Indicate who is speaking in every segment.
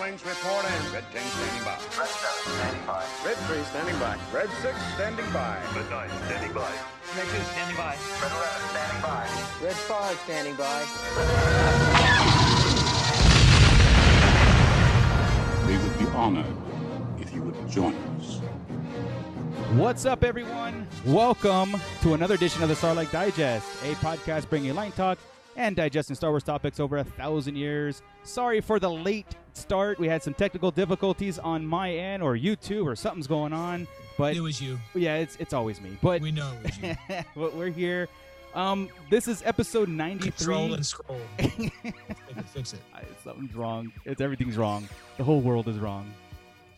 Speaker 1: links report in.
Speaker 2: Red 10 standing by.
Speaker 3: Red 7 standing by.
Speaker 1: Red 3 standing by. Red 6 standing by.
Speaker 4: Red 9 standing by.
Speaker 5: Red 2 standing by.
Speaker 3: Red 11 standing by.
Speaker 6: Red 5 standing by.
Speaker 7: We would be honored if you would join us.
Speaker 8: What's up, everyone? Welcome to another edition of the Starlight Digest, a podcast bringing you line talk and digesting Star Wars topics over a thousand years. Sorry for the late start. We had some technical difficulties on my end, or you two, or something's going on. But
Speaker 9: It was you.
Speaker 8: yeah, it's it's always me. But
Speaker 9: We know it was you.
Speaker 8: but we're here. Um, this is episode
Speaker 9: Control
Speaker 8: 93.
Speaker 9: and scroll. Make it fix it.
Speaker 8: I- something's wrong. It's everything's wrong. The whole world is wrong.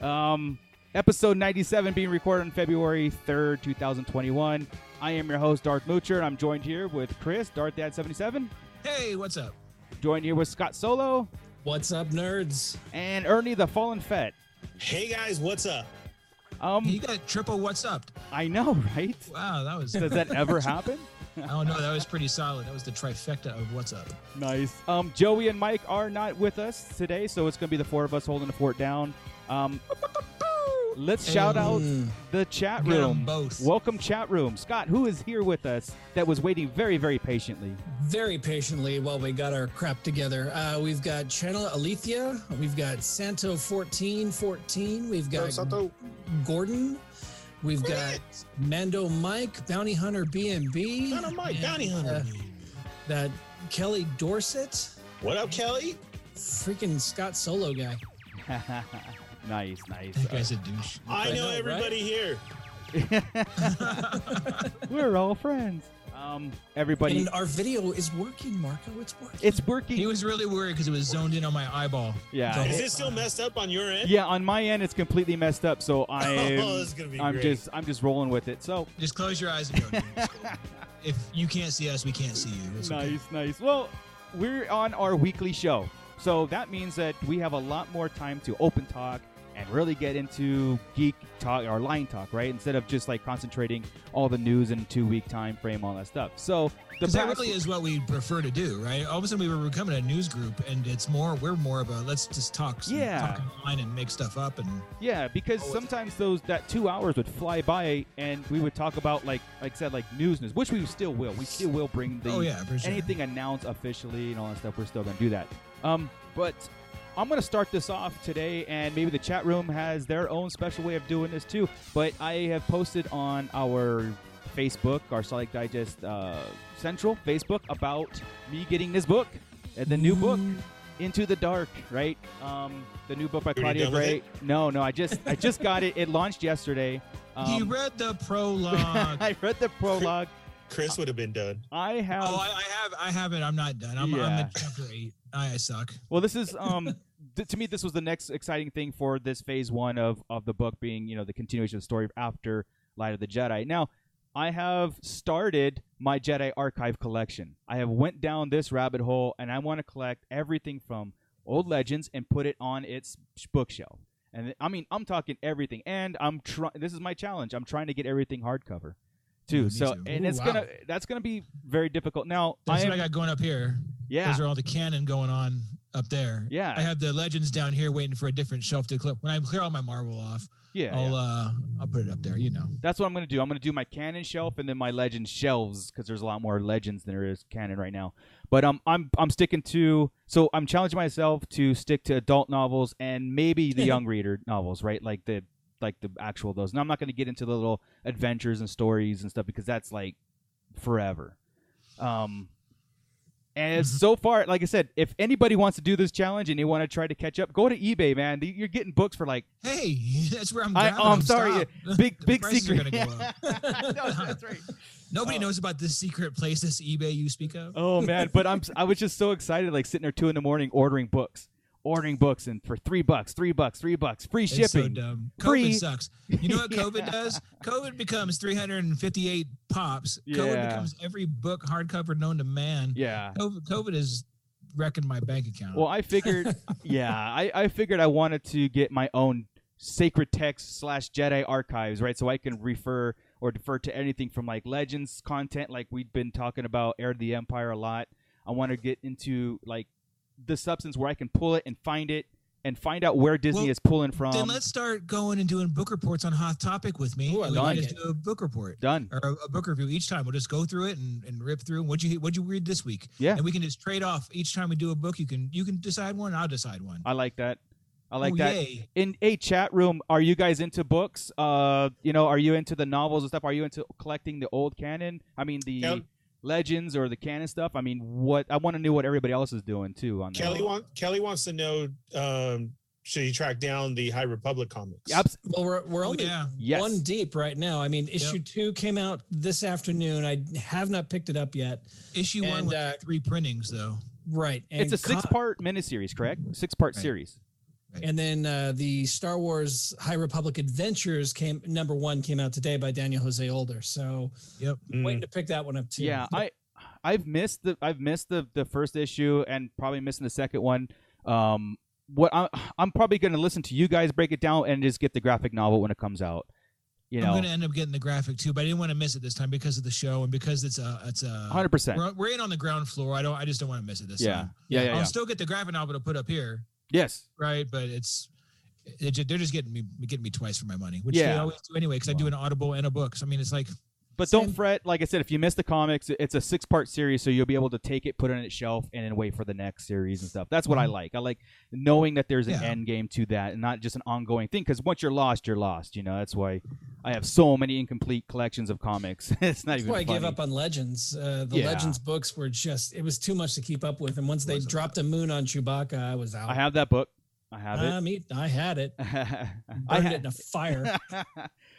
Speaker 8: Um, episode 97 being recorded on February 3rd, 2021. I am your host, Darth Moocher, and I'm joined here with Chris, Darth Dad 77.
Speaker 9: Hey, what's up?
Speaker 8: Joined here with Scott Solo
Speaker 10: What's up, nerds?
Speaker 8: and Ernie the Fallen Fett.
Speaker 10: Hey guys, what's up?
Speaker 8: Um,
Speaker 9: You got triple what's up.
Speaker 8: I know, right?
Speaker 9: Wow, that was.
Speaker 8: Does that ever happen?
Speaker 9: oh no, that was pretty solid. That was the trifecta of what's up.
Speaker 8: Nice. Um, Joey and Mike are not with us today, so it's going to be the four of us holding the fort down. Um, let's shout out
Speaker 9: Mm.
Speaker 8: the chat
Speaker 9: Get 'em
Speaker 8: room.
Speaker 9: both.
Speaker 8: Welcome, chat room. Scott, who is here with us that was waiting very, very patiently.
Speaker 10: Very patiently while we got our crap together. Uh, we've got Channel Alethea, we've got Santo 1414, we've got Gordon, we've got Mando Mike, Bounty Hunter BNB.
Speaker 11: Bounty Mike,
Speaker 10: and,
Speaker 11: Bounty Hunter.
Speaker 10: uh, that Kelly Dorset,
Speaker 11: What up, Kelly?
Speaker 10: freaking Scott Solo guy.
Speaker 8: nice, nice.
Speaker 9: That guy's a douche.
Speaker 11: I
Speaker 10: I know,
Speaker 11: know
Speaker 10: right?
Speaker 11: everybody here.
Speaker 8: We're all friends. Um, everybody,
Speaker 10: and our video is working, Marco. It's working.
Speaker 8: it's working.
Speaker 9: He was really worried because it was zoned in on my eyeball.
Speaker 8: Yeah.
Speaker 9: The
Speaker 11: Is
Speaker 9: whole
Speaker 11: this still
Speaker 9: time.
Speaker 11: messed up on your end?
Speaker 8: yeah, on my end, it's completely messed up, so I'm,
Speaker 11: Oh, this is gonna be
Speaker 8: I'm
Speaker 11: great.
Speaker 8: just, I'm just rolling with it. So
Speaker 9: Just close your eyes and go. dude. It's cool. if you can't see us, we can't see you. It's okay.
Speaker 8: nice, nice. Well, we're on our weekly show, so that means that we have a lot more time to open talk and really get into geek talk or line talk, right? Instead of just like concentrating all the news in two week time frame, all that stuff. So the
Speaker 9: 'Cause that
Speaker 8: past,
Speaker 9: really is what we prefer to do, right? All of a sudden, we were becoming a news group, and it's more we're more of a let's just talk, some-
Speaker 8: Yeah.
Speaker 9: talk online and make stuff up, and
Speaker 8: yeah, because
Speaker 9: Oh, it's-
Speaker 8: sometimes those that two hours would fly by, and we would talk about like like I said like news news, which we still will. We still will bring the
Speaker 9: oh yeah, for sure.
Speaker 8: anything announced officially and all that stuff, we're still going to do that. Um, but I'm going to start this off today, and maybe the chat room has their own special way of doing this too. But I have posted on our Facebook, our Sonic Digest uh, Central Facebook, about me getting this book, uh, the new book. Into the Dark, right? Um, the new book by
Speaker 11: You already
Speaker 8: Claudia
Speaker 11: done with
Speaker 8: Gray. No, no, I just, I just got it. It launched yesterday.
Speaker 9: he
Speaker 8: Um,
Speaker 9: read the prologue.
Speaker 8: I read the prologue.
Speaker 11: Chris would have been done.
Speaker 8: I have.
Speaker 9: Oh, I, I have, I have it. I'm not done. I'm, I'm
Speaker 8: Yeah.
Speaker 9: at chapter eight. I, I suck.
Speaker 8: Well, this is um th- to me this was the next exciting thing for this phase one of of the book being you know the continuation of the story after Light of the Jedi. Now, I have started my Jedi archive collection. I have went down this rabbit hole and I want to collect everything from old legends and put it on its sh- bookshelf. And I mean, I'm talking everything, and I'm trying. This is my challenge. I'm trying to get everything hardcover,
Speaker 9: Yeah,
Speaker 8: too.
Speaker 9: me
Speaker 8: so,
Speaker 9: too.
Speaker 8: and
Speaker 9: Ooh,
Speaker 8: it's
Speaker 9: wow.
Speaker 8: gonna that's gonna be very difficult. Now,
Speaker 9: That's
Speaker 8: I am,
Speaker 9: what I got going up here.
Speaker 8: yeah,
Speaker 9: Those are all the canon going on up there.
Speaker 8: Yeah.
Speaker 9: I have the legends down here waiting for a different shelf to clip. When I clear all my Marvel off,
Speaker 8: yeah, yeah.
Speaker 9: I'll uh, I'll put it up there. You know.
Speaker 8: That's what I'm gonna do. I'm gonna do my canon shelf and then my legend shelves because there's a lot more legends than there is canon right now. But um, I'm I'm sticking to so I'm challenging myself to stick to adult novels and maybe the young reader novels, right? Like the like the actual those. And I'm not gonna get into the little adventures and stories and stuff because that's like forever. Um, and
Speaker 9: Mm-hmm.
Speaker 8: it's so far, like I said, if anybody wants to do this challenge and they want to try to catch up, go to eBay, man. You're getting books for like
Speaker 9: Hey, that's where I'm.
Speaker 8: I-
Speaker 9: grabbing
Speaker 8: oh, I'm
Speaker 9: them.
Speaker 8: sorry.
Speaker 9: Stop.
Speaker 8: big
Speaker 9: The
Speaker 8: big
Speaker 9: prices are
Speaker 8: secret.
Speaker 9: gonna go up.
Speaker 8: I know, that's right.
Speaker 9: Nobody
Speaker 8: Oh.
Speaker 9: knows about this secret place, this eBay you speak of.
Speaker 8: Oh man, but I'm I was just so excited, like sitting there two in the morning ordering books, ordering books, and for three bucks, three bucks, three bucks, free
Speaker 9: It's so
Speaker 8: shipping.
Speaker 9: dumb. COVID
Speaker 8: Free.
Speaker 9: sucks. You know what COVID does? COVID becomes 358 pops.
Speaker 8: Yeah.
Speaker 9: COVID becomes every book hardcover known to man.
Speaker 8: yeah.
Speaker 9: COVID, COVID is wrecking my bank account.
Speaker 8: Well, I figured, yeah, I, I figured I wanted to get my own sacred text slash Jedi archives, right? So I can refer or defer to anything from like legends content, like we've been talking about Air of the Empire a lot. I want to get into like the substance where I can pull it and find it and find out where Disney
Speaker 9: Well,
Speaker 8: is pulling from.
Speaker 9: then let's start going and doing book reports on Hot Topic with me.
Speaker 10: Ooh, I
Speaker 9: and we
Speaker 8: like
Speaker 9: can
Speaker 10: it.
Speaker 9: just do a book report
Speaker 8: Done.
Speaker 9: or a, a book review each time. We'll just go through it and, and rip through. What'd you What'd you read this week?
Speaker 8: Yeah.
Speaker 9: And we can just trade off each time we do a book. You can you can decide one. I'll decide one.
Speaker 8: I like that. I like
Speaker 9: Oh,
Speaker 8: that.
Speaker 9: yay.
Speaker 8: In a chat room, are you guys into books? Uh, you know, are you into the novels and stuff? Are you into collecting the old canon? I mean, the
Speaker 11: Kel-
Speaker 8: legends or the canon stuff. I mean, what I want to know what everybody else is doing too on that.
Speaker 11: Kelly wants Kelly wants to know. Um, should he track down the High Republic comics?
Speaker 8: Abs-
Speaker 10: Well, we're, we're
Speaker 9: Oh,
Speaker 10: only
Speaker 9: yeah.
Speaker 8: yes.
Speaker 10: one deep right now. I mean, issue two came out this afternoon. I have not picked it up yet.
Speaker 9: Issue one
Speaker 10: And,
Speaker 9: with
Speaker 10: uh,
Speaker 9: three printings though.
Speaker 10: Right. And
Speaker 8: it's a
Speaker 10: Con-
Speaker 8: six-part miniseries, correct? Six-part
Speaker 9: Right.
Speaker 8: series.
Speaker 10: And then uh, the Star Wars High Republic Adventures came number one came out today by Daniel Jose Older. So
Speaker 11: Mm.
Speaker 10: waiting to pick that one up too.
Speaker 8: Hmm. Yeah, I I've missed the I've missed the the first issue and probably missing the second one. Um, what I'm I'm probably going to listen to you guys break it down and just get the graphic novel when it comes out. You
Speaker 9: I'm
Speaker 8: know,
Speaker 9: gonna end up getting the graphic too, but I didn't want to miss it this time because of the show and because it's a it's a
Speaker 8: hundred percent.
Speaker 9: We're, we're in on the ground floor. I don't. I just don't want to miss it this
Speaker 8: Yeah,
Speaker 9: time.
Speaker 8: yeah, yeah.
Speaker 9: I'll
Speaker 8: yeah.
Speaker 9: still get the graphic novel to put up here,
Speaker 8: Yes,
Speaker 9: right? But it's it, ju- they're just getting me getting me twice for my money, which they
Speaker 8: Yeah.
Speaker 9: always do anyway. Because I do an Audible and a book. So I mean, it's like
Speaker 8: but
Speaker 10: Same.
Speaker 8: don't fret. Like I said, if you miss the comics, it- it's a six-part series, so you'll be able to take it, put it on its shelf, and then wait for the next series and stuff. That's what
Speaker 10: Mm-hmm.
Speaker 8: I like. I like knowing that there's an
Speaker 9: Yeah.
Speaker 8: end game to that, and not just an ongoing thing. Because once you're lost, you're lost. You know, that's why I have so many incomplete collections of comics. it's not
Speaker 10: That's
Speaker 8: even.
Speaker 10: why I gave
Speaker 8: funny.
Speaker 10: up on Legends. Uh, the
Speaker 8: Yeah.
Speaker 10: Legends books were just, it was too much to keep up with. And once they
Speaker 9: was a lot.
Speaker 10: dropped a moon on Chewbacca, I was out.
Speaker 8: I have that book. I have
Speaker 10: I, mean, I had it.
Speaker 8: it.
Speaker 10: Uh,
Speaker 8: I
Speaker 10: Burned it
Speaker 8: had
Speaker 10: in a fire.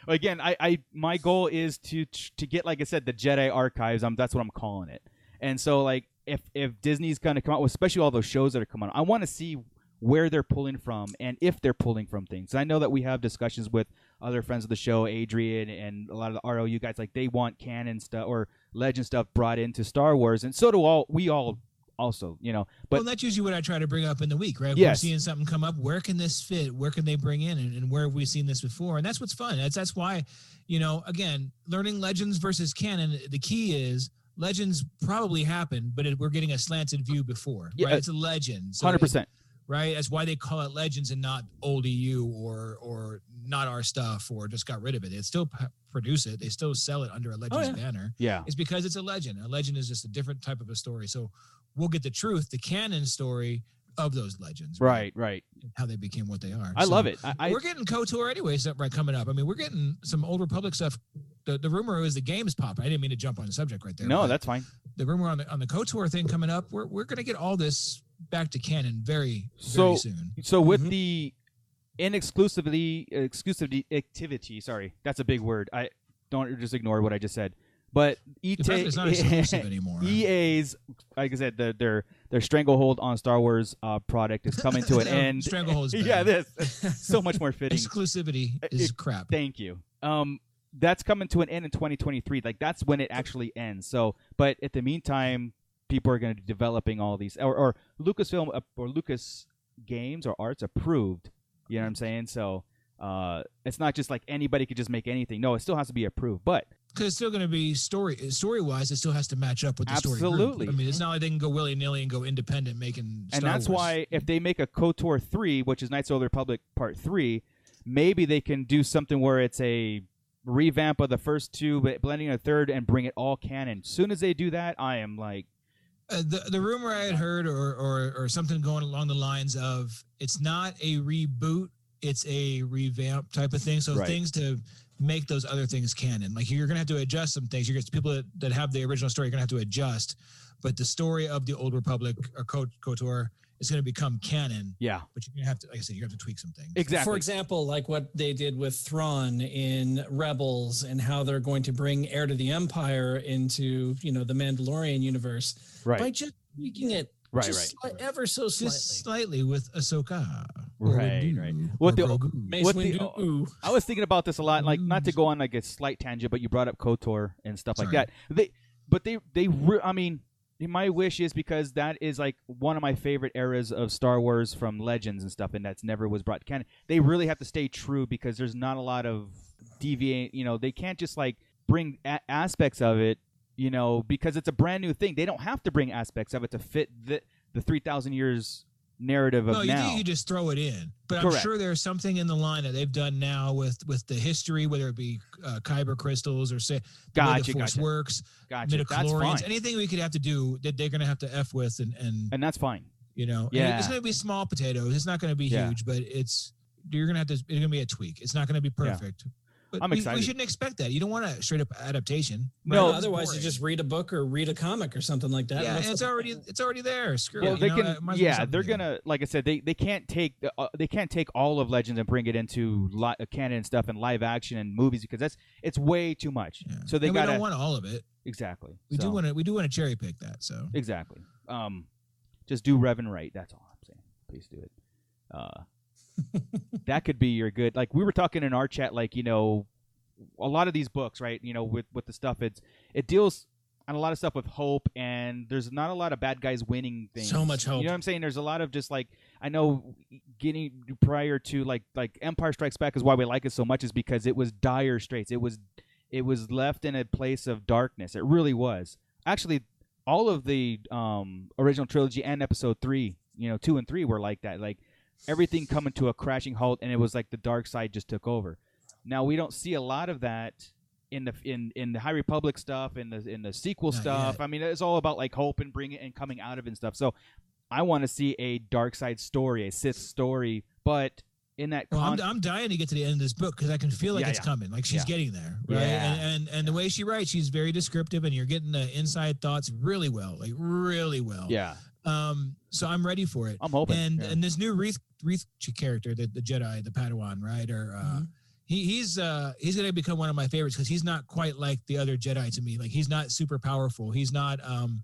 Speaker 8: Again, I, I my goal is to to get like I said the Jedi archives. I'm that's what I'm calling it. And so like if if Disney's gonna come out, with, especially all those shows that are coming out, I want to see where they're pulling from and if they're pulling from things. I know that we have discussions with other friends of the show, Adrian and a lot of the ROU guys. Like they want canon stuff or legend stuff brought into Star Wars, and so do all we all also. You know, but
Speaker 9: well, that's usually what I try to bring up in the week, right?
Speaker 8: Yes.
Speaker 9: We're seeing something come up. Where can this fit? Where can they bring in? And, and where have we seen this before? And that's what's fun. That's that's why, you know, again, learning legends versus canon. The key is legends probably happened, but it, we're getting a slanted view before.
Speaker 8: Yeah,
Speaker 9: right? it's a legend. So
Speaker 8: hundred
Speaker 9: it-
Speaker 8: percent.
Speaker 9: right? That's why they call it legends and not old EU or or not our stuff or just got rid of it. They still p- produce it. They still sell it under a legends
Speaker 10: yeah.
Speaker 9: banner.
Speaker 8: Oh, Yeah.
Speaker 9: It's because it's a legend. A legend is just a different type of a story. So we'll get the truth, the canon story of those legends,
Speaker 8: Right, right.
Speaker 9: and How they became what they are.
Speaker 8: I
Speaker 9: So
Speaker 8: love it. I, I
Speaker 9: we're getting KOTOR anyway, so, uh, right coming up. I mean, we're getting some old Republic stuff. The, the rumor is the game's popping. I didn't mean to jump on the subject right there.
Speaker 8: no,
Speaker 9: but-
Speaker 8: that's fine.
Speaker 9: the rumor on the on the KOTOR thing coming up, we're we're gonna get all this back to canon very, very
Speaker 8: So-
Speaker 9: soon.
Speaker 8: So with
Speaker 9: Mm-hmm.
Speaker 10: Mhm.
Speaker 8: the inexclusively exclusivity activity, sorry, that's a big word. I don't just ignore what I just said. But E ETA,
Speaker 9: The fact that it's not exclusive anymore.
Speaker 8: EA's, E like I said, their their their stranglehold on Star Wars uh, product is coming to an
Speaker 9: So,
Speaker 8: end.
Speaker 9: Stranglehold is
Speaker 8: yeah,
Speaker 9: bad.
Speaker 8: this so much more fitting.
Speaker 9: exclusivity is crap.
Speaker 8: Thank you. Um, that's coming to an end in 2023. Like that's when it actually ends. So, but at the meantime, people are going to be developing all these, or, or Lucasfilm uh, or Lucas Games or Arts approved. You know what I'm saying? So, uh, it's not just like anybody could just make anything. No, it still has to be approved. But
Speaker 9: Because it's still gonna be story story wise, it still has to match up with the story. group.
Speaker 8: Absolutely.
Speaker 9: I mean, it's
Speaker 10: Uh-huh.
Speaker 9: not like they can go willy nilly and go independent making.
Speaker 8: and
Speaker 9: Star
Speaker 8: that's
Speaker 9: Wars.
Speaker 8: why if they make a KOTOR three, which is Knights of the Old Republic Part three, maybe they can do something where it's a revamp of the first two, but blending a third and bring it all canon. Soon as they do that, I am like,
Speaker 9: Uh, the the rumor I had heard, or, or or something going along the lines of, it's not a reboot, it's a revamp type of thing. So
Speaker 8: Right.
Speaker 9: things to make those other things canon. Like you're gonna have to adjust some things. You're gonna people that, that have the original story are gonna have to adjust, but the story of the Old Republic or Ko- Kotor is gonna become canon.
Speaker 8: yeah,
Speaker 9: But you're gonna have to, like I said, you are gonna have to tweak some things.
Speaker 8: exactly.
Speaker 10: For example, like what they did with Thrawn in Rebels and how they're going to bring Heir to the Empire into, you know, the Mandalorian universe
Speaker 8: Right.
Speaker 10: by just tweaking it
Speaker 8: right,
Speaker 10: just
Speaker 8: right.
Speaker 10: sli- ever so slightly.
Speaker 9: Just slightly with Ahsoka. or
Speaker 8: Right,
Speaker 9: Windu,
Speaker 8: right.
Speaker 9: or
Speaker 8: What the-
Speaker 9: Grogu.
Speaker 10: Mace
Speaker 8: What the- oh,
Speaker 10: Windu, ooh.
Speaker 8: I was thinking about this a lot, like not to
Speaker 9: Mm.
Speaker 8: go on like a slight tangent, but you brought up Kotor and stuff like
Speaker 9: Sorry.
Speaker 8: that. They, but they, they, re- I mean, my wish is because that is like one of my favorite eras of Star Wars from Legends and stuff, and that's never was brought to canon. They really have to stay true because there's not a lot of deviate. You know, they can't just like bring a- aspects of it. You know, because it's a brand new thing. They don't have to bring aspects of it to fit the the three thousand years narrative of
Speaker 9: no, you,
Speaker 8: now.
Speaker 9: think you just throw it in. But I'm
Speaker 8: Correct.
Speaker 9: sure there's something in the line that they've done now with with the history, whether it be uh, kyber crystals or say the way
Speaker 8: Gotcha,
Speaker 9: the force
Speaker 8: gotcha.
Speaker 9: works,
Speaker 8: gotcha. That's fine.
Speaker 9: midichlorians, anything we could have to do that they're going to have to f with, and and,
Speaker 8: and that's fine.
Speaker 9: you know, and
Speaker 8: Yeah.
Speaker 9: it's going to be small potatoes. It's not going to be
Speaker 8: Yeah.
Speaker 9: huge, but it's you're going to have to. It's going to be a tweak. It's not going to be
Speaker 8: Yeah.
Speaker 9: perfect. But
Speaker 8: I'm
Speaker 9: we,
Speaker 8: excited.
Speaker 9: We shouldn't expect that. You don't want a straight up adaptation.
Speaker 8: No,
Speaker 9: It's
Speaker 10: otherwise
Speaker 9: boring.
Speaker 10: you just read a book or read a comic or something like that.
Speaker 9: yeah,
Speaker 10: What's
Speaker 9: it's
Speaker 10: the-
Speaker 9: already it's already there. Screw
Speaker 8: Well,
Speaker 9: it.
Speaker 8: they
Speaker 9: you know,
Speaker 8: can.
Speaker 9: it might as well be
Speaker 8: yeah,
Speaker 9: something
Speaker 8: they're
Speaker 9: new.
Speaker 8: gonna. Like I said, they they can't take uh, they can't take all of Legends and bring it into li- uh, canon and stuff and live action and movies because that's it's way too much.
Speaker 9: Yeah.
Speaker 8: So they
Speaker 9: And we
Speaker 8: gotta
Speaker 9: don't want all of it.
Speaker 8: exactly.
Speaker 9: We do
Speaker 8: So-
Speaker 9: want to we do want to cherry pick that. So
Speaker 10: Mm-hmm.
Speaker 8: exactly. Um, just do Revan right. That's all I'm saying. Please do it. Uh, that could be your good. Like we were talking in our chat, like you know, a lot of these books, right? You know, with with the stuff, it's it deals on a lot of stuff with hope, and there's not a lot of bad guys winning things.
Speaker 10: So much hope.
Speaker 8: You know what I'm saying? There's a lot of just like I know getting prior to like like Empire Strikes Back is why we like it so much is because it was dire straits. It was it was left in a place of darkness. It really was. Actually, all of the um, original trilogy and episode three, you know, two and three were like that. Like everything coming to a crashing halt, and it was like the dark side just took over. Now we don't see a lot of that in the in in the High Republic stuff, in the in the sequel
Speaker 9: Not
Speaker 8: stuff. I mean, it's all about like hope and bringing and coming out of it and stuff. So I want to see a dark side story, a Sith story, but in that
Speaker 9: well, I'm,
Speaker 8: con-
Speaker 9: I'm dying to get to the end of this book because I can feel like
Speaker 8: Yeah,
Speaker 9: it's
Speaker 8: yeah.
Speaker 9: coming. Like she's
Speaker 8: Yeah.
Speaker 9: getting there, right?
Speaker 8: Yeah.
Speaker 9: And, and and the way she writes, she's very descriptive, and you're getting the inside thoughts really well, like really well.
Speaker 8: yeah,
Speaker 9: Um. So I'm ready for it.
Speaker 8: I'm hoping.
Speaker 9: and
Speaker 8: yeah.
Speaker 9: and this new Wreath Wreath character, the, the Jedi, the Padawan, right? Or uh,
Speaker 8: Mm-hmm.
Speaker 10: Mhm.
Speaker 9: he he's uh he's gonna become one of my favorites because he's not quite like the other Jedi to me. Like he's not super powerful. He's not um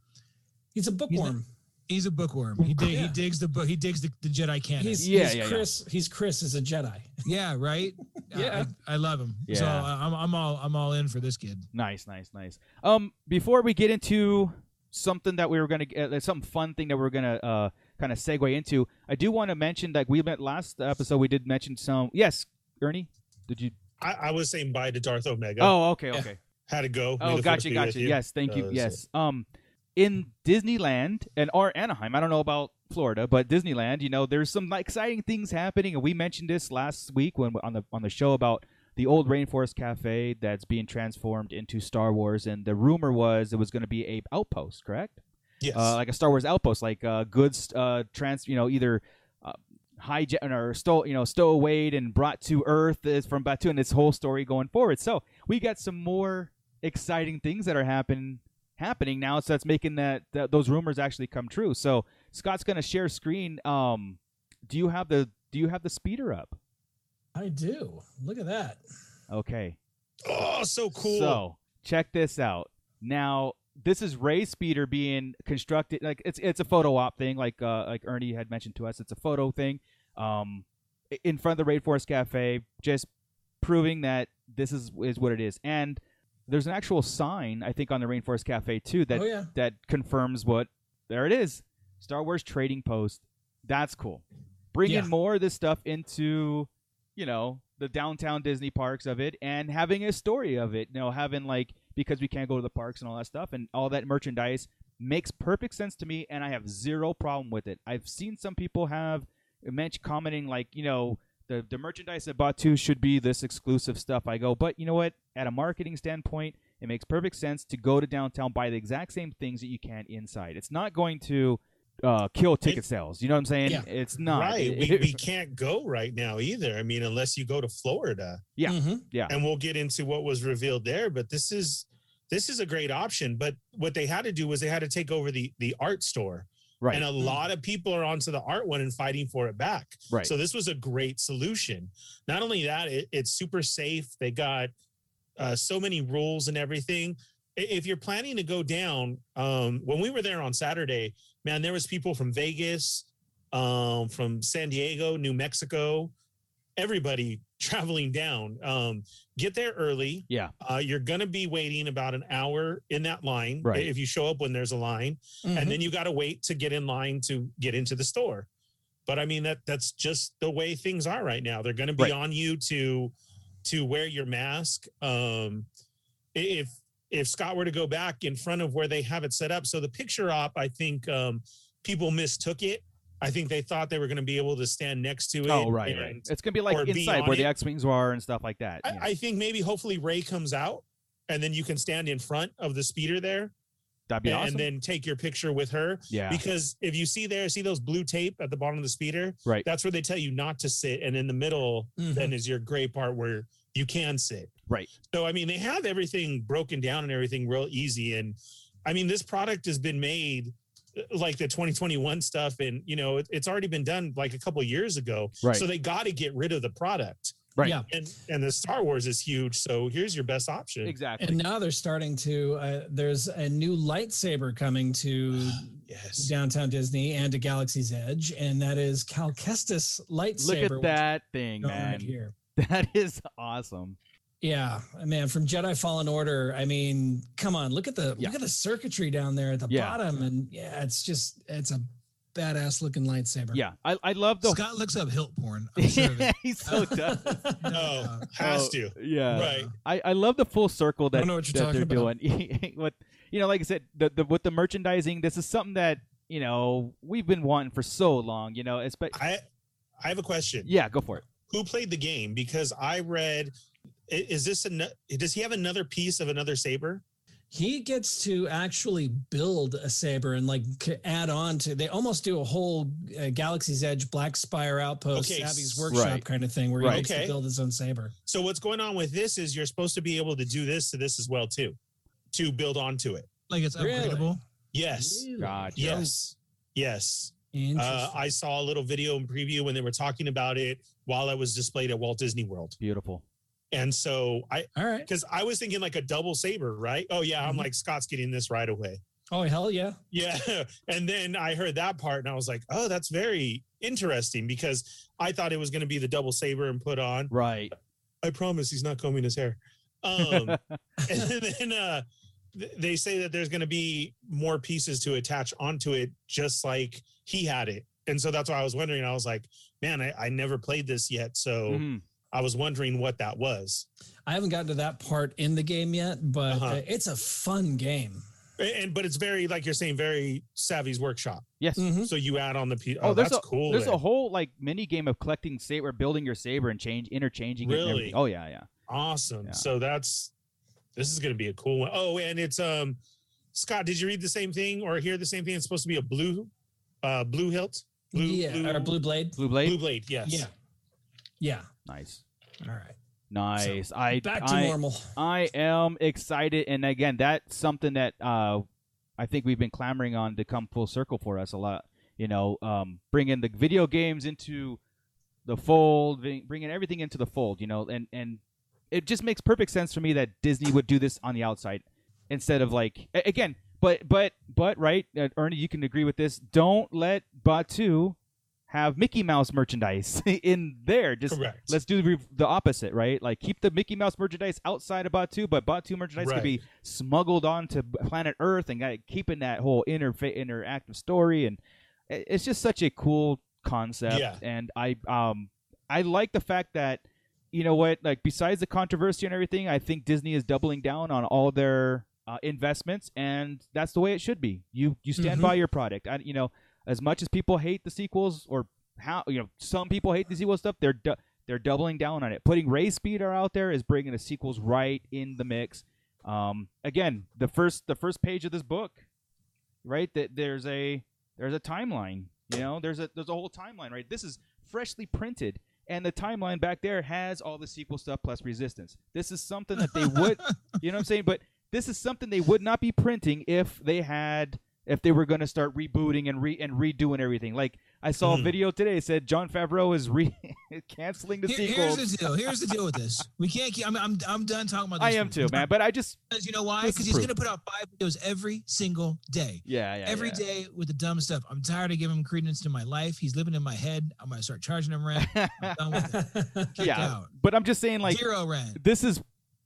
Speaker 10: He's a bookworm.
Speaker 9: he's a bookworm. He dig, he
Speaker 10: Yeah.
Speaker 9: digs the book. He digs the, the Jedi canon.
Speaker 10: He's,
Speaker 8: Yeah,
Speaker 10: he's
Speaker 8: yeah, yeah.
Speaker 10: Chris. He's Chris is a Jedi.
Speaker 9: yeah, right. I-
Speaker 10: Yeah.
Speaker 9: I, I love him. So
Speaker 8: Yeah.
Speaker 9: I- I'm I'm all I'm all in for this kid.
Speaker 8: Nice, nice, nice. Um, before we get into something that we were gonna, uh, some fun thing that we are gonna uh kind of segue into, I do want to mention that we met last episode. We did mention some. Yes, Ernie, did you?
Speaker 11: I, I was saying bye to Darth Omega.
Speaker 8: Oh, okay,
Speaker 10: Yeah.
Speaker 8: okay.
Speaker 11: Had to go. May
Speaker 8: Oh,
Speaker 11: the force
Speaker 8: gotcha,
Speaker 11: be
Speaker 8: gotcha.
Speaker 11: with you.
Speaker 8: Yes, thank you.
Speaker 11: Uh, so-
Speaker 8: yes. Um, in Disneyland and or Anaheim, I don't know about Florida, but Disneyland, you know, there's some like, exciting things happening, and we mentioned this last week when on the on the show about the old Rainforest Cafe that's being transformed into Star Wars, and the rumor was it was going to be a outpost, correct?
Speaker 11: Yes.
Speaker 8: uh, like a Star Wars outpost, like uh, goods uh, trans, you know, either uh, hijacked or stole, you know, stowawayed and brought to Earth is from Batu, and this whole story going forward. So we got some more exciting things that are happening happening now. So that's making that, that those rumors actually come true. So Scott's gonna share screen. Um, do you have the do you have the speeder up?
Speaker 10: I do. Look at that.
Speaker 8: Okay.
Speaker 11: oh, so cool.
Speaker 8: So check this out. Now this is Ray Speeder being constructed. Like it's it's a photo op thing. Like uh, like Ernie had mentioned to us, it's a photo thing. Um, i- in front of the Raid Force Cafe, just proving that this is is what it is. And there's an actual sign I think on the Rainforest Cafe too that
Speaker 10: oh yeah.
Speaker 8: that confirms what there it is star wars trading post that's cool bringing
Speaker 10: Yeah.
Speaker 8: more of this stuff into you know the downtown disney parks of it and having a story of it you know having like because we can't go to the parks and all that stuff and all that merchandise makes perfect sense to me and i have zero problem with it i've seen some people have mention commenting like you know the, the merchandise at Batu should be this exclusive stuff. I go, but you know what? At a marketing standpoint, it makes perfect sense to go to downtown, buy the exact same things that you can inside. It's not going to uh, kill ticket
Speaker 11: It-
Speaker 8: sales. You know what I'm saying?
Speaker 10: Yeah.
Speaker 8: It's not.
Speaker 11: Right.
Speaker 8: It-
Speaker 11: We,
Speaker 8: it-
Speaker 11: we can't go right now either. I mean, unless you go to Florida.
Speaker 8: Yeah.
Speaker 10: Mhm.
Speaker 11: and we'll get into what was revealed there but this is this is a great option but what they had to do was they had to take over the the art store
Speaker 8: right.
Speaker 11: and a lot of people are onto the art one and fighting for it back
Speaker 8: right.
Speaker 11: so this was a great solution not only that it, it's super safe they got uh, so many rules and everything I- if you're planning to go down um, when we were there on saturday man there was people from vegas um, from san diego new mexico everybody traveling down um, get there early
Speaker 8: Yeah.
Speaker 11: uh, you're gonna be waiting about an hour in that line i-
Speaker 8: Right.
Speaker 11: if you show up when there's a line
Speaker 10: Mhm.
Speaker 11: and then you got to wait to get in line to get into the store. But I mean that that's just the way things are right now. They're going to be
Speaker 8: Right.
Speaker 11: on you to to wear your mask. Um, i- if if Scott were to go back in front of where they have it set up, so the picture op, I think um, people mistook it. I think they thought they were going to be able to stand next to it.
Speaker 8: Oh right, right.
Speaker 11: and
Speaker 8: It's gonna be like
Speaker 11: or be
Speaker 8: inside
Speaker 11: on
Speaker 8: where the
Speaker 11: it.
Speaker 8: X wings are and stuff like that.
Speaker 11: I,
Speaker 8: yeah.
Speaker 11: I think maybe hopefully Ray comes out, and then you can stand in front of the speeder there,
Speaker 8: That'd be
Speaker 11: and,
Speaker 8: awesome.
Speaker 11: then take your picture with her.
Speaker 8: yeah,
Speaker 11: Because if you see there, see those blue tape at the bottom of the speeder,
Speaker 8: right,
Speaker 11: that's where they tell you not to sit, and in the middle then is your gray part where you can sit.
Speaker 8: right.
Speaker 11: So I mean, they have everything broken down and everything real easy. And I mean, this product has been made uh, like the 2021 stuff, and you know, it, it's already been done like a couple years ago.
Speaker 8: Right.
Speaker 11: So they got to get rid of the product.
Speaker 8: Right.
Speaker 10: Yeah.
Speaker 11: And and the Star Wars is huge. So here's your best option.
Speaker 8: Exactly.
Speaker 10: And now they're starting to. Uh, there's a new lightsaber coming to
Speaker 11: Yes.
Speaker 10: downtown Disney and to Galaxy's Edge, and that is Cal Kestis lightsaber.
Speaker 8: Look at
Speaker 10: which
Speaker 8: that
Speaker 10: is
Speaker 8: thing,
Speaker 10: going right
Speaker 8: man.
Speaker 10: here.
Speaker 8: That is awesome.
Speaker 10: Yeah, man, from Jedi Fallen Order. I mean, come on, look at the
Speaker 8: Yeah.
Speaker 10: look at the circuitry down there at the
Speaker 8: Yeah.
Speaker 10: bottom, and yeah, it's just it's a badass looking lightsaber.
Speaker 8: Yeah, I, I love the.
Speaker 9: Scott looks up hilt porn. I'm sure of it.
Speaker 8: He's so tough.
Speaker 11: Oh, has
Speaker 8: Oh,
Speaker 11: to.
Speaker 8: Yeah.
Speaker 11: Right.
Speaker 8: I, I love the full circle that,
Speaker 10: don't know what you're
Speaker 8: that they're
Speaker 10: talking
Speaker 8: doing. what you know, like I said, the, the with the merchandising, this is something that you know we've been wanting for so long. You know, it's but
Speaker 11: I I have a question.
Speaker 8: yeah, go for it.
Speaker 11: Who played the game? Because I read. i- Is this an, does he have another piece of another saber?
Speaker 10: he gets to actually build a saber and like c- add on to they almost do a whole uh, galaxy's edge black spire outpost
Speaker 11: Okay,
Speaker 10: savvy's
Speaker 11: s-
Speaker 10: workshop
Speaker 8: right.
Speaker 10: kind of thing where
Speaker 8: Right.
Speaker 10: he gets
Speaker 11: Okay.
Speaker 10: to build his own saber
Speaker 11: So what's going on with this is you're supposed to be able to do this to this as well too, to build onto it.
Speaker 9: Like it's
Speaker 10: Really?
Speaker 9: upgradable.
Speaker 11: Yes,
Speaker 8: God,
Speaker 11: yes, yes.
Speaker 10: Interesting.
Speaker 11: Uh, I saw a little video in preview when they were talking about it while I was displayed at Walt Disney World,
Speaker 8: beautiful.
Speaker 11: and so I
Speaker 10: all right
Speaker 11: because I was thinking like a double saber, right? Oh yeah, I'm
Speaker 10: Mhm.
Speaker 11: like Scott's getting this right away.
Speaker 10: oh hell yeah
Speaker 11: Yeah. And then I heard that part and I was like, oh, that's very interesting because I thought it was going to be the double saber and put on.
Speaker 8: Right.
Speaker 11: I promise he's not combing his hair. Um, and then uh, th- they say that there's going to be more pieces to attach onto it, just like he had it. And so that's why I was wondering. I was like, man, I, I never played this yet. So
Speaker 8: Mhm.
Speaker 11: I was wondering what that was.
Speaker 10: i haven't gotten to that part in the game yet but
Speaker 11: Uh-huh.
Speaker 10: uh, it's a fun game
Speaker 11: A- And but it's very like you're saying, very Savvy's workshop.
Speaker 8: Yes.
Speaker 10: Mhm.
Speaker 11: So you add on the piece.
Speaker 8: Hmm? Oh,
Speaker 11: Oh,
Speaker 8: there's
Speaker 11: that's
Speaker 8: a-
Speaker 11: cool.
Speaker 8: There's
Speaker 11: then.
Speaker 8: a whole like mini game of collecting saber, building your saber and change interchanging. It and
Speaker 11: Really?
Speaker 8: everything. oh yeah, yeah.
Speaker 11: awesome.
Speaker 8: Yeah.
Speaker 11: So that's this is going to be a cool one. Oh, and it's um, Scott, did you read the same thing or hear the same thing? It's supposed to be a blue, uh, blue hilt. Blue,
Speaker 10: yeah
Speaker 11: blue,
Speaker 10: or blue blade
Speaker 8: Blue blade.
Speaker 11: Blue blade. Yes.
Speaker 10: yeah yeah
Speaker 8: Nice.
Speaker 10: all right
Speaker 8: Nice. I
Speaker 10: back to
Speaker 8: I,
Speaker 10: normal
Speaker 8: I am excited, and again, that's something that uh, I think we've been clamoring on to come full circle for us a lot. You know, um, bringing the video games into the fold, bring- bringing everything into the fold. You know, and and it just makes perfect sense for me that Disney would do this on the outside instead of like a- again. But but but right, uh, Ernie, you can agree with this. Don't let Batu have Mickey Mouse merchandise in there. Just
Speaker 11: Correct.
Speaker 8: let's do the, re- the opposite, right? Like keep the Mickey Mouse merchandise outside of Batu, but Batu merchandise could be smuggled onto b- planet Earth and like, keeping that whole interfa- interactive story. And i- it's just such a cool concept.
Speaker 11: Yeah.
Speaker 8: And I um I like the fact that you know what, like besides the controversy and everything, I think Disney is doubling down on all their uh, investments, and that's the way it should be. You you stand
Speaker 10: Mhm.
Speaker 8: by your product. I, you know, as much as people hate the sequels or how you know some people hate the sequel stuff they're du- they're doubling down on it putting ray speeder out there is bringing the sequels right in the mix um, again the first the first page of this book right that there's a there's a timeline you know there's a there's a whole timeline right this is freshly printed and the timeline back there has all the sequel stuff plus resistance this is something that they would you know what i'm saying but this is something they would not be printing if they had if they were going to start rebooting and re and redoing everything like i saw
Speaker 9: Hmm.
Speaker 8: a
Speaker 11: Mhm.
Speaker 8: video today that said john favreau is re canceling the
Speaker 9: Here-
Speaker 8: sequel
Speaker 9: here's the deal. Here's the deal with this. We can't keep. I'm, I'm, I'm done talking about this.
Speaker 8: i am too man but i just
Speaker 9: Because you know why?
Speaker 8: This
Speaker 9: Because
Speaker 8: is
Speaker 9: he's
Speaker 8: proof.
Speaker 9: going to put out five videos every single day.
Speaker 8: yeah yeah
Speaker 9: every day with the dumb stuff. I'm tired of giving him credence to my life. He's living in my head. I'm going to start charging him rent.
Speaker 8: yeah.
Speaker 9: I'm done with it. Kicked
Speaker 8: Yeah.
Speaker 9: out.
Speaker 8: but i'm just saying like
Speaker 9: Zero rent.
Speaker 8: this is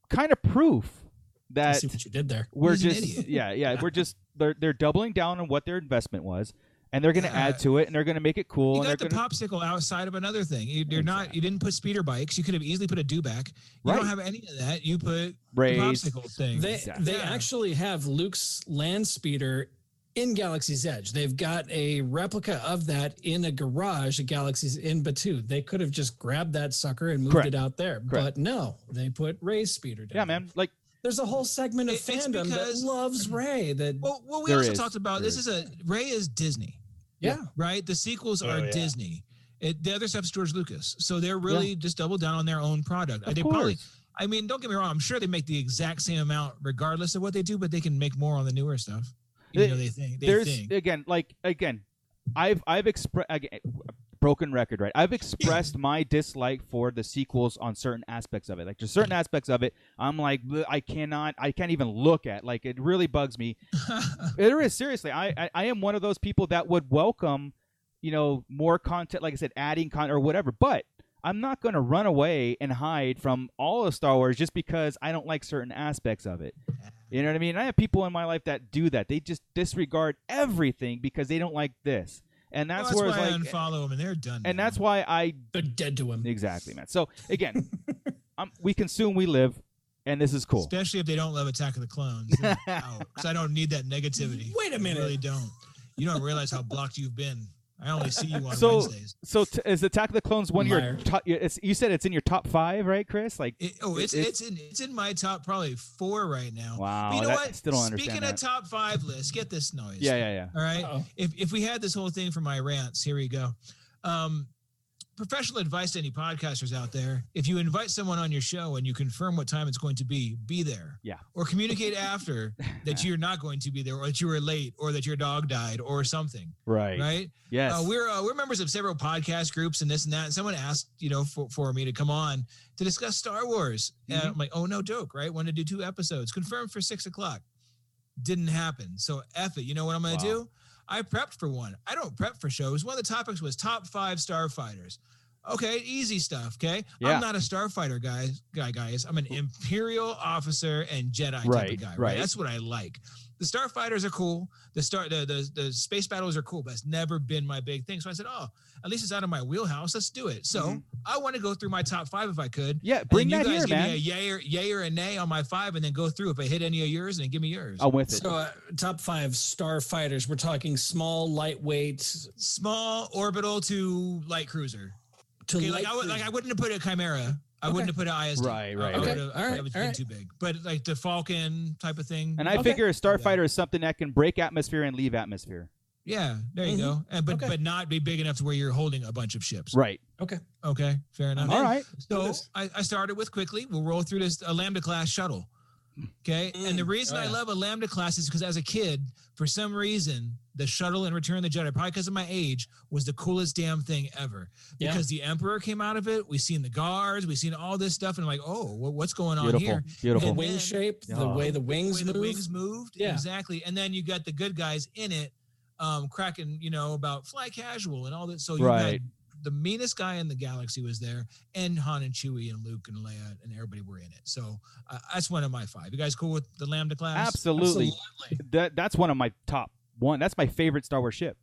Speaker 8: kind of proof
Speaker 10: I
Speaker 8: that
Speaker 10: see what you did there
Speaker 8: we're
Speaker 9: He's an
Speaker 8: just
Speaker 9: idiot.
Speaker 8: yeah yeah we're just they're they're doubling down on what their investment was and they're going to
Speaker 9: Yeah.
Speaker 8: add to it and they're going to make it cool
Speaker 9: You
Speaker 8: and
Speaker 9: got
Speaker 8: they're
Speaker 9: the
Speaker 8: gonna,
Speaker 9: popsicle outside of another thing. You, you're not. You didn't put speeder bikes. You could have easily put a do back. You
Speaker 8: Right.
Speaker 9: don't have any of that. You put the
Speaker 8: raise
Speaker 9: popsicle thing.
Speaker 10: They
Speaker 8: Exactly.
Speaker 10: they
Speaker 9: Yeah.
Speaker 10: actually have Luke's land speeder in Galaxy's Edge. They've got a replica of that in a garage at Galaxy's in Batu. They could have just grabbed that sucker and moved
Speaker 8: Correct.
Speaker 10: it out there,
Speaker 8: Correct.
Speaker 10: but no, they put Ray's speeder down.
Speaker 8: Yeah, man. Like
Speaker 10: There's a whole segment of
Speaker 9: It- it's
Speaker 10: fandom that
Speaker 9: because-
Speaker 10: loves Ray. That
Speaker 9: Well, what we
Speaker 8: There
Speaker 9: also
Speaker 8: is.
Speaker 9: talked about
Speaker 8: There
Speaker 9: this
Speaker 8: is.
Speaker 9: is a Ray is Disney.
Speaker 10: yeah,
Speaker 9: right? The sequels
Speaker 11: Oh,
Speaker 9: are
Speaker 11: yeah.
Speaker 9: Disney. It, the other stuff's George Lucas. So they're really just double down on their own product.
Speaker 8: of
Speaker 9: they
Speaker 8: course.
Speaker 9: probably I mean, don't get me wrong, I'm sure they make the exact same amount regardless of what they do, but they can make more on the newer stuff. You
Speaker 8: They-
Speaker 9: know, they think they
Speaker 8: there's
Speaker 9: think.
Speaker 8: again like again i've i've expressed broken record right i've expressed my dislike for the sequels on certain aspects of it like there's certain aspects of it i'm like "Bleh, i cannot i can't even look at like it really bugs me there is seriously I, I i am one of those people that would welcome you know more content like i said adding content or whatever but i'm not going to run away and hide from all of star wars just because i don't like certain aspects of it you know what i mean i have people in my life that do that they just disregard everything because they don't like this and
Speaker 9: Well,
Speaker 8: that's,
Speaker 9: that's
Speaker 8: where it's
Speaker 9: why I
Speaker 8: like
Speaker 9: unfollow them and they're done.
Speaker 8: and
Speaker 9: now.
Speaker 8: that's why i
Speaker 10: they're dead to him.
Speaker 8: exactly man so again um, we consume we live and this is cool
Speaker 9: especially if they don't love Attack of the Clones. They're out. 'Cause I don't need that negativity.
Speaker 10: Wait a
Speaker 9: I
Speaker 10: minute.
Speaker 9: really don't. You don't realize how blocked you've been. I only see you on
Speaker 8: So-
Speaker 9: Wednesdays.
Speaker 8: so t- is attack of the clones one of your
Speaker 10: Liar.
Speaker 8: top it's, you said it's in your top five right chris like
Speaker 9: It, oh, it's,
Speaker 8: It-
Speaker 9: it's in it's in my top probably four right now.
Speaker 8: Wow,
Speaker 9: But you know
Speaker 8: that-
Speaker 9: what?
Speaker 8: I still don't understand
Speaker 9: Speaking
Speaker 8: that.
Speaker 9: of top five lists, get this noise.
Speaker 8: yeah yeah yeah
Speaker 9: All right.
Speaker 10: Uh-oh.
Speaker 9: If if we had this whole thing for my rants, here we go. Um, professional advice to any podcasters out there: if you invite someone on your show and you confirm what time it's going to be, be there.
Speaker 8: Yeah.
Speaker 9: Or communicate after that you're not going to be there, or that you were late, or that your dog died, or something.
Speaker 8: right
Speaker 9: Right.
Speaker 8: yes
Speaker 9: Uh, we're uh, we're members of several podcast groups and this and that. And someone asked, you know, for, for me to come on to discuss Star Wars.
Speaker 8: Mm-hmm.
Speaker 9: And I'm like, oh no, joke, right? Wanted to do two episodes, confirmed for six o'clock. Didn't happen. So F it. You know what I'm gonna
Speaker 8: Wow.
Speaker 9: do? I prepped for one. I don't prep for shows. One of the topics was top five starfighters. Okay, easy stuff. Okay,
Speaker 8: Yeah.
Speaker 9: I'm not a starfighter guy. Guy, guys, I'm an imperial officer and Jedi type
Speaker 8: Right,
Speaker 9: of guy. Right?
Speaker 8: right.
Speaker 9: That's what I like. The starfighters are cool. The star, the, the the space battles are cool, but it's never been my big thing. So I said, oh, at least it's out of my wheelhouse. Let's do it. So
Speaker 8: Mhm.
Speaker 9: I want to go through my top five if I could.
Speaker 8: yeah
Speaker 9: And
Speaker 8: bring
Speaker 9: then
Speaker 8: that
Speaker 9: you guys
Speaker 8: here
Speaker 9: give
Speaker 8: man
Speaker 9: me a yay or yay or a nay on my five, and then go through if I hit any of yours, and then give me yours.
Speaker 8: i'm with it
Speaker 10: So uh, top five starfighters. We're talking small, lightweight
Speaker 9: Small orbital to light cruiser.
Speaker 10: to
Speaker 9: Okay,
Speaker 10: light.
Speaker 9: like I would, like I
Speaker 10: cruiser.
Speaker 9: wouldn't have put a chimera. I wouldn't have put an ISD.
Speaker 8: Right, right,
Speaker 9: I
Speaker 8: right.
Speaker 9: would have,
Speaker 10: Okay, all right,
Speaker 9: that would
Speaker 10: all
Speaker 9: been
Speaker 10: right.
Speaker 9: too big. But like the Falcon type of thing.
Speaker 8: and i
Speaker 10: Okay.
Speaker 8: figure a starfighter is something that can break atmosphere and leave atmosphere
Speaker 9: yeah, there you
Speaker 10: Mhm.
Speaker 9: go. And but
Speaker 10: Okay.
Speaker 9: but not be big enough to where you're holding a bunch of ships.
Speaker 8: Mm-hmm. right
Speaker 9: Okay, fair enough.
Speaker 8: all right
Speaker 9: So I, I started with quickly. We'll roll through this a Lambda class shuttle. Okay. and the
Speaker 10: Mm,
Speaker 9: reason
Speaker 10: oh,
Speaker 9: I
Speaker 10: yeah.
Speaker 9: love a Lambda class is because as a kid, for some reason, the shuttle and Return of the Jedi, probably because of my age, was the coolest damn thing ever.
Speaker 10: Yeah.
Speaker 9: Because the Emperor came out of it. we seen the guards. we seen all this stuff. And I'm like, oh, wha- what's going on
Speaker 8: beautiful
Speaker 9: here?
Speaker 10: the
Speaker 8: beautiful
Speaker 9: And-
Speaker 10: wing
Speaker 9: then-
Speaker 10: shape, the
Speaker 8: Yeah.
Speaker 10: way the
Speaker 9: The
Speaker 10: wings
Speaker 9: way the
Speaker 10: move.
Speaker 9: wings moved.
Speaker 10: Yeah.
Speaker 9: Exactly. And then you got the good guys in it um, cracking, you know, about fly casual and all that. So you
Speaker 8: Right.
Speaker 9: had the meanest guy in the galaxy was there, and Han and Chewie and Luke and Leia and everybody were in it. So uh, that's one of my five. You guys cool with the Lambda class?
Speaker 8: absolutely that that's one of my top one that's my favorite star wars ship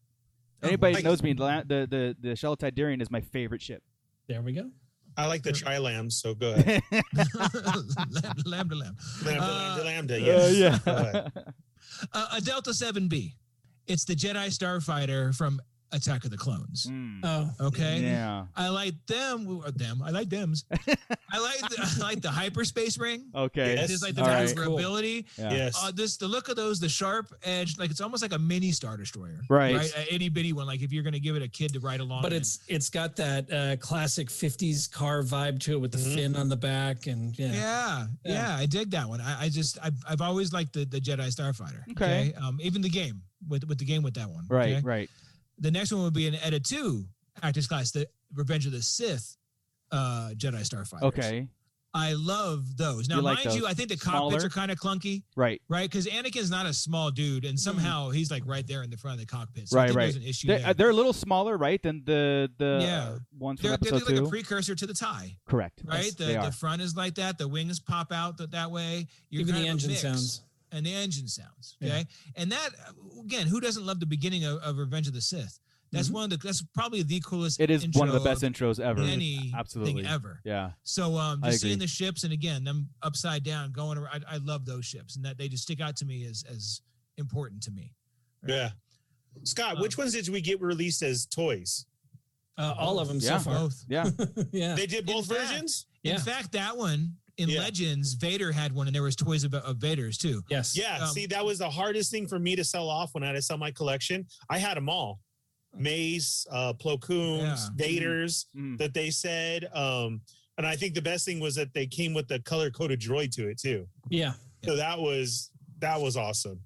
Speaker 9: Oh,
Speaker 8: anybody
Speaker 9: boy.
Speaker 8: that knows me la- the the the shell tidarian is my favorite ship
Speaker 10: There we go.
Speaker 11: I like the tri lambs, so go ahead.
Speaker 9: Lam- Lambda Lambda.
Speaker 11: Lambda,
Speaker 9: Uh,
Speaker 11: lambda, lambda, yes. Go ahead.
Speaker 9: Uh, a Delta 7B. It's the Jedi Starfighter from Attack of the Clones.
Speaker 8: Mm.
Speaker 10: Oh,
Speaker 9: Okay.
Speaker 8: yeah
Speaker 9: I like them. or Them. I like them's. I like the, I like the hyperspace ring.
Speaker 8: okay
Speaker 11: Yes.
Speaker 9: It's like the
Speaker 8: All right.
Speaker 9: maneuverability.
Speaker 8: Yeah.
Speaker 11: Yes.
Speaker 9: Uh, this the look of those, the sharp edge, like it's almost like a mini star destroyer,
Speaker 8: Right.
Speaker 9: An itty bitty one, like if you're gonna give it a kid to ride along.
Speaker 10: but
Speaker 9: in.
Speaker 10: it's it's got that uh, classic '50s car vibe to it with the
Speaker 11: Mhm.
Speaker 10: fin on the back, and yeah,
Speaker 9: yeah, yeah,
Speaker 10: Yeah.
Speaker 9: I dig that one. I, I just I've, I've always liked the, the Jedi Starfighter.
Speaker 8: Okay.
Speaker 9: Um, even the game with with the game with that one.
Speaker 8: right
Speaker 9: okay?
Speaker 8: right
Speaker 9: The next one would be an Edda two actors class, the Revenge of the Sith, uh, Jedi Starfighter.
Speaker 8: okay
Speaker 9: I love those. Now,
Speaker 8: You like
Speaker 9: mind you,
Speaker 8: those
Speaker 9: I think the cockpits
Speaker 8: smaller?
Speaker 9: are kind of clunky.
Speaker 8: right
Speaker 9: Right, because Anakin's not a small dude, and somehow he's like right there in the front of the cockpit. So I
Speaker 8: Mm-hmm. Right,
Speaker 9: think
Speaker 8: right.
Speaker 9: There's an issue
Speaker 8: They're,
Speaker 9: there.
Speaker 8: uh, they're a little smaller, right, than the the
Speaker 9: Yeah.
Speaker 8: uh, ones from
Speaker 9: They're, they're
Speaker 8: episode
Speaker 9: like
Speaker 8: two.
Speaker 9: a precursor to the tie,
Speaker 8: Correct.
Speaker 9: right?
Speaker 8: Yes,
Speaker 9: the,
Speaker 8: they
Speaker 9: the
Speaker 8: are.
Speaker 9: front is like that. The wings pop out th- that way. You're
Speaker 10: even
Speaker 9: kind of
Speaker 10: the
Speaker 9: a
Speaker 10: engine
Speaker 9: mix,
Speaker 10: sounds.
Speaker 9: And the engine sounds.
Speaker 10: Yeah.
Speaker 9: Okay. And that, uh, again, who doesn't love the beginning of, of Revenge of the Sith? That's
Speaker 10: Mhm.
Speaker 9: one of the, that's probably the coolest.
Speaker 8: Mm-hmm. It is one of the
Speaker 9: intro
Speaker 8: best intros ever.
Speaker 9: Any
Speaker 8: Absolutely.
Speaker 9: thing ever.
Speaker 8: Yeah.
Speaker 9: So um,
Speaker 8: I
Speaker 9: just seeing
Speaker 8: agree.
Speaker 9: the ships and again them upside down going around, I, I love those ships and that they just stick out to me as as important to me.
Speaker 11: Yeah. Scott,
Speaker 9: Oh.
Speaker 11: which ones did we get released as toys?
Speaker 10: Uh, all of them
Speaker 8: Yeah.
Speaker 10: so far.
Speaker 9: Both.
Speaker 8: Yeah.
Speaker 10: yeah.
Speaker 11: They did both
Speaker 9: In fact-
Speaker 11: versions?
Speaker 10: Yeah.
Speaker 9: In fact, that one in
Speaker 11: Yeah.
Speaker 9: Legends, Vader had one, and there was toys about of Vader's too.
Speaker 10: Yes.
Speaker 11: Yeah.
Speaker 9: Um,
Speaker 11: see, that was the hardest thing for me to sell off when I had to sell my collection. I had them all. Mace, uh, Plo Koons,
Speaker 9: Yeah.
Speaker 11: Vaders
Speaker 8: Mm.
Speaker 11: that they said. Um, and I think the best thing was that they came with the color coded droid to it too.
Speaker 10: Yeah.
Speaker 11: So that was that was awesome.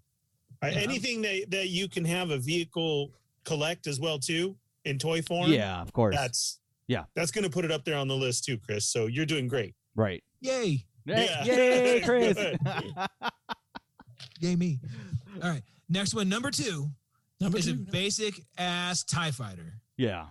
Speaker 11: Uh,
Speaker 10: Yeah.
Speaker 11: Anything that, that you can have a vehicle collect as well too in toy form.
Speaker 8: Mm. Yeah, of course.
Speaker 11: That's
Speaker 8: Yeah.
Speaker 11: That's gonna put it up there on the list too, Chris. So you're doing great.
Speaker 8: right.
Speaker 9: Yay,
Speaker 11: Yeah.
Speaker 8: Yay, Chris.
Speaker 11: Good.
Speaker 9: yay me! All right, next one, number two
Speaker 10: Number
Speaker 9: is
Speaker 10: two.
Speaker 9: a
Speaker 10: number-
Speaker 9: basic ass Tie Fighter.
Speaker 8: yeah.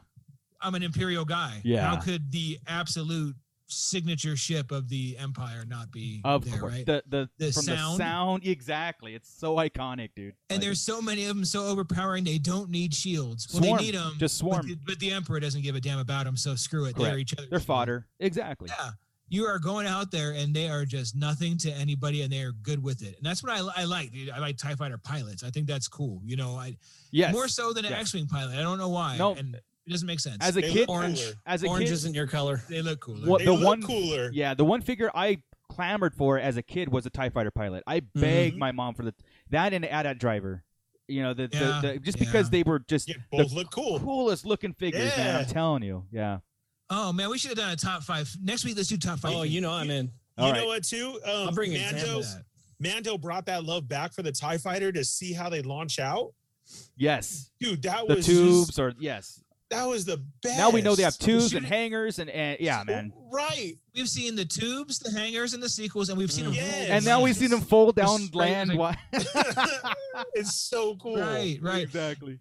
Speaker 9: I'm an Imperial guy.
Speaker 8: Yeah.
Speaker 9: how could the absolute signature ship of the Empire not be
Speaker 8: Of
Speaker 9: there,
Speaker 8: course.
Speaker 9: right?
Speaker 8: The the,
Speaker 9: The
Speaker 8: from
Speaker 9: sound.
Speaker 8: the sound exactly. It's so iconic, dude.
Speaker 9: and
Speaker 8: Like,
Speaker 9: there's so many of them so overpowering they don't need shields. Well,
Speaker 8: Swarm.
Speaker 9: they need them.
Speaker 8: Just swarm.
Speaker 9: But the, but the Emperor doesn't give a damn about them, so screw it. They're
Speaker 8: Correct.
Speaker 9: each other's
Speaker 8: they're
Speaker 9: shield.
Speaker 8: fodder. Exactly.
Speaker 9: Yeah. you are going out there and they are just nothing to anybody and they are good with it. And that's what I, I like. dude. I like TIE fighter pilots. I think that's cool. You know, I
Speaker 8: Yes.
Speaker 9: more so than an
Speaker 8: Yes.
Speaker 9: X-Wing pilot. I don't know why.
Speaker 8: No.
Speaker 9: And it doesn't make sense.
Speaker 8: as a
Speaker 11: They
Speaker 8: kid,
Speaker 11: look
Speaker 10: orange.
Speaker 11: cooler.
Speaker 8: as a
Speaker 10: Orange
Speaker 8: kid,
Speaker 10: isn't your color.
Speaker 9: they look cooler.
Speaker 8: What-
Speaker 11: They
Speaker 8: the
Speaker 11: look
Speaker 8: one-
Speaker 11: cooler.
Speaker 8: Yeah, the one figure I clamored for as a kid was a Tie Fighter pilot. I begged my mom for the that and Adat Driver. You know, the,
Speaker 9: Yeah,
Speaker 8: the, the just
Speaker 9: yeah.
Speaker 8: because they were just
Speaker 11: Yeah,
Speaker 8: the
Speaker 11: both look cool.
Speaker 8: coolest looking figures, man. I'm
Speaker 11: Yeah.
Speaker 8: telling you. Yeah.
Speaker 9: Oh man, we should have done a top five. Next week, let's do top five.
Speaker 10: Oh, you know I'm in.
Speaker 8: All
Speaker 11: you
Speaker 8: right.
Speaker 11: know what too? Um,
Speaker 10: I'll bring an
Speaker 11: Mando,
Speaker 10: example.
Speaker 11: Mando brought that love back for the Tie Fighter to see how they launch out.
Speaker 8: Yes.
Speaker 11: Dude, that
Speaker 8: The
Speaker 11: was
Speaker 8: tubes
Speaker 11: just-
Speaker 8: or yes.
Speaker 11: that was the best.
Speaker 8: Now we know they have tubes and
Speaker 9: Shooting-
Speaker 8: hangers and, and yeah, man.
Speaker 11: Right.
Speaker 9: We've seen the tubes, the hangers, and the sequels, and we've seen them.
Speaker 11: Yes.
Speaker 9: roll
Speaker 8: And now we
Speaker 9: around.
Speaker 8: see them fold down
Speaker 9: Just straight
Speaker 8: land.
Speaker 9: like-
Speaker 8: wi-
Speaker 11: it's so cool.
Speaker 9: Right, right,
Speaker 8: Exactly.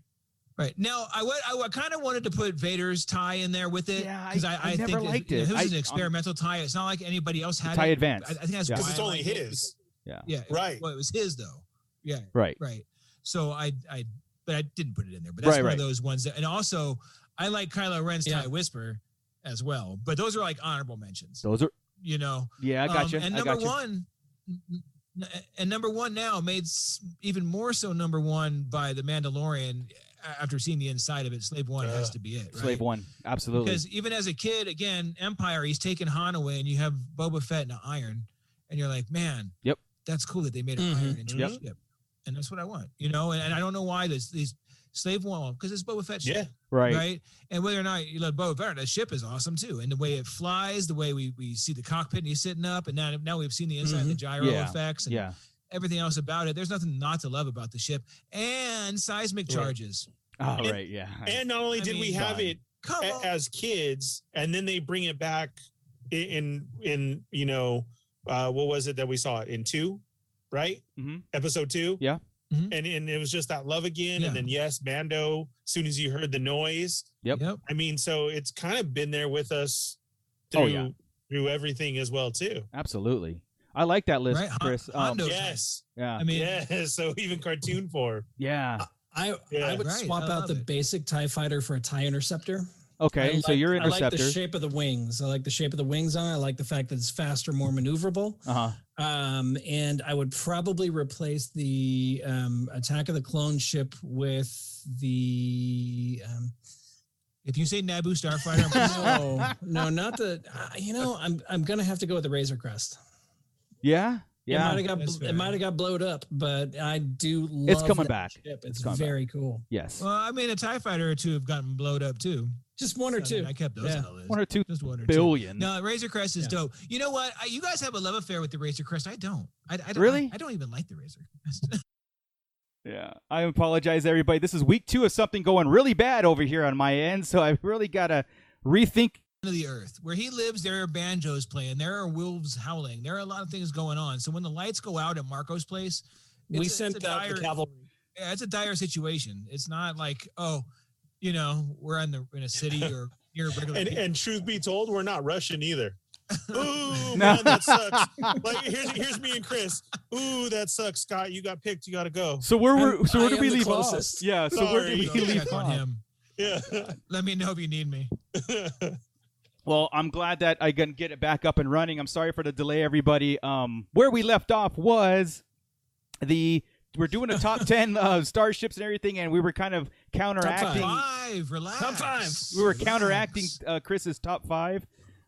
Speaker 9: right. Now, I kind of wanted to put Vader's tie in there with it
Speaker 8: Yeah, I-
Speaker 9: because I,
Speaker 8: I never
Speaker 9: think
Speaker 8: liked
Speaker 9: it,
Speaker 8: it.
Speaker 9: was
Speaker 8: I-
Speaker 9: an experimental tie. It's not like anybody else
Speaker 8: The
Speaker 9: had
Speaker 8: tie
Speaker 9: it. I, I
Speaker 8: advance.
Speaker 9: think that's
Speaker 8: Yeah.
Speaker 9: why
Speaker 11: Because it's
Speaker 9: I
Speaker 11: only
Speaker 9: liked it,
Speaker 11: his.
Speaker 9: because- Yeah, it-
Speaker 11: Right.
Speaker 9: Well, it was his though. Yeah,
Speaker 8: Right.
Speaker 9: right. So I, I, but I didn't put it in there. But that's
Speaker 8: Right,
Speaker 9: one of
Speaker 8: right.
Speaker 9: those ones. That, and also, I like Kylo Ren's
Speaker 10: Yeah.
Speaker 9: tie whisper as well. But those are like honorable mentions.
Speaker 8: Those are
Speaker 9: You know,
Speaker 8: yeah, I got
Speaker 9: Um,
Speaker 8: you.
Speaker 9: And
Speaker 8: I
Speaker 9: number
Speaker 8: got you.
Speaker 9: one, n- n- and number one now made s- even more so number one by the Mandalorian a- after seeing the inside of it. Slave One has
Speaker 11: Yeah.
Speaker 9: to be it, right?
Speaker 8: Slave one. Absolutely.
Speaker 9: Because even as a kid, again, Empire, he's taking Han away, and you have Boba Fett and an Iron, and you're like, man,
Speaker 8: Yep.
Speaker 9: that's cool that they made an
Speaker 10: Mhm.
Speaker 9: Iron into a
Speaker 8: Yep.
Speaker 9: ship, and that's what I want, you know. And, and I don't know why this these Slave One because it's Boba Fett, ship
Speaker 11: Yeah.
Speaker 8: Right.
Speaker 9: right. And whether or not you love Boba Fett, the ship is awesome too. And the way it flies, the way we, we see the cockpit and he's sitting up, and now now we've seen the inside, the gyro
Speaker 8: Yeah.
Speaker 9: effects, and
Speaker 8: Yeah.
Speaker 9: everything else about it. There's nothing not to love about the ship and seismic
Speaker 11: Right.
Speaker 9: charges.
Speaker 8: All
Speaker 11: And-
Speaker 8: Oh, right. Yeah.
Speaker 11: And not only
Speaker 9: I
Speaker 11: did we
Speaker 9: mean,
Speaker 11: have
Speaker 8: God.
Speaker 11: it
Speaker 9: Come
Speaker 11: a-
Speaker 10: Oh.
Speaker 9: on,
Speaker 11: as kids, and then they bring it back i- in in you know uh, what was it that we saw in two, right?
Speaker 9: Mm-hmm.
Speaker 8: Mhm.
Speaker 11: Episode two.
Speaker 8: Yeah.
Speaker 10: Mm-hmm.
Speaker 9: Mhm.
Speaker 11: And and it was just that love again,
Speaker 9: Yeah.
Speaker 11: and then yes, Mando. As soon as you heard the noise,
Speaker 8: Yep.
Speaker 11: I mean, so it's kind of been there with us through
Speaker 8: Oh, yeah.
Speaker 11: through everything as well too.
Speaker 8: Absolutely. I like that list,
Speaker 9: Right, Hon-
Speaker 8: Chris. Um,
Speaker 9: Hondo- Those
Speaker 11: yes,
Speaker 8: yeah.
Speaker 9: I mean,
Speaker 11: yes. So even cartoon form.
Speaker 8: Yeah.
Speaker 10: I
Speaker 11: Yeah.
Speaker 10: I would
Speaker 9: Right,
Speaker 10: swap
Speaker 9: I
Speaker 10: out
Speaker 9: love
Speaker 10: the
Speaker 9: it.
Speaker 10: basic Tie Fighter for a Tie Interceptor.
Speaker 8: Okay.
Speaker 10: I
Speaker 8: so
Speaker 10: like-
Speaker 8: you're
Speaker 10: I like
Speaker 8: interceptor.
Speaker 10: the shape of the wings. I like the shape of the wings on. it. I like the fact that it's faster, more maneuverable.
Speaker 8: uh huh.
Speaker 10: Um, and I would probably replace the um, Attack of the Clone ship with the um,
Speaker 9: if you say Naboo Starfighter, I'm gonna-
Speaker 10: no, no, not the. Uh, you know, I'm I'm gonna have to go with the Razor Crest.
Speaker 8: Yeah.
Speaker 10: it
Speaker 8: Yeah.
Speaker 10: might have got
Speaker 9: that's
Speaker 10: bl-
Speaker 9: fair.
Speaker 10: it might have got blowed up, but I do love.
Speaker 8: It's coming
Speaker 10: that
Speaker 8: back.
Speaker 10: Ship. It's,
Speaker 8: It's coming back.
Speaker 10: very cool.
Speaker 8: Yes.
Speaker 9: "Oh, well, I mean, a Tie Fighter or two have gotten blowed up too.
Speaker 10: Just one or
Speaker 9: So, I mean,
Speaker 10: two.
Speaker 9: I kept those
Speaker 10: Yeah.
Speaker 9: on the list.
Speaker 8: One or two
Speaker 9: Just one or two.
Speaker 8: billion.
Speaker 9: No, Razor Crest is
Speaker 10: Yeah.
Speaker 9: dope. You know what? I, you guys have a love affair with the Razor Crest. I don't. I, I don't
Speaker 8: Really?
Speaker 9: I, don't even like the Razor Crest.
Speaker 8: Yeah. I apologize, everybody. This is week two of something going really bad over here on my end, so I really gotta rethink.
Speaker 9: of the earth where he lives there are banjos playing there are wolves howling there are a lot of things going on so when the lights go out at marco's place it's a-
Speaker 10: we
Speaker 9: it's
Speaker 10: sent
Speaker 9: a
Speaker 10: out
Speaker 9: dire,
Speaker 10: the cavalry.
Speaker 9: yeah, it's a dire situation it's not like oh you know we're in the in a city or near regular
Speaker 11: And
Speaker 9: people.
Speaker 11: and truth be told, we're not Russian either. Ooh,
Speaker 8: No.
Speaker 11: man, that sucks. Like here's here's me and Chris. Ooh, that sucks, Scott. You got picked. You got to go.
Speaker 8: So where were?
Speaker 10: I'm-
Speaker 8: So where
Speaker 10: I
Speaker 8: do
Speaker 10: am
Speaker 8: we
Speaker 10: the
Speaker 8: leave off?
Speaker 10: closest.
Speaker 8: Yeah. So where do
Speaker 11: Sorry.
Speaker 8: we
Speaker 9: You know,
Speaker 8: leave
Speaker 9: check on
Speaker 8: off?
Speaker 9: him.
Speaker 11: Yeah.
Speaker 9: let me know if you need me
Speaker 8: Well, I'm glad that I can get it back up and running. I'm sorry for the delay, everybody. Um, where we left off was the we're doing a top ten uh, starships and everything, and we were kind of counteracting.
Speaker 9: Five, relax.
Speaker 11: Top five.
Speaker 8: We were counteracting uh, Chris's top five,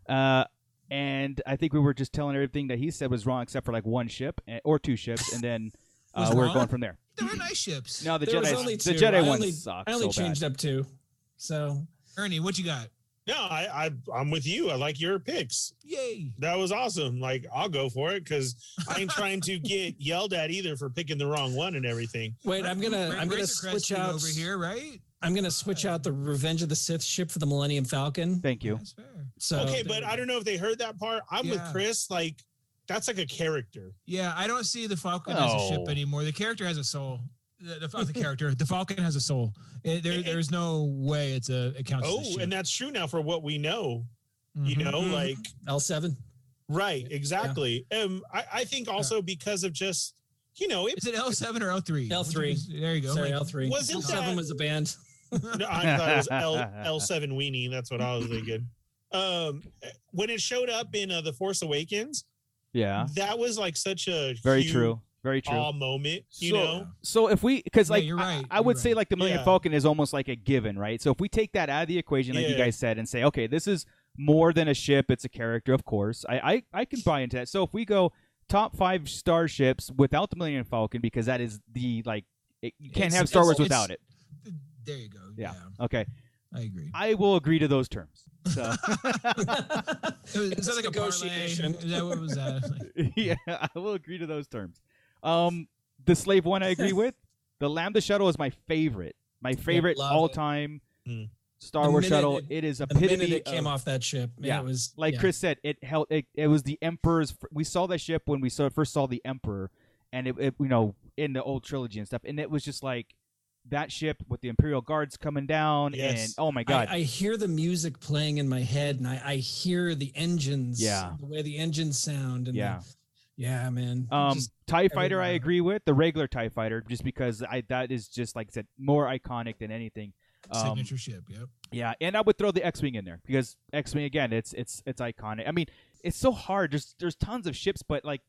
Speaker 8: uh, and I think we were just telling everything that he said was wrong, except for like one ship eh, or two ships, and then uh,
Speaker 9: Was
Speaker 8: we're
Speaker 9: wrong?
Speaker 8: going from there.
Speaker 9: There were nice ships.
Speaker 8: No, the
Speaker 10: There was
Speaker 8: Jedi,
Speaker 10: only
Speaker 8: the
Speaker 10: two.
Speaker 8: Jedi
Speaker 10: I
Speaker 8: ones
Speaker 10: only-
Speaker 8: suck
Speaker 10: I only
Speaker 8: so
Speaker 10: changed
Speaker 8: bad.
Speaker 10: up two. So
Speaker 9: Ernie, what you got?
Speaker 11: No, I, I I'm with you. I like your picks.
Speaker 9: Yay.
Speaker 11: That was awesome. Like I'll go for it because I ain't trying to get yelled at either for picking the wrong one and everything.
Speaker 10: wait, I'm gonna
Speaker 9: Ra-
Speaker 10: I'm gonna
Speaker 9: Razor Crest
Speaker 10: switch
Speaker 9: dude
Speaker 10: out
Speaker 9: over here, right?
Speaker 10: I'm gonna switch out the Revenge of the Sith ship for the Millennium Falcon.
Speaker 8: Thank you.
Speaker 9: That's fair.
Speaker 10: So
Speaker 11: okay, but I don't know if they heard that part. I'm
Speaker 9: Yeah.
Speaker 11: with Chris. Like that's like a character.
Speaker 9: Yeah, I don't see the Falcon as a ship
Speaker 8: No.
Speaker 9: anymore. The character has a soul. The, the, not the character, the Falcon has a soul. It- there,
Speaker 11: And-
Speaker 9: there's no way it's a it counts. as a
Speaker 11: Oh,
Speaker 9: ship.
Speaker 11: and that's true now for what we know. You
Speaker 9: Mhm.
Speaker 11: know,
Speaker 10: Mhm.
Speaker 11: like
Speaker 10: L seven.
Speaker 11: right, exactly. Um, I, I think also because of just you know it.
Speaker 9: is it L seven or L three?
Speaker 10: L3.
Speaker 9: There you go.
Speaker 10: Sorry,
Speaker 9: Like,
Speaker 10: L three.
Speaker 11: Wasn't
Speaker 10: L seven
Speaker 11: that-
Speaker 10: was a band.
Speaker 11: No, I thought it was L L seven weenie. That's what I was thinking. Um, when it showed up in uh, the Force Awakens,
Speaker 8: Yeah,
Speaker 11: that was like such a
Speaker 8: very
Speaker 11: huge
Speaker 8: true. Very true.
Speaker 11: awe moment. You
Speaker 8: so,
Speaker 11: know,
Speaker 8: so if we because
Speaker 9: Yeah,
Speaker 8: like
Speaker 9: you're
Speaker 8: I-
Speaker 9: right,
Speaker 8: I,
Speaker 9: you're
Speaker 8: would say
Speaker 9: right.
Speaker 8: like the Millennium
Speaker 11: Yeah.
Speaker 8: Falcon is almost like a given, right? So if we take that out of the equation, like you
Speaker 11: Yeah.
Speaker 8: guys said, and say, okay, this is more than a ship; it's a character, of course. I I, I can buy into that. So if we go top five starships without the Millennium Falcon, because that is the like it, you can't
Speaker 9: It's-
Speaker 8: have Star
Speaker 9: it's-
Speaker 8: Wars
Speaker 9: it's-
Speaker 8: without it.
Speaker 9: There you go.
Speaker 8: Yeah.
Speaker 9: Yeah,
Speaker 8: Okay,
Speaker 9: I agree.
Speaker 8: I will agree to those terms. So
Speaker 9: It was, is that
Speaker 10: It's
Speaker 9: like a
Speaker 10: negotiation.
Speaker 9: negotiation? Is that what was that? Like,
Speaker 8: yeah, I will agree to those terms. Um, the slave one I agree with. The Lambda shuttle is my favorite, my favorite
Speaker 10: love
Speaker 8: all
Speaker 10: it.
Speaker 8: time
Speaker 11: Mm.
Speaker 8: Star
Speaker 10: The
Speaker 8: Wars
Speaker 10: minute
Speaker 8: shuttle.
Speaker 10: it-
Speaker 8: it oh. is
Speaker 10: the minute
Speaker 8: epitome.
Speaker 10: it came
Speaker 8: of-
Speaker 10: off that ship, man,
Speaker 8: Yeah.
Speaker 10: it was
Speaker 8: like
Speaker 10: yeah.
Speaker 8: Chris said, it held. It, it was the Emperor's. fir- We saw that ship when we saw, first saw the Emperor, and it, it you know in the old trilogy and stuff, and it was just like that ship with the Imperial guards coming down, and
Speaker 11: Yes.
Speaker 8: oh my god,
Speaker 10: I, I hear the music playing in my head, and I, I hear the engines.
Speaker 8: Yeah.
Speaker 10: the way the engines sound. And the-
Speaker 8: yeah.
Speaker 10: yeah, man.
Speaker 8: Um,
Speaker 10: Just-
Speaker 8: Tie Fighter, I
Speaker 10: everywhere.
Speaker 8: agree with the regular Tie Fighter, just because I that is just like I said, more iconic than anything. Um,
Speaker 9: signature ship. Yep.
Speaker 8: yeah, and I would throw the X Wing in there because X Wing again, it's it's it's iconic. I mean, it's so hard. There's there's tons of ships, but like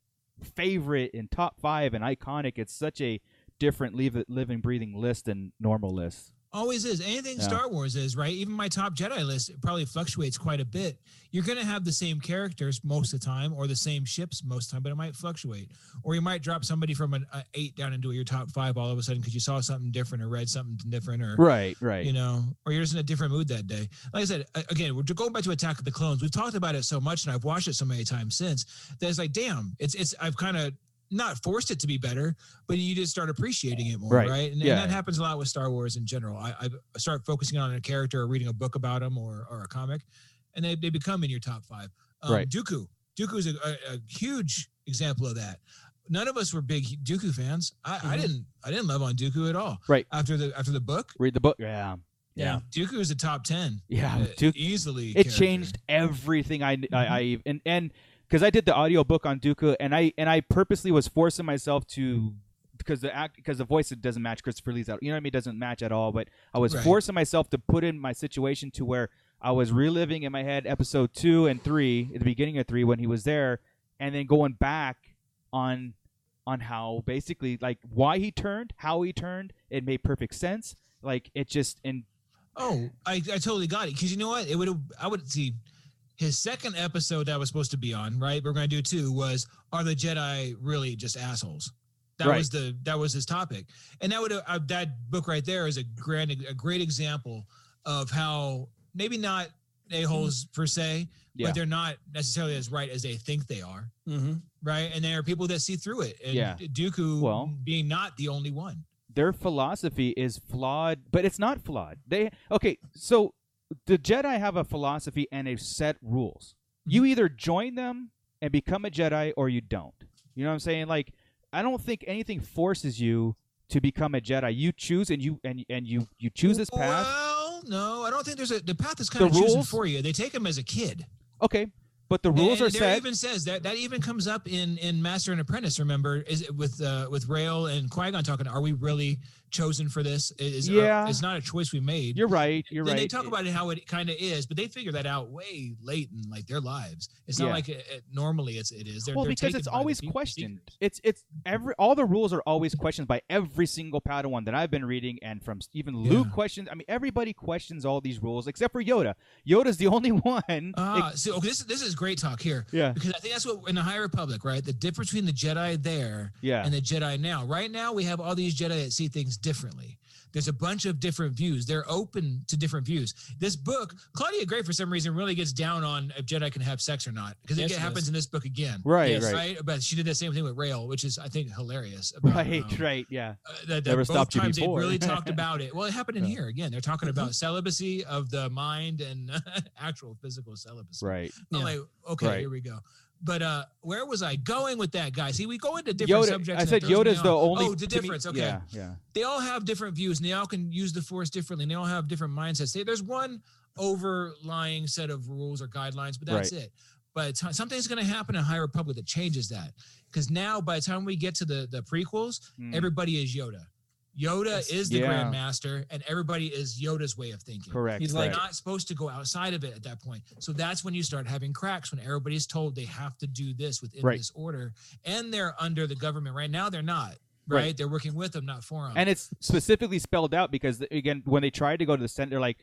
Speaker 8: favorite and top five and iconic, it's such a different leave living breathing list than normal lists.
Speaker 9: Always is. Anything
Speaker 8: Yeah.
Speaker 9: Star Wars is, right? Even my top Jedi list it probably fluctuates quite a bit. You're going to have the same characters most of the time or the same ships most of the time, but it might fluctuate. Or you might drop somebody from an uh, eight down into your top five all of a sudden because you saw something different or read something different or.
Speaker 8: Right, right.
Speaker 9: You know, or you're just in a different mood that day. Like I said, a- again, we're going back to Attack of the Clones. We've talked about it so much, and I've watched it so many times since that it's like, damn, it's it's. I've kind of not forced it to be better, but you just start appreciating it more,
Speaker 8: Right.
Speaker 9: right? And,
Speaker 8: Yeah.
Speaker 9: and that happens a lot with Star Wars in general. I, I start focusing on a character or reading a book about them or or a comic, and they they become in your top five. Um,
Speaker 8: Right.
Speaker 9: Dooku. Dooku is a, a, a huge example of that. None of us were big Dooku fans. I, I
Speaker 10: Mhm.
Speaker 9: didn't. I didn't love on Dooku at all.
Speaker 8: Mm-hmm. Right.
Speaker 9: after the after the book,
Speaker 8: Read the book. Yeah,
Speaker 10: yeah.
Speaker 9: Dooku is a top ten.
Speaker 8: yeah.
Speaker 9: uh,
Speaker 8: Duke-
Speaker 9: easily.
Speaker 8: it
Speaker 9: character. Mm-hmm.
Speaker 8: changed everything I, I, I and and because I did the audio book on Duca and I and I purposely was forcing myself to because the act because the voice it doesn't match Christopher Lee's out you know what I mean it doesn't match at all but I was
Speaker 9: Right.
Speaker 8: forcing myself to put in my situation to where I was reliving in my head episode two and three at the beginning of three when he was there and then going back on on how basically like why he turned how he turned it made perfect sense like it just and
Speaker 9: Oh, I, I totally got it. Because you know what? It would have. I would see his second episode that I was supposed to be on. Right, we're gonna do two. Was are the Jedi really just assholes? That
Speaker 8: Right.
Speaker 9: was the that was his topic, and that would uh, that book right there is a grand a great example of how maybe not a holes per se,
Speaker 8: Yeah.
Speaker 9: but they're not necessarily as right as they think they are.
Speaker 10: Mm-hmm.
Speaker 9: right? And there are people that see through it. And
Speaker 8: Yeah.
Speaker 9: Dooku
Speaker 8: Well-
Speaker 9: being not the only one.
Speaker 8: their philosophy is flawed, but it's not flawed. They okay, so the Jedi have a philosophy and a set rules. You
Speaker 9: Mm-hmm.
Speaker 8: either join them and become a Jedi or you don't. You know what I'm saying? Like I don't think anything forces you to become a Jedi. You choose and you and and you you choose this path.
Speaker 9: Well, no, I don't think there's a the path is
Speaker 8: The
Speaker 9: kind of choosing
Speaker 8: rules?
Speaker 9: for you. They take him as a kid.
Speaker 8: Okay. But the rules
Speaker 9: And
Speaker 8: are
Speaker 9: there
Speaker 8: set.
Speaker 9: even says that that even comes up in in Master and Apprentice. Remember, is it with uh, with Rail and Qui Gon talking? Are we really chosen for this? Is are-
Speaker 8: Yeah.
Speaker 9: it's not a choice we made.
Speaker 8: you're right. You're
Speaker 9: then
Speaker 8: right.
Speaker 9: they talk about it how it kind of is, but they figure that out way late in like their lives. It's
Speaker 8: Yeah.
Speaker 9: not like it, it- normally it's it is. They're,
Speaker 8: well,
Speaker 9: they're
Speaker 8: because
Speaker 9: taken
Speaker 8: it's
Speaker 9: by the
Speaker 8: always
Speaker 9: people-
Speaker 8: questioned. It's it's every all the rules are always questioned by every single Padawan that I've been reading, and from even Luke
Speaker 9: Yeah.
Speaker 8: questions. I mean, everybody questions all these rules except for Yoda. Yoda's the only one.
Speaker 9: Ah, so okay, this is this is great talk here
Speaker 8: yeah,
Speaker 9: because I think that's what in the High Republic, right? The difference between the Jedi there
Speaker 8: yeah,
Speaker 9: and the Jedi now. Right now, we have all these Jedi that see things differently. There's a bunch of different views. They're open to different views. This book, Claudia Gray, for some reason, really gets down on if Jedi can have sex or not because
Speaker 10: Yes,
Speaker 9: it
Speaker 10: she
Speaker 9: happens
Speaker 10: does.
Speaker 9: in this book again.
Speaker 8: right,
Speaker 10: Yes,
Speaker 8: right,
Speaker 9: right.
Speaker 8: right,
Speaker 9: But she did the same thing with Rail, which is I think hilarious. About, um,
Speaker 8: right, yeah,
Speaker 9: uh, that, that
Speaker 8: Never
Speaker 9: both
Speaker 8: stopped you
Speaker 9: times
Speaker 8: before.
Speaker 9: They really talked about it. Well, it happened in
Speaker 8: Yeah.
Speaker 9: here again. They're talking about celibacy of the mind and actual physical celibacy.
Speaker 8: right.
Speaker 9: I'm
Speaker 10: Yeah.
Speaker 9: like, okay,
Speaker 8: Right.
Speaker 9: here we go. But uh, where was I going with that, guy? See, we go into different
Speaker 8: Yoda.
Speaker 9: subjects. and
Speaker 8: I
Speaker 9: it
Speaker 8: said
Speaker 9: throws me
Speaker 8: Yoda's the
Speaker 9: off.
Speaker 8: only.
Speaker 9: Oh, the
Speaker 8: to me-
Speaker 9: difference. okay,
Speaker 8: Yeah, yeah.
Speaker 9: they all have different views, and they all can use the force differently. And they all have different mindsets. They, there's one overlying set of rules or guidelines, but that's it. By the time something's going to happen in High Republic that changes that, because now by the time we get to the the prequels,
Speaker 8: Mm.
Speaker 9: everybody is Yoda. Yoda is the
Speaker 8: Yeah.
Speaker 9: Grand Master, and everybody is Yoda's way of thinking.
Speaker 8: correct.
Speaker 10: He's
Speaker 9: You're
Speaker 10: like-
Speaker 8: correct.
Speaker 9: not supposed to go outside of it at that point. So that's when you start having cracks when everybody's told they have to do this within
Speaker 8: Right.
Speaker 9: this order, and they're under the government right now. They're not
Speaker 8: Right.
Speaker 9: right. They're working with them, not for them.
Speaker 8: and it's specifically spelled out because again when they tried to go to the senate they're like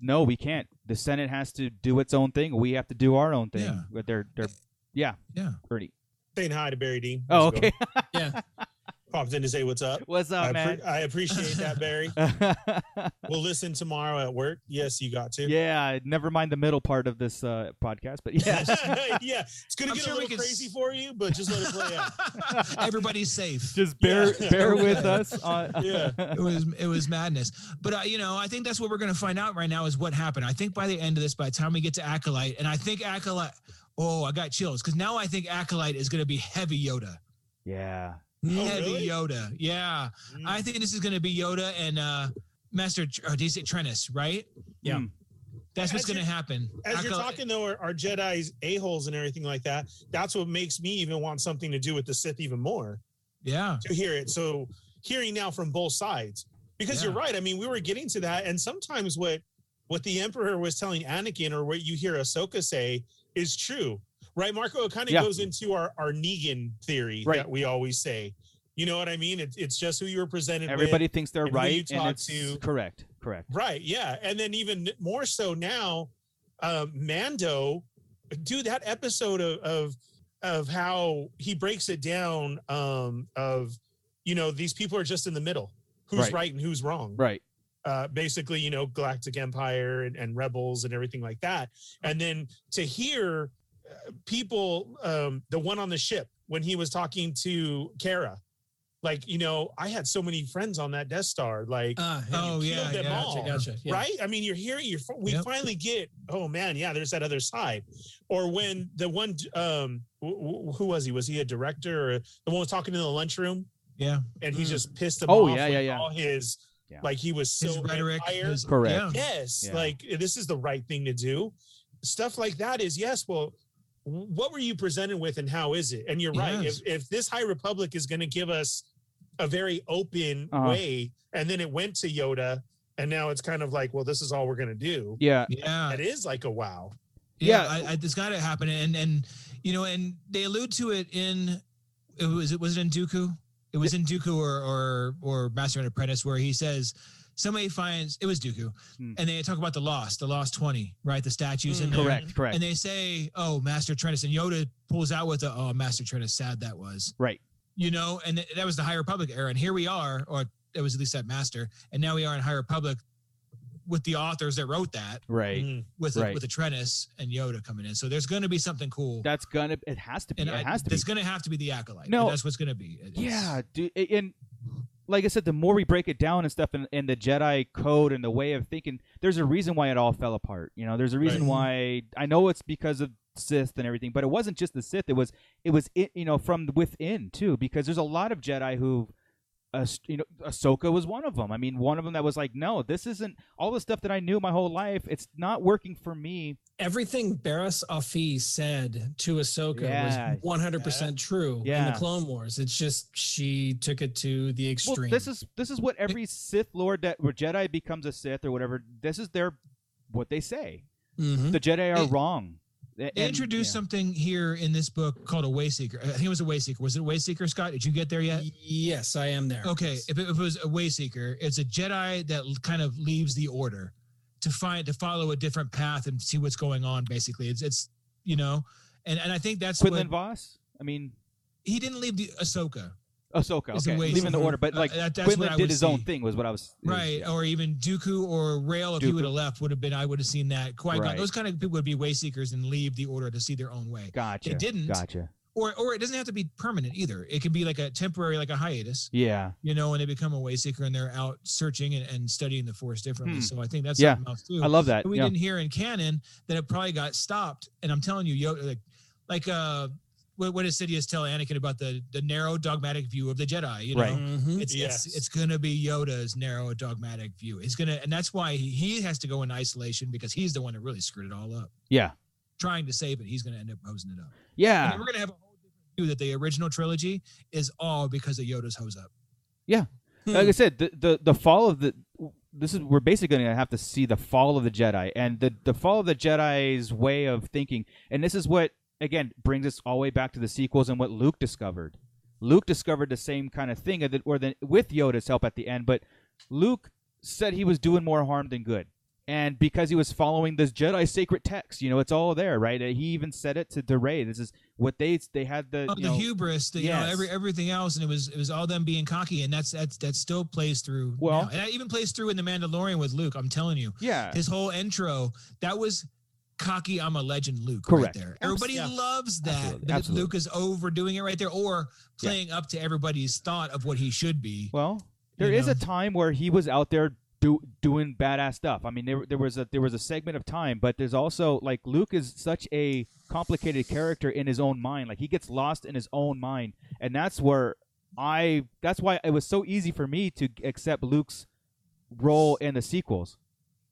Speaker 8: no we can't the senate has to do its own thing we have to do our own thing
Speaker 9: Yeah.
Speaker 8: but they're they're yeah
Speaker 9: Yeah.
Speaker 8: pretty
Speaker 11: Saying hi to Barry Dean.
Speaker 8: oh
Speaker 11: Let's go.
Speaker 8: okay
Speaker 11: Popped in to say what's up.
Speaker 8: what's
Speaker 11: I,
Speaker 8: up man
Speaker 11: appre- I appreciate that, Barry. we'll listen tomorrow at work. Yes, you got to.
Speaker 8: yeah never mind the middle part of this uh, podcast but yeah
Speaker 11: yeah. It's gonna
Speaker 9: I'm
Speaker 11: get
Speaker 9: sure
Speaker 11: a
Speaker 9: we
Speaker 11: little
Speaker 9: can s-
Speaker 11: crazy for you, but just let it play out.
Speaker 9: Everybody's safe.
Speaker 8: just bear
Speaker 11: Yeah.
Speaker 8: bear with us on
Speaker 11: Yeah.
Speaker 9: It was it was madness. But uh, you know, I think that's what we're going to find out right now is what happened. I think by the end of this, by the time we get to acolyte, and I think acolyte. Oh, I got chills because now I think acolyte is going to be heavy Yoda.
Speaker 8: yeah
Speaker 11: Oh,
Speaker 9: heavy
Speaker 11: really?
Speaker 9: Yoda. Yeah, I think this is going to be Yoda and uh Master Tr- or DC Trennis, right?
Speaker 8: Yeah.
Speaker 9: That's what's
Speaker 11: Hmm.
Speaker 9: going
Speaker 11: As
Speaker 9: to
Speaker 11: you-
Speaker 9: happen.
Speaker 11: As you're
Speaker 9: Acolyte-
Speaker 11: talking though, our, our Jedi's a holes and everything like that. That's what makes me even want something to do with the Sith even more
Speaker 9: yeah,
Speaker 11: to hear it. So hearing now from both sides, because you're
Speaker 9: Yeah.
Speaker 11: right. I mean, we were getting to that, and sometimes what what the Emperor was telling Anakin or what you hear Ahsoka say is true, right? Marco, it kind of
Speaker 8: Yeah.
Speaker 11: goes into our our Negan theory
Speaker 8: Right.
Speaker 11: that we always say. You know what I mean? It, it's just who you were presented with.
Speaker 8: everybody thinks they're
Speaker 11: and who you
Speaker 8: right and
Speaker 11: talk
Speaker 8: it's
Speaker 11: to.
Speaker 8: correct correct
Speaker 11: Right. Yeah. And then even more so now, uh, Mando, dude, that episode of, of of how he breaks it down um, of you know these people are just in the middle, who's
Speaker 8: Right.
Speaker 11: right, and who's wrong.
Speaker 8: right
Speaker 11: Uh, basically, you know, Galactic Empire and, and rebels and everything like that. And then to hear uh, people, um, the one on the ship when he was talking to Kara, like you know, I had so many friends on that Death Star, like.
Speaker 10: Ah, yeah.
Speaker 9: oh yeah,
Speaker 11: killed them
Speaker 9: yeah.
Speaker 11: all.
Speaker 10: Gotcha, gotcha. Yeah.
Speaker 11: right? I mean, you're hearing you're we
Speaker 9: Yep.
Speaker 11: finally get oh man, yeah, there's that other side. Or when the one um wh- wh- who was he? Was he a director or the one was talking in the lunchroom
Speaker 9: yeah.
Speaker 11: and he
Speaker 10: Mm.
Speaker 11: just pissed him
Speaker 8: Oh,
Speaker 11: off
Speaker 8: yeah,
Speaker 11: with
Speaker 8: yeah, yeah.
Speaker 11: all his
Speaker 8: Yeah.
Speaker 11: like he was so
Speaker 9: His rhetoric,
Speaker 11: anti-air.
Speaker 9: his-
Speaker 8: Correct.
Speaker 9: yeah.
Speaker 11: yes,
Speaker 8: Yeah.
Speaker 11: like eh, this is the right thing to do. Stuff like that is yes, well what were you presented with and how is it? And you're right.
Speaker 9: Yes.
Speaker 11: If if this high republic is going to give us a very open
Speaker 8: Uh-huh.
Speaker 11: way and then it went to Yoda and now it's kind of like, well, this is all we're going to do.
Speaker 8: yeah
Speaker 9: yeah.
Speaker 11: That is like a wow.
Speaker 9: yeah,
Speaker 8: Yeah.
Speaker 9: I, I, it's got to happen and and you know and they allude to it in it was it was it in Dooku it was in Dooku or or or Master and Apprentice where he says somebody finds it was Dooku
Speaker 8: Hmm.
Speaker 9: and they talk about the lost the lost 20 right the statues in
Speaker 11: Hmm.
Speaker 9: there
Speaker 8: correct correct
Speaker 9: and they say oh Master Trennis and Yoda pulls out with a oh Master Trennis sad that was
Speaker 8: Right.
Speaker 9: you know and th- that was the High Republic era and here we are or it was at least that Master and now we are in High Republic with the authors that wrote that
Speaker 8: right
Speaker 11: Mm.
Speaker 9: with a,
Speaker 8: Right.
Speaker 9: with a Trennis and Yoda coming in. So there's going to be something cool.
Speaker 8: that's gonna it has to be
Speaker 9: and
Speaker 8: it
Speaker 9: I-
Speaker 8: has to be
Speaker 9: It's going to have to be the acolyte.
Speaker 8: No.
Speaker 9: No, that's what's going to be. It is-
Speaker 8: Yeah, dude, a- and like I said, the more we break it down and stuff, and, and the Jedi code and the way of thinking, there's a reason why it all fell apart. You know, there's a reason why I know it's because of Sith and everything, but it wasn't just the Sith. It was it was it, you know from within too, because there's a lot of Jedi who uh, you know, Ahsoka was one of them. I mean, one of them that was like, no, this isn't all the stuff that I knew my whole life. It's not working for me.
Speaker 10: Everything Barris Offee said to Ahsoka
Speaker 8: Yeah.
Speaker 10: was 100% true in
Speaker 8: Yeah.
Speaker 10: the Clone Wars. It's just she took it to the extreme.
Speaker 8: Well, this is this is what every Sith Lord that or Jedi becomes a Sith or whatever. This is their what they say.
Speaker 9: Mm-hmm.
Speaker 10: Mhm.
Speaker 8: The Jedi are
Speaker 9: Hmm? They-
Speaker 8: wrong. They
Speaker 9: They introduced something here in this book called a wayseeker. I think it was a wayseeker. Was it a wayseeker, Scott? Did you get there yet?
Speaker 10: Yes, I am there.
Speaker 9: Okay, if it, if it was a wayseeker, it's a Jedi that l- kind of leaves the order to find to follow a different path and see what's going on. Basically, it's it's you know, and and I think that's
Speaker 8: Quinlan
Speaker 9: what
Speaker 8: Voss. I mean,
Speaker 9: he didn't leave the Ahsoka,
Speaker 8: Ahsoka.
Speaker 9: Is the
Speaker 8: Okay,
Speaker 9: way-
Speaker 8: leaving the order, but
Speaker 9: Uh,
Speaker 8: like
Speaker 9: that- that's what I
Speaker 8: Quinlan
Speaker 9: would
Speaker 8: did his own
Speaker 9: see.
Speaker 8: thing was what I was
Speaker 9: right?
Speaker 8: yeah.
Speaker 9: Or even Dooku or Rail. If he
Speaker 8: Dooku.
Speaker 9: would have left, would have been I would have seen that. Qui Gon.
Speaker 8: Right.
Speaker 9: Those kind of people would be wayseekers and leave the order to see their own way.
Speaker 8: Gotcha.
Speaker 9: They didn't.
Speaker 8: Gotcha.
Speaker 9: Or or it doesn't have to be permanent either. It could be like a temporary, like a hiatus.
Speaker 8: Yeah.
Speaker 9: You know, when they become a wayseeker and they're out searching and, and studying the force differently.
Speaker 8: Hmm.
Speaker 9: So I think that's
Speaker 8: Yeah.
Speaker 9: something else too.
Speaker 8: I love that.
Speaker 9: that we
Speaker 8: yeah.
Speaker 9: didn't hear in canon that it probably got stopped. And I'm telling you, yo, like, like uh, what, what does Sidious tell Anakin about the the narrow dogmatic view of the Jedi? You know,
Speaker 8: Right. Mm-hmm.
Speaker 10: Mhm.
Speaker 9: it's,
Speaker 11: Yes.
Speaker 9: it's it's gonna be Yoda's narrow dogmatic view. He's gonna, and that's why he, he has to go in isolation because he's the one that really screwed it all up.
Speaker 8: Yeah.
Speaker 9: Trying to save it, he's gonna end up hosing it up. And
Speaker 8: Yeah.
Speaker 9: then we're gonna have a whole different view that the original trilogy is all because of Yoda's hose up. Hmm.
Speaker 8: Like I said, the, the the fall of the this is we're basically going to have to see the fall of the Jedi and the the fall of the Jedi's way of thinking. And this is what again brings us all the way back to the sequels and what Luke discovered. Luke discovered the same kind of thing, and that- or the, with Yoda's help at the end. But Luke said he was doing more harm than good, and because he was following this Jedi sacred text, you know, it's all there, right? He even said it to, to Ray. This is what they they had the
Speaker 9: Oh,
Speaker 8: you
Speaker 9: the
Speaker 8: know,
Speaker 9: hubris, the, you know,
Speaker 8: yes.
Speaker 9: every everything else, and it was it was all them being cocky, and that's that's that still plays through.
Speaker 8: Well-
Speaker 9: now. and that even plays through in the Mandalorian with Luke. I'm telling you,
Speaker 8: yeah.
Speaker 9: his whole intro that was cocky. I'm a legend, Luke.
Speaker 8: Correct.
Speaker 9: Right there,
Speaker 8: Abs-
Speaker 9: everybody
Speaker 10: yeah.
Speaker 9: loves that.
Speaker 8: Absolutely,
Speaker 9: but
Speaker 8: absolutely.
Speaker 9: Luke is overdoing it right there, or
Speaker 8: Yeah.
Speaker 9: playing up to everybody's thought of what he should be.
Speaker 8: Well, there
Speaker 9: You
Speaker 8: is
Speaker 9: know?
Speaker 8: a time where he was out there do, doing badass stuff. I mean, there, there was a there was a segment of time, but there's also like Luke is such a complicated character in his own mind. Like he gets lost in his own mind, and that's where I that's why it was so easy for me to accept Luke's role in the sequels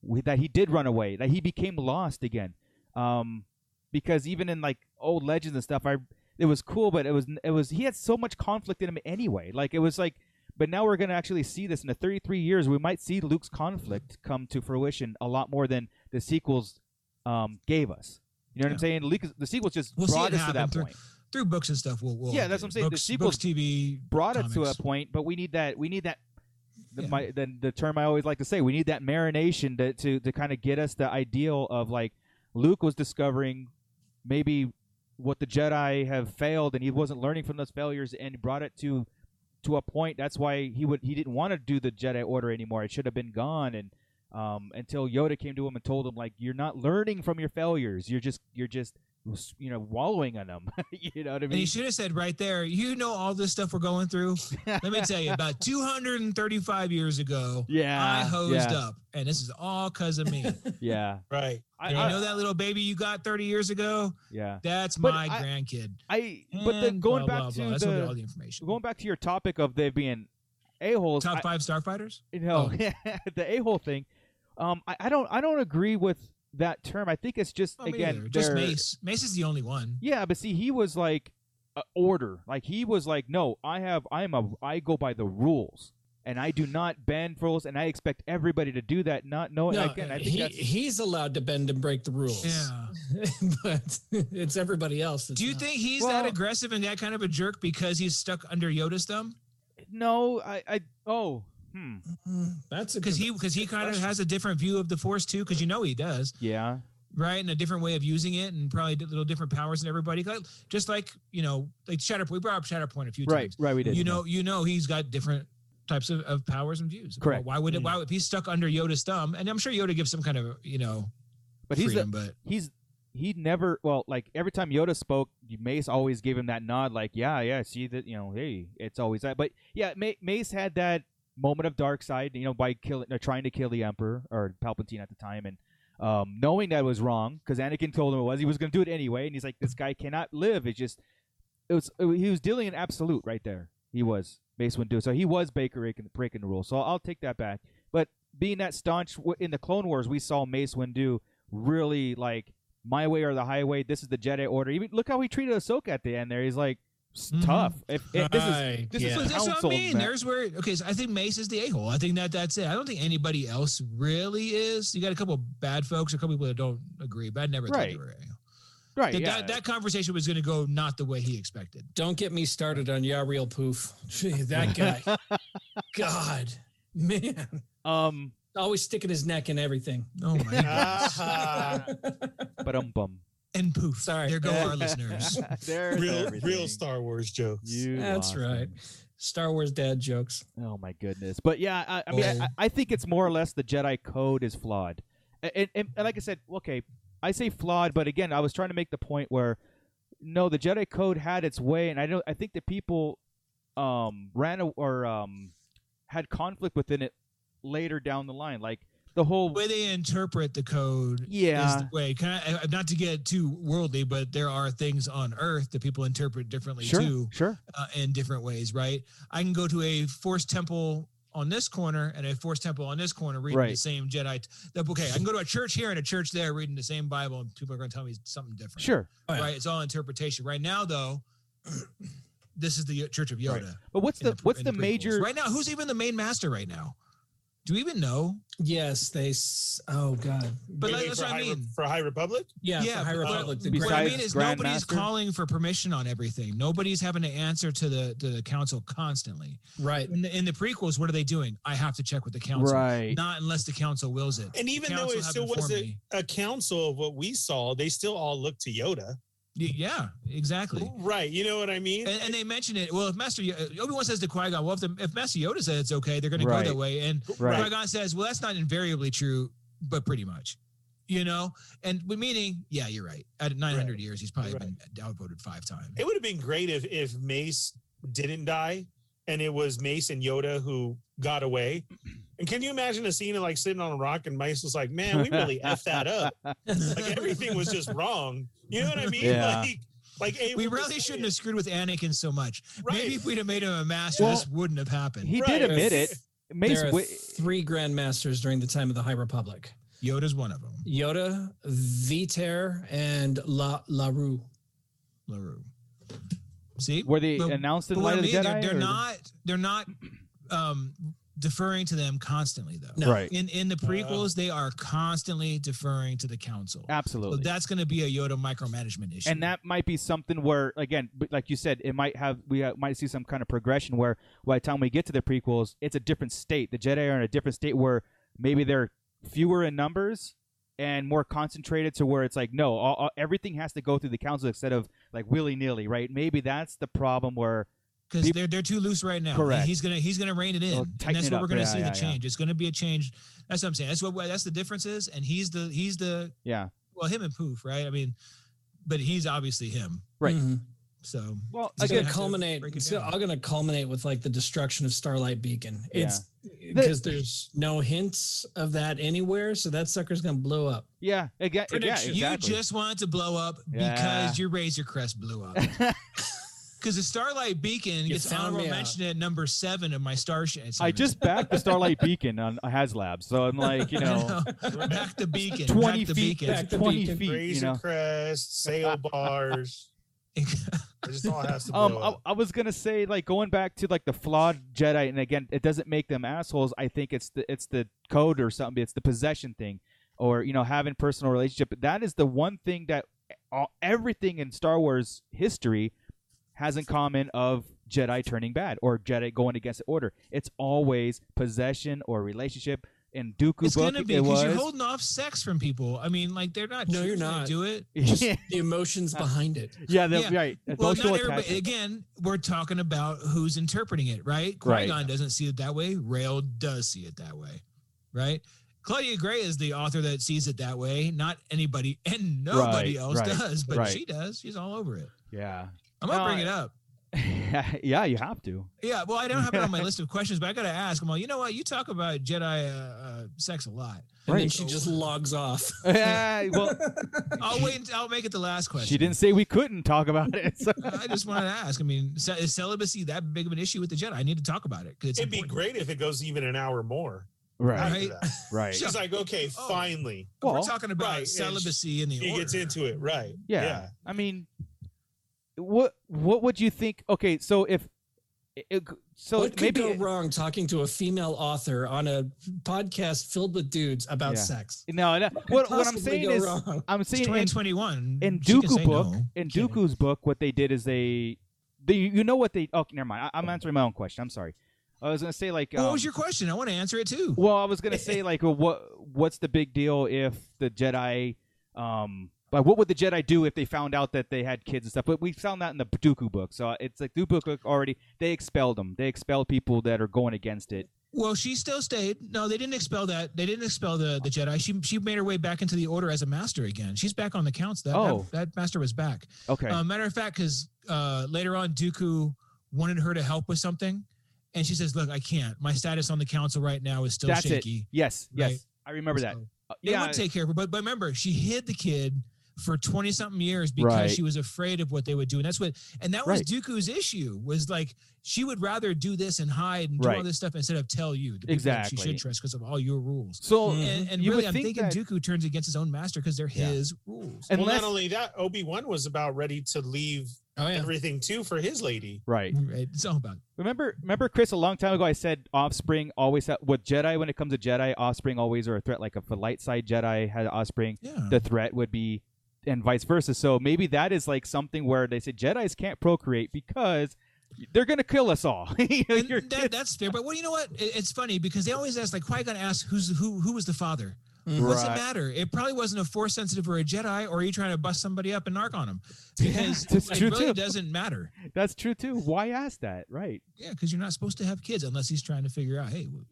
Speaker 8: we- that he did run away, that he became lost again. Um, because even in like old legends and stuff, I it was cool, but it was it was he had so much conflict in him anyway. Like it was like, but now we're gonna actually see this in the 33 years. We might see Luke's conflict come to fruition a lot more than the sequels um, gave us. You know what I'm
Speaker 9: Yeah.
Speaker 8: saying? Luke, the sequels just
Speaker 9: We'll see
Speaker 8: brought
Speaker 9: it
Speaker 8: us to
Speaker 9: happen
Speaker 8: that
Speaker 9: through-
Speaker 8: point.
Speaker 9: Through books and stuff, we'll, we'll
Speaker 8: Yeah, that's what I'm saying. The
Speaker 9: Books,
Speaker 8: sequels
Speaker 9: books, TV.
Speaker 8: brought us to a
Speaker 9: comics.
Speaker 8: point, but we need that. We need that. The,
Speaker 9: Yeah.
Speaker 8: my, the, the term I always like to say, we need that marination to, to, to kind of get us the ideal of like Luke was discovering maybe what the Jedi have failed, and he wasn't learning from those failures, and brought it to to a point. That's why he would he didn't want to do the Jedi Order anymore. It should have been gone, and um, until Yoda came to him and told him like you're not learning from your failures. You're just you're just you know wallowing in them. you know what I
Speaker 9: And
Speaker 8: mean?
Speaker 9: he should have said right there, you know, all this stuff we're going through. Let me tell you, about 235 years ago,
Speaker 8: yeah,
Speaker 9: I hosed
Speaker 8: yeah,
Speaker 9: up, and this is all because of me.
Speaker 8: Yeah.
Speaker 11: right.
Speaker 8: I,
Speaker 9: you
Speaker 8: I-
Speaker 9: know that little baby you got 30 years ago?
Speaker 8: yeah.
Speaker 9: That's
Speaker 8: But
Speaker 9: my
Speaker 8: I-
Speaker 9: grandkid.
Speaker 8: I but the,
Speaker 9: And
Speaker 8: going
Speaker 9: Mm, blah,
Speaker 8: back
Speaker 9: blah,
Speaker 8: to
Speaker 9: blah. that's where we get all
Speaker 8: the
Speaker 9: the information.
Speaker 8: going back to your topic of there being a holes.
Speaker 9: Top five starfighters? Oh.
Speaker 8: No, the a hole thing. Um, I, I don't I don't agree with that term. I think it's just
Speaker 9: Oh, me
Speaker 8: again
Speaker 9: neither. just
Speaker 8: they're-
Speaker 9: Mace. Mace is the only one.
Speaker 8: Yeah, but see, he was like uh, order. Like he was like, no, I have, I'm a, I go by the rules, and I do not bend rules, and I expect everybody to do that. Not knowing
Speaker 10: No,
Speaker 8: again, I think
Speaker 10: he,
Speaker 8: that's
Speaker 10: he's allowed to bend and break the rules.
Speaker 9: Yeah.
Speaker 10: but it's everybody else. that's
Speaker 9: Do you
Speaker 10: not.
Speaker 9: think he's
Speaker 8: Well-
Speaker 9: that aggressive and that kind of a jerk because he's stuck under Yoda's thumb?
Speaker 8: no. I, I, oh, hmm,
Speaker 10: Mm, That's a
Speaker 9: Because
Speaker 10: good-
Speaker 9: he because he kind of
Speaker 10: question.
Speaker 9: has a different view of the Force too. Because you know he does.
Speaker 8: yeah,
Speaker 9: right? And a different way of using it, and probably di- little different powers and everybody. Like- Just like you know, like Shatterpoint. We brought up Shatterpoint a few
Speaker 8: right,
Speaker 9: times.
Speaker 8: right. We did.
Speaker 9: You know, you know, he's got different types of, of powers and views.
Speaker 8: Correct.
Speaker 9: Why
Speaker 10: Mm.
Speaker 9: would it? Why would if he's stuck under Yoda's thumb? And I'm sure Yoda gives some kind of you know
Speaker 8: but he's the,
Speaker 9: freedom, but
Speaker 8: he's he never well like every time Yoda spoke, Mace always gave him that nod, like yeah, yeah, see that you know, hey, it's always that. But yeah, Ma- Mace had that moment of dark side, you know, by killing or trying to kill the Emperor or Palpatine at the time, and um, knowing that was wrong because Anakin told him it was, he was going to do it anyway, and he's like, this guy cannot live. It's just it was it, was- he was dealing in absolute right there. He was Mace Windu. So he was Baker breaking, breaking the rules. So I'll take that back. But being that staunch w- in the Clone Wars, we saw Mace Windu really like my way or the highway. This is the Jedi Order. Even look how he treated Ahsoka at the end. There, he's like "It's
Speaker 9: Mhm.
Speaker 8: tough. If, if this is
Speaker 11: Right,
Speaker 8: this
Speaker 11: yeah.
Speaker 8: is-
Speaker 9: But that's what I
Speaker 8: Council
Speaker 9: mean.
Speaker 8: ma-
Speaker 9: There's where okay. So I think Mace is the a hole. I think that that's it. I don't think anybody else really is. You got a couple of bad folks, a couple people that don't agree, but I never thought
Speaker 8: Right.
Speaker 9: they were. a hole.
Speaker 8: right,
Speaker 9: That,
Speaker 8: yeah.
Speaker 9: that that conversation was going to go not the way he expected.
Speaker 10: Don't get me started on Yariel Poof. Gee, that guy. God, man.
Speaker 8: um,
Speaker 10: Always sticking his neck in everything.
Speaker 9: Oh my god!
Speaker 11: Ah,
Speaker 8: but um bum.
Speaker 9: And poof.
Speaker 10: Sorry.
Speaker 9: There go our listeners.
Speaker 8: There's
Speaker 11: real,
Speaker 8: everything.
Speaker 11: real Star Wars joke.
Speaker 8: You
Speaker 10: That's
Speaker 8: lost
Speaker 10: right.
Speaker 8: me.
Speaker 10: Star Wars dad jokes.
Speaker 8: Oh my goodness! But yeah, I, I mean, I, I think it's more or less the Jedi Code is flawed, and, and, and like I said, okay, I say flawed, but again, I was trying to make the point where no, the Jedi Code had its way, and I don't. I think the people um, ran a, or um, had conflict within it later down the line, like the whole.
Speaker 9: the way they interpret the code is
Speaker 8: yeah,
Speaker 9: the way. Kind of, not to get too worldly, but there are things on Earth that people interpret differently
Speaker 8: sure,
Speaker 9: too.
Speaker 8: sure.
Speaker 9: uh, in different ways, right? I can go to a force temple on this corner and a force temple on this corner reading the
Speaker 8: Right.
Speaker 9: same Jedi. t- that- Okay, I can go to a church here and a church there reading the same Bible, and people are going to tell me something different.
Speaker 8: Sure.
Speaker 10: yeah.
Speaker 9: right? It's all interpretation. Right now, though, this is the Church of Yoda. in
Speaker 8: But what's the,
Speaker 9: pre-
Speaker 8: what's
Speaker 9: in
Speaker 8: the
Speaker 9: prequels.
Speaker 8: major
Speaker 9: right now? Who's even the main master right now? Do we even know?
Speaker 10: Yes, they. s- Oh God.
Speaker 9: But
Speaker 11: You
Speaker 9: like,
Speaker 11: mean
Speaker 9: that's
Speaker 11: for
Speaker 9: what I
Speaker 11: High Re-
Speaker 9: mean.
Speaker 11: for High Republic.
Speaker 10: Yeah. for
Speaker 9: Yeah,
Speaker 10: High
Speaker 9: but-
Speaker 10: Republic. the
Speaker 9: What I
Speaker 10: grand-
Speaker 8: Besides
Speaker 9: mean is
Speaker 8: Grand
Speaker 9: nobody's
Speaker 8: Master?
Speaker 9: calling for permission on everything. Nobody's having to answer to the to the council constantly.
Speaker 10: right.
Speaker 9: in the, in the prequels, what are they doing? I have to check with the council.
Speaker 8: right?
Speaker 9: Not unless the council wills it.
Speaker 11: And
Speaker 9: The
Speaker 11: even though
Speaker 9: council
Speaker 11: it
Speaker 9: have
Speaker 11: still
Speaker 9: informed
Speaker 11: wasn't
Speaker 9: me.
Speaker 11: a council of what we saw, they still all looked to Yoda.
Speaker 9: Y- Yeah, exactly.
Speaker 11: Right. You know what I mean?
Speaker 9: And, and they mention it. Well, if Master Yo- Obi Wan says to Qui Gon, well, if, the, if Master Yoda says it's okay, they're going to
Speaker 8: Right.
Speaker 9: go that way. And
Speaker 8: Right.
Speaker 9: Qui Gon says, well, that's not invariably true, but pretty much. You know, and but meaning, yeah, you're right. At 900
Speaker 11: Right.
Speaker 9: years, he's probably been outvoted five times.
Speaker 11: it would have been great if if Mace didn't die and it was Mace and Yoda who got away. And can you imagine a scene of like sitting on a rock and Mace was like, "Man, we really effed that up. Like everything was just wrong." You know what I mean?
Speaker 8: Yeah.
Speaker 11: Like, like Abel
Speaker 9: We
Speaker 11: was
Speaker 9: really
Speaker 11: saying,
Speaker 9: shouldn't have screwed with Anakin so much.
Speaker 11: Right.
Speaker 9: Maybe if we'd have made him a master,
Speaker 8: Well,
Speaker 9: this wouldn't have happened.
Speaker 8: He
Speaker 11: Right.
Speaker 8: did admit it. Mace
Speaker 10: there are
Speaker 8: Wi-
Speaker 10: three grandmasters during the time of the High Republic:
Speaker 9: Yoda's one of them.
Speaker 10: Yoda, Viter, and La Larue.
Speaker 9: Larue. See,
Speaker 8: were they
Speaker 9: But-
Speaker 8: announced in
Speaker 9: But what
Speaker 8: Light
Speaker 9: I
Speaker 8: of the
Speaker 9: mean, they're,
Speaker 8: Jedi?
Speaker 9: they're
Speaker 8: or-
Speaker 9: not. They're not um, deferring to them constantly, though.
Speaker 10: No.
Speaker 8: Right.
Speaker 9: In in the prequels,
Speaker 8: Uh,
Speaker 9: they are constantly deferring to the council. So
Speaker 8: Absolutely.
Speaker 9: that's going to be a Yoda micromanagement issue.
Speaker 8: and that might be something where again but like you said it might have we uh, might see some kind of progression where by the time we get to the prequels it's a different state the jedi are in a different state where maybe they're fewer in numbers and more concentrated to where it's like no all, all- everything has to go through the council instead of like willy-nilly right maybe that's the problem where
Speaker 9: because
Speaker 8: peop-
Speaker 9: they're they're too loose right now.
Speaker 8: Correct.
Speaker 9: He's gonna he's gonna rein it in,
Speaker 8: They'll
Speaker 9: and
Speaker 8: tighten
Speaker 9: that's
Speaker 8: it
Speaker 9: what
Speaker 8: up.
Speaker 9: we're gonna
Speaker 8: Yeah,
Speaker 9: see
Speaker 8: yeah,
Speaker 9: the
Speaker 8: yeah.
Speaker 9: change. It's gonna be a change. That's what I'm saying. That's what that's the difference is. And he's the he's the
Speaker 8: yeah
Speaker 9: well him and Poof, right? I mean, but he's obviously him.
Speaker 8: Right.
Speaker 10: Mhm.
Speaker 9: So
Speaker 8: well
Speaker 10: It's
Speaker 9: Again,
Speaker 10: gonna
Speaker 9: have to
Speaker 10: culminate.
Speaker 9: break it
Speaker 10: It's all
Speaker 9: down.
Speaker 10: gonna culminate with like the destruction of Starlight Beacon. It's because there's no hints of that anywhere, so that sucker's gonna blow up.
Speaker 8: yeah again yeah,
Speaker 10: Prediction.
Speaker 8: exactly.
Speaker 9: You just wanted to blow up
Speaker 8: Yeah.
Speaker 9: because your Razor Crest blew up. Because the Starlight Beacon
Speaker 10: You
Speaker 9: gets
Speaker 10: found
Speaker 9: honorable
Speaker 10: me out.
Speaker 9: mention at number seven of my starship.
Speaker 8: i just backed the starlight beacon on HasLab, so i'm like you know
Speaker 9: back the beacon.
Speaker 8: 20
Speaker 9: back the
Speaker 8: feet
Speaker 9: beacon.
Speaker 10: Back the
Speaker 8: 20
Speaker 10: beacon.
Speaker 8: feet you
Speaker 11: Razor
Speaker 8: know
Speaker 11: crest, sail bars. It just all has to blow
Speaker 8: Um,
Speaker 11: up.
Speaker 8: I, I was gonna say like going back to like the flawed Jedi, and again, it doesn't make them assholes. I think it's the it's the code or something. It's the possession thing, or you know having personal relationship. But that is the one thing that all, everything in Star Wars history has in common of Jedi turning bad or Jedi going against the order. It's always possession or relationship. In Dooku
Speaker 9: It's
Speaker 8: book,
Speaker 9: gonna be
Speaker 8: it
Speaker 9: because
Speaker 8: was.
Speaker 9: you're holding off sex from people. I mean, like they're not.
Speaker 10: No, you're
Speaker 9: choosing to
Speaker 10: not.
Speaker 9: Do it.
Speaker 8: yeah,
Speaker 10: The emotions
Speaker 8: Uh,
Speaker 10: behind it.
Speaker 8: yeah, the-
Speaker 9: Yeah.
Speaker 8: right.
Speaker 9: Well,
Speaker 8: Emotional
Speaker 9: not everybody.
Speaker 8: attachment.
Speaker 9: Again, we're talking about who's interpreting it, right? Qui
Speaker 8: Right.
Speaker 9: Gon doesn't see it that way. Rail does see it that way, right? Claudia Gray is the author that sees it that way. Not anybody and nobody
Speaker 8: Right,
Speaker 9: else
Speaker 8: right,
Speaker 9: does, but
Speaker 8: right.
Speaker 9: she does. She's all over it.
Speaker 8: yeah.
Speaker 9: I'm gonna
Speaker 8: No,
Speaker 9: bring it up.
Speaker 8: yeah, you have to.
Speaker 9: Yeah, well, I don't have it on my list of questions, but I got to ask. I'm like, you know what? You talk about Jedi uh, uh, sex a lot.
Speaker 10: And then
Speaker 8: Right.
Speaker 10: she just logs off.
Speaker 8: Yeah, well,
Speaker 9: I'll wait. until- I'll make it the last question.
Speaker 8: she didn't say we couldn't talk about it. so-
Speaker 9: I just wanted to ask. I mean, ce- is celibacy that big of an issue with the Jedi? I need to talk about it. 'cause it's
Speaker 11: It'd be
Speaker 9: important.
Speaker 11: great if it goes even an hour more.
Speaker 8: right,
Speaker 11: After
Speaker 9: Right.
Speaker 11: that.
Speaker 8: right.
Speaker 11: She's like, okay,
Speaker 9: Oh.
Speaker 11: finally.
Speaker 9: We're
Speaker 8: Well,
Speaker 9: talking about
Speaker 11: right, and
Speaker 9: celibacy in the
Speaker 11: He
Speaker 9: order.
Speaker 11: gets into it. Right.
Speaker 8: yeah. I mean, what what would you think? Okay, so if it- it- so
Speaker 10: what could
Speaker 8: maybe
Speaker 10: go wrong talking to a female author on a podcast filled with dudes about
Speaker 8: Yeah.
Speaker 10: sex?
Speaker 8: no, no.
Speaker 10: Could
Speaker 8: What, what I'm
Speaker 10: possibly
Speaker 8: saying
Speaker 10: go
Speaker 8: is,
Speaker 10: wrong?
Speaker 8: I'm
Speaker 9: It's
Speaker 8: saying in-
Speaker 9: 2021.
Speaker 8: in
Speaker 9: she can
Speaker 8: Dooku
Speaker 9: say
Speaker 8: book,
Speaker 9: no.
Speaker 8: in
Speaker 9: Kidding.
Speaker 8: Dooku's book, what they did is they, they, you know what they. Oh, never mind. I, I'm answering my own question. I'm sorry. I was gonna say like,
Speaker 9: What
Speaker 8: um,
Speaker 9: was your question? I want to answer it too.
Speaker 8: well, I was gonna say like, well, what, what's the big deal if the Jedi, um, like, what would the Jedi do if they found out that they had kids and stuff? But we found that in the Dooku book, so it's like Dooku book already. They expelled them. They expelled people that are going against it.
Speaker 9: Well, she still stayed. No, they didn't expel that. They didn't expel the, the Jedi. She she made her way back into the order as a master again. She's back on the counts. That
Speaker 8: Oh.
Speaker 9: that, that master was back.
Speaker 8: Okay.
Speaker 9: Uh, matter of fact, because uh, later on, Dooku wanted her to help with something, and she says, "Look, I can't. My status on the council right now is still
Speaker 8: That's it.
Speaker 9: shaky."
Speaker 8: Yes. Yes.
Speaker 9: Right.
Speaker 8: I remember that.
Speaker 9: So
Speaker 8: Uh,
Speaker 9: They
Speaker 8: yeah.
Speaker 9: would take care of her, but but remember, she hid the kid for twenty something years because
Speaker 8: Right.
Speaker 9: she was afraid of what they would do, and that's what and that was
Speaker 8: Right.
Speaker 9: Dooku's issue was like she would rather do this and hide and do all
Speaker 8: Right.
Speaker 9: this stuff instead of tell you the people that she
Speaker 8: Exactly.
Speaker 9: should trust because of all your rules.
Speaker 8: so
Speaker 9: And, and
Speaker 8: Mm-hmm. you
Speaker 9: really,
Speaker 8: would
Speaker 9: I'm
Speaker 8: think
Speaker 9: thinking
Speaker 8: that-
Speaker 9: Dooku turns against his own master because they're
Speaker 8: Yeah.
Speaker 9: his rules.
Speaker 8: unless
Speaker 11: well, not only that, Obi Wan was about ready to leave
Speaker 9: Oh yeah,
Speaker 11: everything too for his lady.
Speaker 8: right.
Speaker 9: Right. it's all about
Speaker 8: Remember, remember, Chris. A long time ago, I said offspring always ha- with Jedi. When it comes to Jedi, offspring always are a threat. Like if a light side Jedi had offspring,
Speaker 9: yeah.
Speaker 8: the threat would be, and vice versa. So maybe that is like something where they say Jedi's can't procreate because they're gonna kill us all. You know,
Speaker 9: And
Speaker 8: your
Speaker 9: that,
Speaker 8: kids-
Speaker 9: that's fair. But well, you know what? It- it's funny because they always ask, like, why gon ask who's who? Who was the father? What's it
Speaker 8: Right.
Speaker 9: matter? It probably wasn't a force sensitive or a Jedi, or are you trying to bust somebody up and narc on them? Because
Speaker 8: that's
Speaker 9: it
Speaker 8: true,
Speaker 9: really
Speaker 8: too.
Speaker 9: doesn't matter.
Speaker 8: That's true too. Why ask that? Right?
Speaker 9: Yeah, because you're not supposed to have kids unless he's trying to figure out. Hey, w-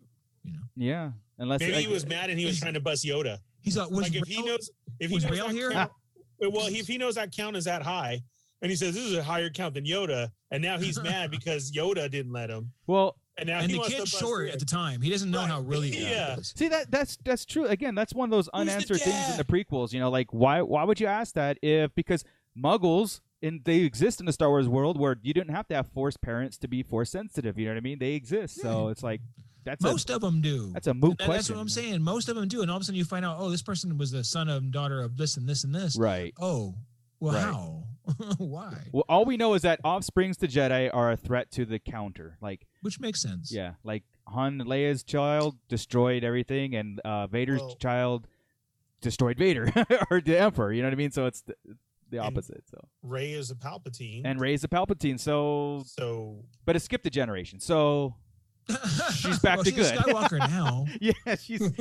Speaker 8: Yeah. Unless
Speaker 11: Maybe
Speaker 8: like,
Speaker 11: he was mad and he was trying to bust Yoda.
Speaker 9: he's like, was
Speaker 11: like if he
Speaker 9: Rao-
Speaker 11: knows if he
Speaker 9: was
Speaker 11: knows
Speaker 9: Rail
Speaker 11: that
Speaker 9: here?
Speaker 11: count- well if he knows that count is that high and he says this is a higher count than yoda and now he's mad because yoda didn't let him
Speaker 8: Well,
Speaker 11: and now
Speaker 9: and
Speaker 11: he
Speaker 9: the
Speaker 11: wants
Speaker 9: kid's
Speaker 11: to
Speaker 9: short at the time. He doesn't know
Speaker 11: Right.
Speaker 9: how really.
Speaker 11: Yeah.
Speaker 9: It is.
Speaker 8: See that that's that's true. Again, that's one of those
Speaker 11: the
Speaker 8: unanswered things in
Speaker 11: dad?
Speaker 8: the prequels. You know, like why why would you ask that if because Muggles and they exist in the Star Wars world where you didn't have to have force parents to be force sensitive. You know what I mean? They exist, so it's like that's
Speaker 9: Most
Speaker 8: a
Speaker 9: of them do.
Speaker 8: that's a moot
Speaker 9: And
Speaker 8: question.
Speaker 9: that's what I'm saying. Most of them do, and all of a sudden you find out, oh, this person was the son of daughter of this and this and this.
Speaker 8: Right.
Speaker 9: Oh, well,
Speaker 8: Right.
Speaker 9: how? Why?
Speaker 8: Well, all we know is that offsprings to Jedi are a threat to the counter. Like
Speaker 9: Which makes sense.
Speaker 8: yeah, like Han and Leia's child destroyed everything, and uh, Vader's
Speaker 11: Well-
Speaker 8: child destroyed Vader or the Emperor. You know what I mean? So it's the, the
Speaker 11: And-
Speaker 8: opposite. So
Speaker 11: ray is a
Speaker 9: Hmm?
Speaker 11: palpatine
Speaker 8: and raised a Palpatine. So
Speaker 11: so
Speaker 8: but it skipped a generation. So She's back
Speaker 9: well,
Speaker 8: to
Speaker 9: she's
Speaker 8: good.
Speaker 9: A Skywalker now.
Speaker 8: yeah, she's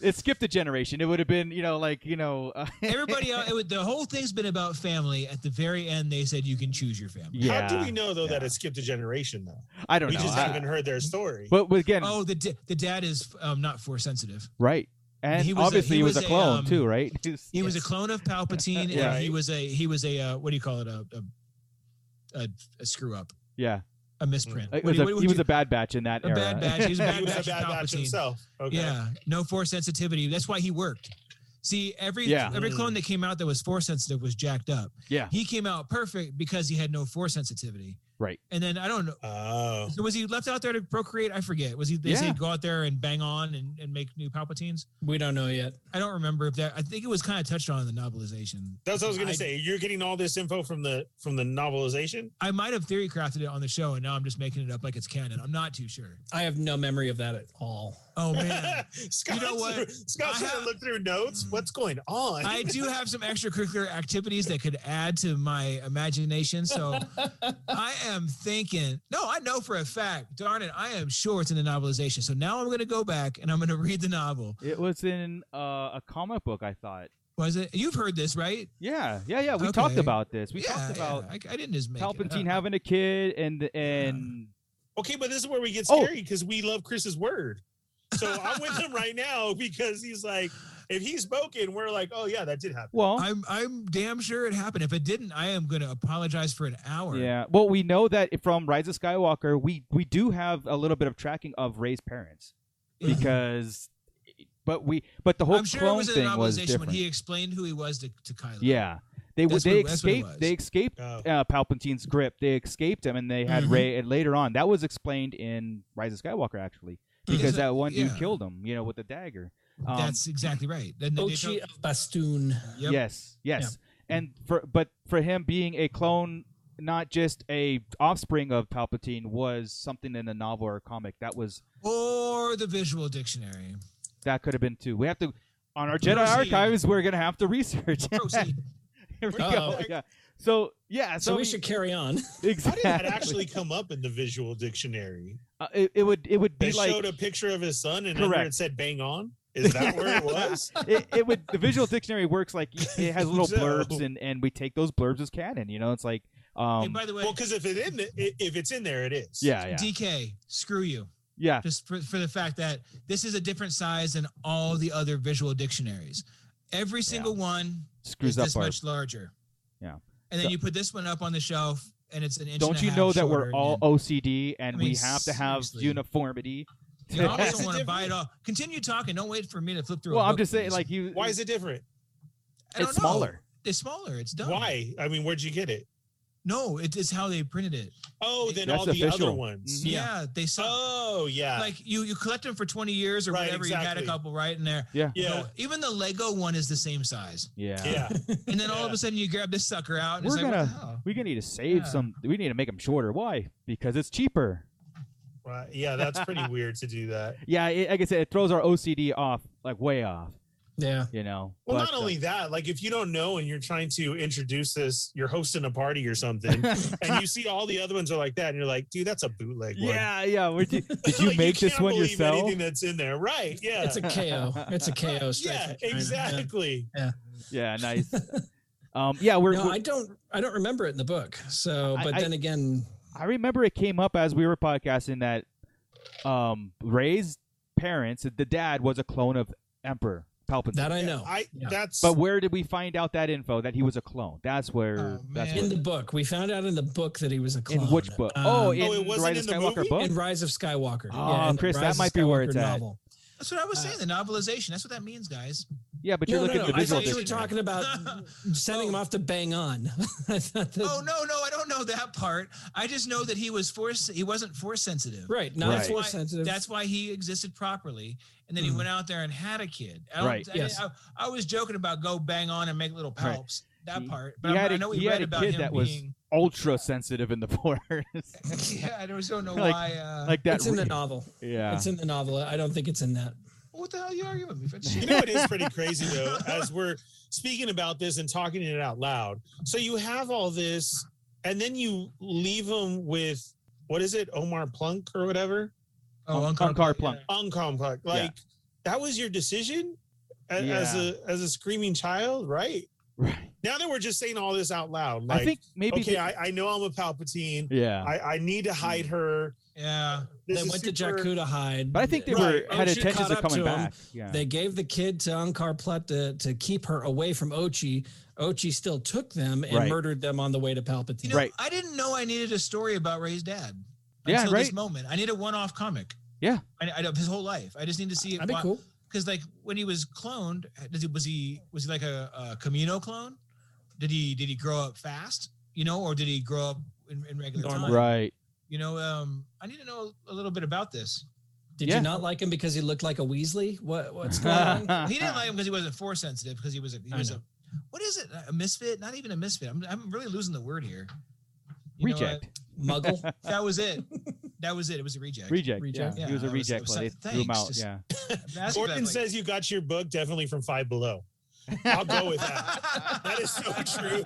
Speaker 8: it skipped a generation. It would have been you know like you know uh,
Speaker 9: Everybody, else, it would, the whole thing's been about family. At the very end, they said you can choose your family.
Speaker 8: yeah.
Speaker 11: how do we know though that
Speaker 8: yeah.
Speaker 11: it skipped a generation though
Speaker 8: I don't
Speaker 11: we
Speaker 8: know.
Speaker 11: just
Speaker 8: I-
Speaker 11: haven't heard their story
Speaker 8: but but again,
Speaker 9: Oh, the da- the dad is um, not force sensitive.
Speaker 8: right, and
Speaker 9: he was a-
Speaker 8: obviously
Speaker 9: he
Speaker 8: he was a
Speaker 9: was a,
Speaker 8: clone
Speaker 9: um,
Speaker 8: too, right?
Speaker 9: He was a clone of Palpatine, and he
Speaker 11: Right.
Speaker 9: was a he was a uh, what do you call it a a, a, a screw up,
Speaker 8: yeah.
Speaker 9: a misprint. What
Speaker 8: It was
Speaker 9: do you-
Speaker 8: a,
Speaker 9: what would
Speaker 8: Uh, he was
Speaker 9: you-
Speaker 8: a bad batch in that
Speaker 9: A
Speaker 8: era.
Speaker 9: bad batch. He was a bad
Speaker 11: he was
Speaker 9: batch
Speaker 11: a bad batch
Speaker 9: Palpatine.
Speaker 11: himself okay
Speaker 9: Yeah, no force sensitivity. That's why he worked. See, every
Speaker 8: Yeah.
Speaker 9: every
Speaker 11: Mm.
Speaker 9: clone that came out that was force sensitive was jacked up.
Speaker 8: yeah,
Speaker 9: He came out perfect because he had no force sensitivity.
Speaker 8: Right.
Speaker 9: And then I don't know.
Speaker 11: oh
Speaker 9: So was he left out there to procreate? I forget. Was he? They say
Speaker 8: Yeah.
Speaker 9: go out there and bang on and, and make new Palpatines.
Speaker 10: We don't know yet.
Speaker 9: I don't remember if that. I think it was kind of touched on in the novelization.
Speaker 11: that's what I was gonna
Speaker 9: I-
Speaker 11: say. You're getting all this info from the from the novelization.
Speaker 9: I might have theory crafted it on the show, and now I'm just making it up like it's canon. I'm not too sure.
Speaker 10: I have no memory of that at all.
Speaker 9: Oh man.
Speaker 11: Scott,
Speaker 9: You know what?
Speaker 11: Scott
Speaker 9: I
Speaker 11: should
Speaker 9: have-
Speaker 11: have looked through notes. What's going on?
Speaker 9: I do have some extracurricular activities that could add to my imagination. So I am thinking, no, I know for a fact, darn it, I am sure it's in the novelization. So now I'm going to go back and I'm going to read the novel.
Speaker 8: it was in uh, a comic book. I thought.
Speaker 9: Was it? You've heard this, right?
Speaker 8: Yeah, yeah, yeah. We talked
Speaker 9: Okay.
Speaker 8: about this. We
Speaker 9: yeah,
Speaker 8: talked
Speaker 9: yeah.
Speaker 8: about
Speaker 9: I, I didn't just make
Speaker 8: Palpatine
Speaker 9: it. up.
Speaker 8: having a kid and and
Speaker 11: Okay, but this is where we get
Speaker 8: Oh.
Speaker 11: scary because we love Chris's word. So I'm with him right now because he's like, if he's spoken, we're like, oh yeah, that did happen.
Speaker 8: Well,
Speaker 9: I'm I'm damn sure it happened. If it didn't, I am going to apologize for an hour.
Speaker 8: yeah. Well, we know that from Rise of Skywalker, we we do have a little bit of tracking of Ray's parents because, but we but the whole
Speaker 9: Mm-hmm. I'm sure
Speaker 8: clone
Speaker 9: it was an
Speaker 8: thing was
Speaker 9: novelization
Speaker 8: different.
Speaker 9: when he explained who he was to, to Kylo.
Speaker 8: yeah, they would
Speaker 9: That's
Speaker 8: they
Speaker 9: what- that's what it
Speaker 8: escaped
Speaker 9: was.
Speaker 8: they escaped
Speaker 11: Oh.
Speaker 8: uh, Palpatine's grip. They escaped him, and they had
Speaker 9: Mhm.
Speaker 8: Ray. And later on, that was explained in Rise of Skywalker actually because
Speaker 9: That's
Speaker 8: that
Speaker 9: what-
Speaker 8: one dude
Speaker 9: yeah.
Speaker 8: killed him, you know, with the dagger. Um,
Speaker 9: that's exactly right. Then they
Speaker 10: Ochi
Speaker 9: don't-
Speaker 10: of Bastoon.
Speaker 9: yep.
Speaker 8: Yes, yes. And for but for him being a clone, not just a offspring of Palpatine, was something in a novel or a comic. That was
Speaker 9: or the visual dictionary.
Speaker 8: that could have been too. We have to on our Jedi
Speaker 9: Proceed.
Speaker 8: archives. We're gonna have to research.
Speaker 9: Proceed.
Speaker 8: Here we go.
Speaker 10: Uh-oh.
Speaker 8: Yeah. So yeah. So,
Speaker 10: So
Speaker 8: I
Speaker 10: we
Speaker 8: mean,
Speaker 10: should carry on.
Speaker 11: How
Speaker 8: exactly.
Speaker 11: did that actually come up in the visual dictionary?
Speaker 8: Uh, it, it would it would
Speaker 11: They
Speaker 8: be like
Speaker 11: showed a picture of his son, and under
Speaker 8: Correct.
Speaker 11: it said "bang on." Is that where it was?
Speaker 8: it, it would the visual dictionary works like it has little
Speaker 11: So-
Speaker 8: blurbs and and we take those blurbs as canon. You know, it's like
Speaker 9: Hey,
Speaker 8: um
Speaker 9: by the way,
Speaker 11: well, because if it in the- if it's in there, it is.
Speaker 8: yeah yeah
Speaker 9: DK, screw you.
Speaker 8: yeah
Speaker 9: Just for, for the fact that this is a different size than all the other visual dictionaries. Every single one
Speaker 8: screws
Speaker 9: is
Speaker 8: up
Speaker 9: this
Speaker 8: our
Speaker 9: much larger.
Speaker 8: Yeah.
Speaker 9: And then
Speaker 8: So-
Speaker 9: you put this one up on the shelf, and it's an inch.
Speaker 8: Don't
Speaker 9: and a
Speaker 8: you
Speaker 9: half
Speaker 8: know that we're
Speaker 9: shorter
Speaker 8: all
Speaker 9: than-
Speaker 8: OCD and
Speaker 9: I mean,
Speaker 8: we have to have
Speaker 9: seriously.
Speaker 8: uniformity?
Speaker 9: You always
Speaker 11: That's
Speaker 9: don't want
Speaker 11: the
Speaker 9: to buy it all. Continue talking. Don't wait for me to flip through. a
Speaker 8: well, I'm
Speaker 9: book,
Speaker 8: just saying,
Speaker 9: please.
Speaker 8: like you.
Speaker 11: Why is it different?
Speaker 9: I don't
Speaker 8: it's
Speaker 9: know.
Speaker 8: smaller.
Speaker 9: It's smaller. It's dumb.
Speaker 11: Why? I mean, where'd you get it?
Speaker 9: No, it is how they printed it.
Speaker 11: Oh, then
Speaker 8: That's
Speaker 11: all the
Speaker 8: official.
Speaker 11: other ones.
Speaker 8: Mhm.
Speaker 9: Yeah, they saw.
Speaker 11: Oh, yeah.
Speaker 9: Like you, you collect them for 20 years or
Speaker 11: Right,
Speaker 9: whatever. You've had a
Speaker 11: exactly.
Speaker 9: couple right in there.
Speaker 8: Yeah.
Speaker 11: yeah.
Speaker 9: No, even the Lego one is the same size.
Speaker 8: Yeah.
Speaker 11: Yeah.
Speaker 9: And then all of
Speaker 11: Yeah.
Speaker 9: a sudden you grab this sucker out. And
Speaker 8: We're
Speaker 9: it's like,
Speaker 8: gonna-
Speaker 9: what the hell?
Speaker 8: We're gonna need to save
Speaker 9: Yeah.
Speaker 8: some. We need to make them shorter. Why? Because it's cheaper.
Speaker 11: Right. Yeah, that's pretty weird to do that.
Speaker 8: Yeah. It, like I said, it throws our OCD off, like way off.
Speaker 10: Yeah.
Speaker 8: You know.
Speaker 11: Well,
Speaker 8: But,
Speaker 11: not
Speaker 8: uh,
Speaker 11: only that, like if you don't know and you're trying to introduce this, you're hosting a party or something, and you see all the other ones are like that, and you're like, dude, that's a bootleg one.
Speaker 8: yeah. Yeah. Would you, did you
Speaker 11: Like,
Speaker 8: make this
Speaker 11: can't
Speaker 8: one
Speaker 11: believe
Speaker 8: yourself?
Speaker 11: Anything that's in there, right? Yeah.
Speaker 10: It's a KO. It's a KO. straight
Speaker 11: yeah,
Speaker 10: from China.
Speaker 11: exactly.
Speaker 8: Yeah. Nice. um. Yeah. We're.
Speaker 10: No,
Speaker 8: we're-
Speaker 10: I don't. I don't remember it in the book. So,
Speaker 8: I-
Speaker 10: but
Speaker 8: I-
Speaker 10: then again,
Speaker 8: I remember it came up as we were podcasting that um Ray's parents, the dad, was a clone of Emperor Palpatine.
Speaker 10: that I know.
Speaker 11: I
Speaker 10: Yeah.
Speaker 11: that's
Speaker 8: But where did we find out that info that he was a clone? That's where.
Speaker 9: Oh,
Speaker 8: that's
Speaker 9: man.
Speaker 8: where,
Speaker 10: in the book, we found out in the book that he was a clone.
Speaker 8: in which book? oh,
Speaker 10: Um,
Speaker 8: in
Speaker 11: Oh, it
Speaker 8: the
Speaker 11: wasn't
Speaker 8: Rise of
Speaker 11: in the
Speaker 8: Skywalker
Speaker 11: movie?
Speaker 8: book.
Speaker 10: in Rise of Skywalker.
Speaker 8: Oh,
Speaker 10: in the
Speaker 8: Chris, that
Speaker 10: Rise of
Speaker 8: might be where
Speaker 10: Skywalker
Speaker 8: it's at.
Speaker 10: novel.
Speaker 9: That's what I
Speaker 11: Uh,
Speaker 9: was saying. The novelization. That's what that means, guys.
Speaker 8: yeah, but you're
Speaker 10: No, no,
Speaker 8: looking
Speaker 10: no.
Speaker 8: at the
Speaker 10: I
Speaker 8: visual
Speaker 10: thought you
Speaker 8: dictionary.
Speaker 10: were talking about sending him off to bang on. I thought that-
Speaker 9: Oh no, no, I don't know that part. I just know that he was force. He wasn't force sensitive.
Speaker 10: Right, not
Speaker 8: Right.
Speaker 10: force
Speaker 9: Why-
Speaker 10: sensitive.
Speaker 9: That's why he existed properly, and then he
Speaker 10: Mhm.
Speaker 9: went out there and had a kid. I
Speaker 8: Mm-hmm. Right.
Speaker 9: I,
Speaker 10: Yes.
Speaker 9: I, I was joking about go bang on and make little
Speaker 8: Right.
Speaker 9: palps. That
Speaker 8: He-
Speaker 9: part,
Speaker 8: he
Speaker 9: but I,
Speaker 8: had a-
Speaker 9: I know we
Speaker 8: he had
Speaker 9: read
Speaker 8: a
Speaker 9: about
Speaker 8: kid
Speaker 9: him
Speaker 8: that was-
Speaker 9: being.
Speaker 8: ultra sensitive in the force,
Speaker 9: yeah, I just don't know
Speaker 8: Like-
Speaker 9: why. Uh,
Speaker 8: like that.
Speaker 10: it's in the
Speaker 8: re-
Speaker 10: novel.
Speaker 8: Yeah.
Speaker 10: It's in the novel. I don't think it's in that.
Speaker 9: what the hell are "Oh, you arguing with me for?
Speaker 11: you know it is pretty crazy though as we're speaking about this and talking it out loud so you have all this and then you leave them with what is it omar plunk or whatever
Speaker 9: Oh,
Speaker 8: Unkar
Speaker 9: Unkar
Speaker 8: Plunk.
Speaker 11: uncomplex like that was your decision a- as
Speaker 8: Yeah.
Speaker 11: a as a screaming child right
Speaker 8: Right.
Speaker 11: now that we're just saying all this out loud like
Speaker 8: I think maybe.
Speaker 11: okay
Speaker 8: the-
Speaker 11: I, I know i'm a palpatine
Speaker 8: yeah.
Speaker 11: I, I need to hide her
Speaker 9: Yeah.
Speaker 11: This
Speaker 10: they
Speaker 11: is
Speaker 10: went to
Speaker 11: super-
Speaker 10: Jakku to hide.
Speaker 8: but I think they
Speaker 11: Right.
Speaker 8: were had
Speaker 10: Ochi
Speaker 8: intentions
Speaker 10: caught
Speaker 8: of
Speaker 10: up
Speaker 8: coming
Speaker 10: to him.
Speaker 8: back. Yeah.
Speaker 10: They gave the kid to Ankar Plutt to, to keep her away from Ochi. Ochi still took them and
Speaker 8: Right.
Speaker 10: murdered them on the way to Palpatine.
Speaker 9: You know,
Speaker 8: Right.
Speaker 9: I didn't know I needed a story about Ray's dad.
Speaker 8: Yeah,
Speaker 9: Until
Speaker 8: right.
Speaker 9: this moment, I need a one-off comic.
Speaker 8: Yeah.
Speaker 9: I, I, his whole life. I just need to see it.
Speaker 10: That'd be cool.
Speaker 9: because like when he was cloned, did he, was he was he like a, a Camino clone? Did he did he grow up fast? You know, or did he grow up in, in regular
Speaker 10: Normal.
Speaker 9: time?
Speaker 8: right.
Speaker 9: You know, um, I need to know a little bit about this.
Speaker 10: Did
Speaker 8: Yeah.
Speaker 10: you not like him because he looked like a Weasley? What what's going on?
Speaker 9: He didn't like him because he wasn't force sensitive because he was a he
Speaker 10: Uh, I
Speaker 9: was a
Speaker 10: know.
Speaker 9: what is it a misfit? Not even a misfit. I'm I'm really losing the word here. You know what?
Speaker 8: Reject.
Speaker 10: Muggle.
Speaker 9: that was it. That was it. It was a reject.
Speaker 8: Reject.
Speaker 10: Reject.
Speaker 8: Yeah. he was a
Speaker 9: Yeah, it was-
Speaker 8: reject.
Speaker 9: it was
Speaker 8: but they
Speaker 9: something-
Speaker 8: threw him
Speaker 9: thanks,
Speaker 8: out.
Speaker 9: just-
Speaker 8: yeah.
Speaker 9: That's what
Speaker 11: Gordon
Speaker 9: I'm like-
Speaker 11: says you got your book definitely from Five Below. I'll go with that. That is so true.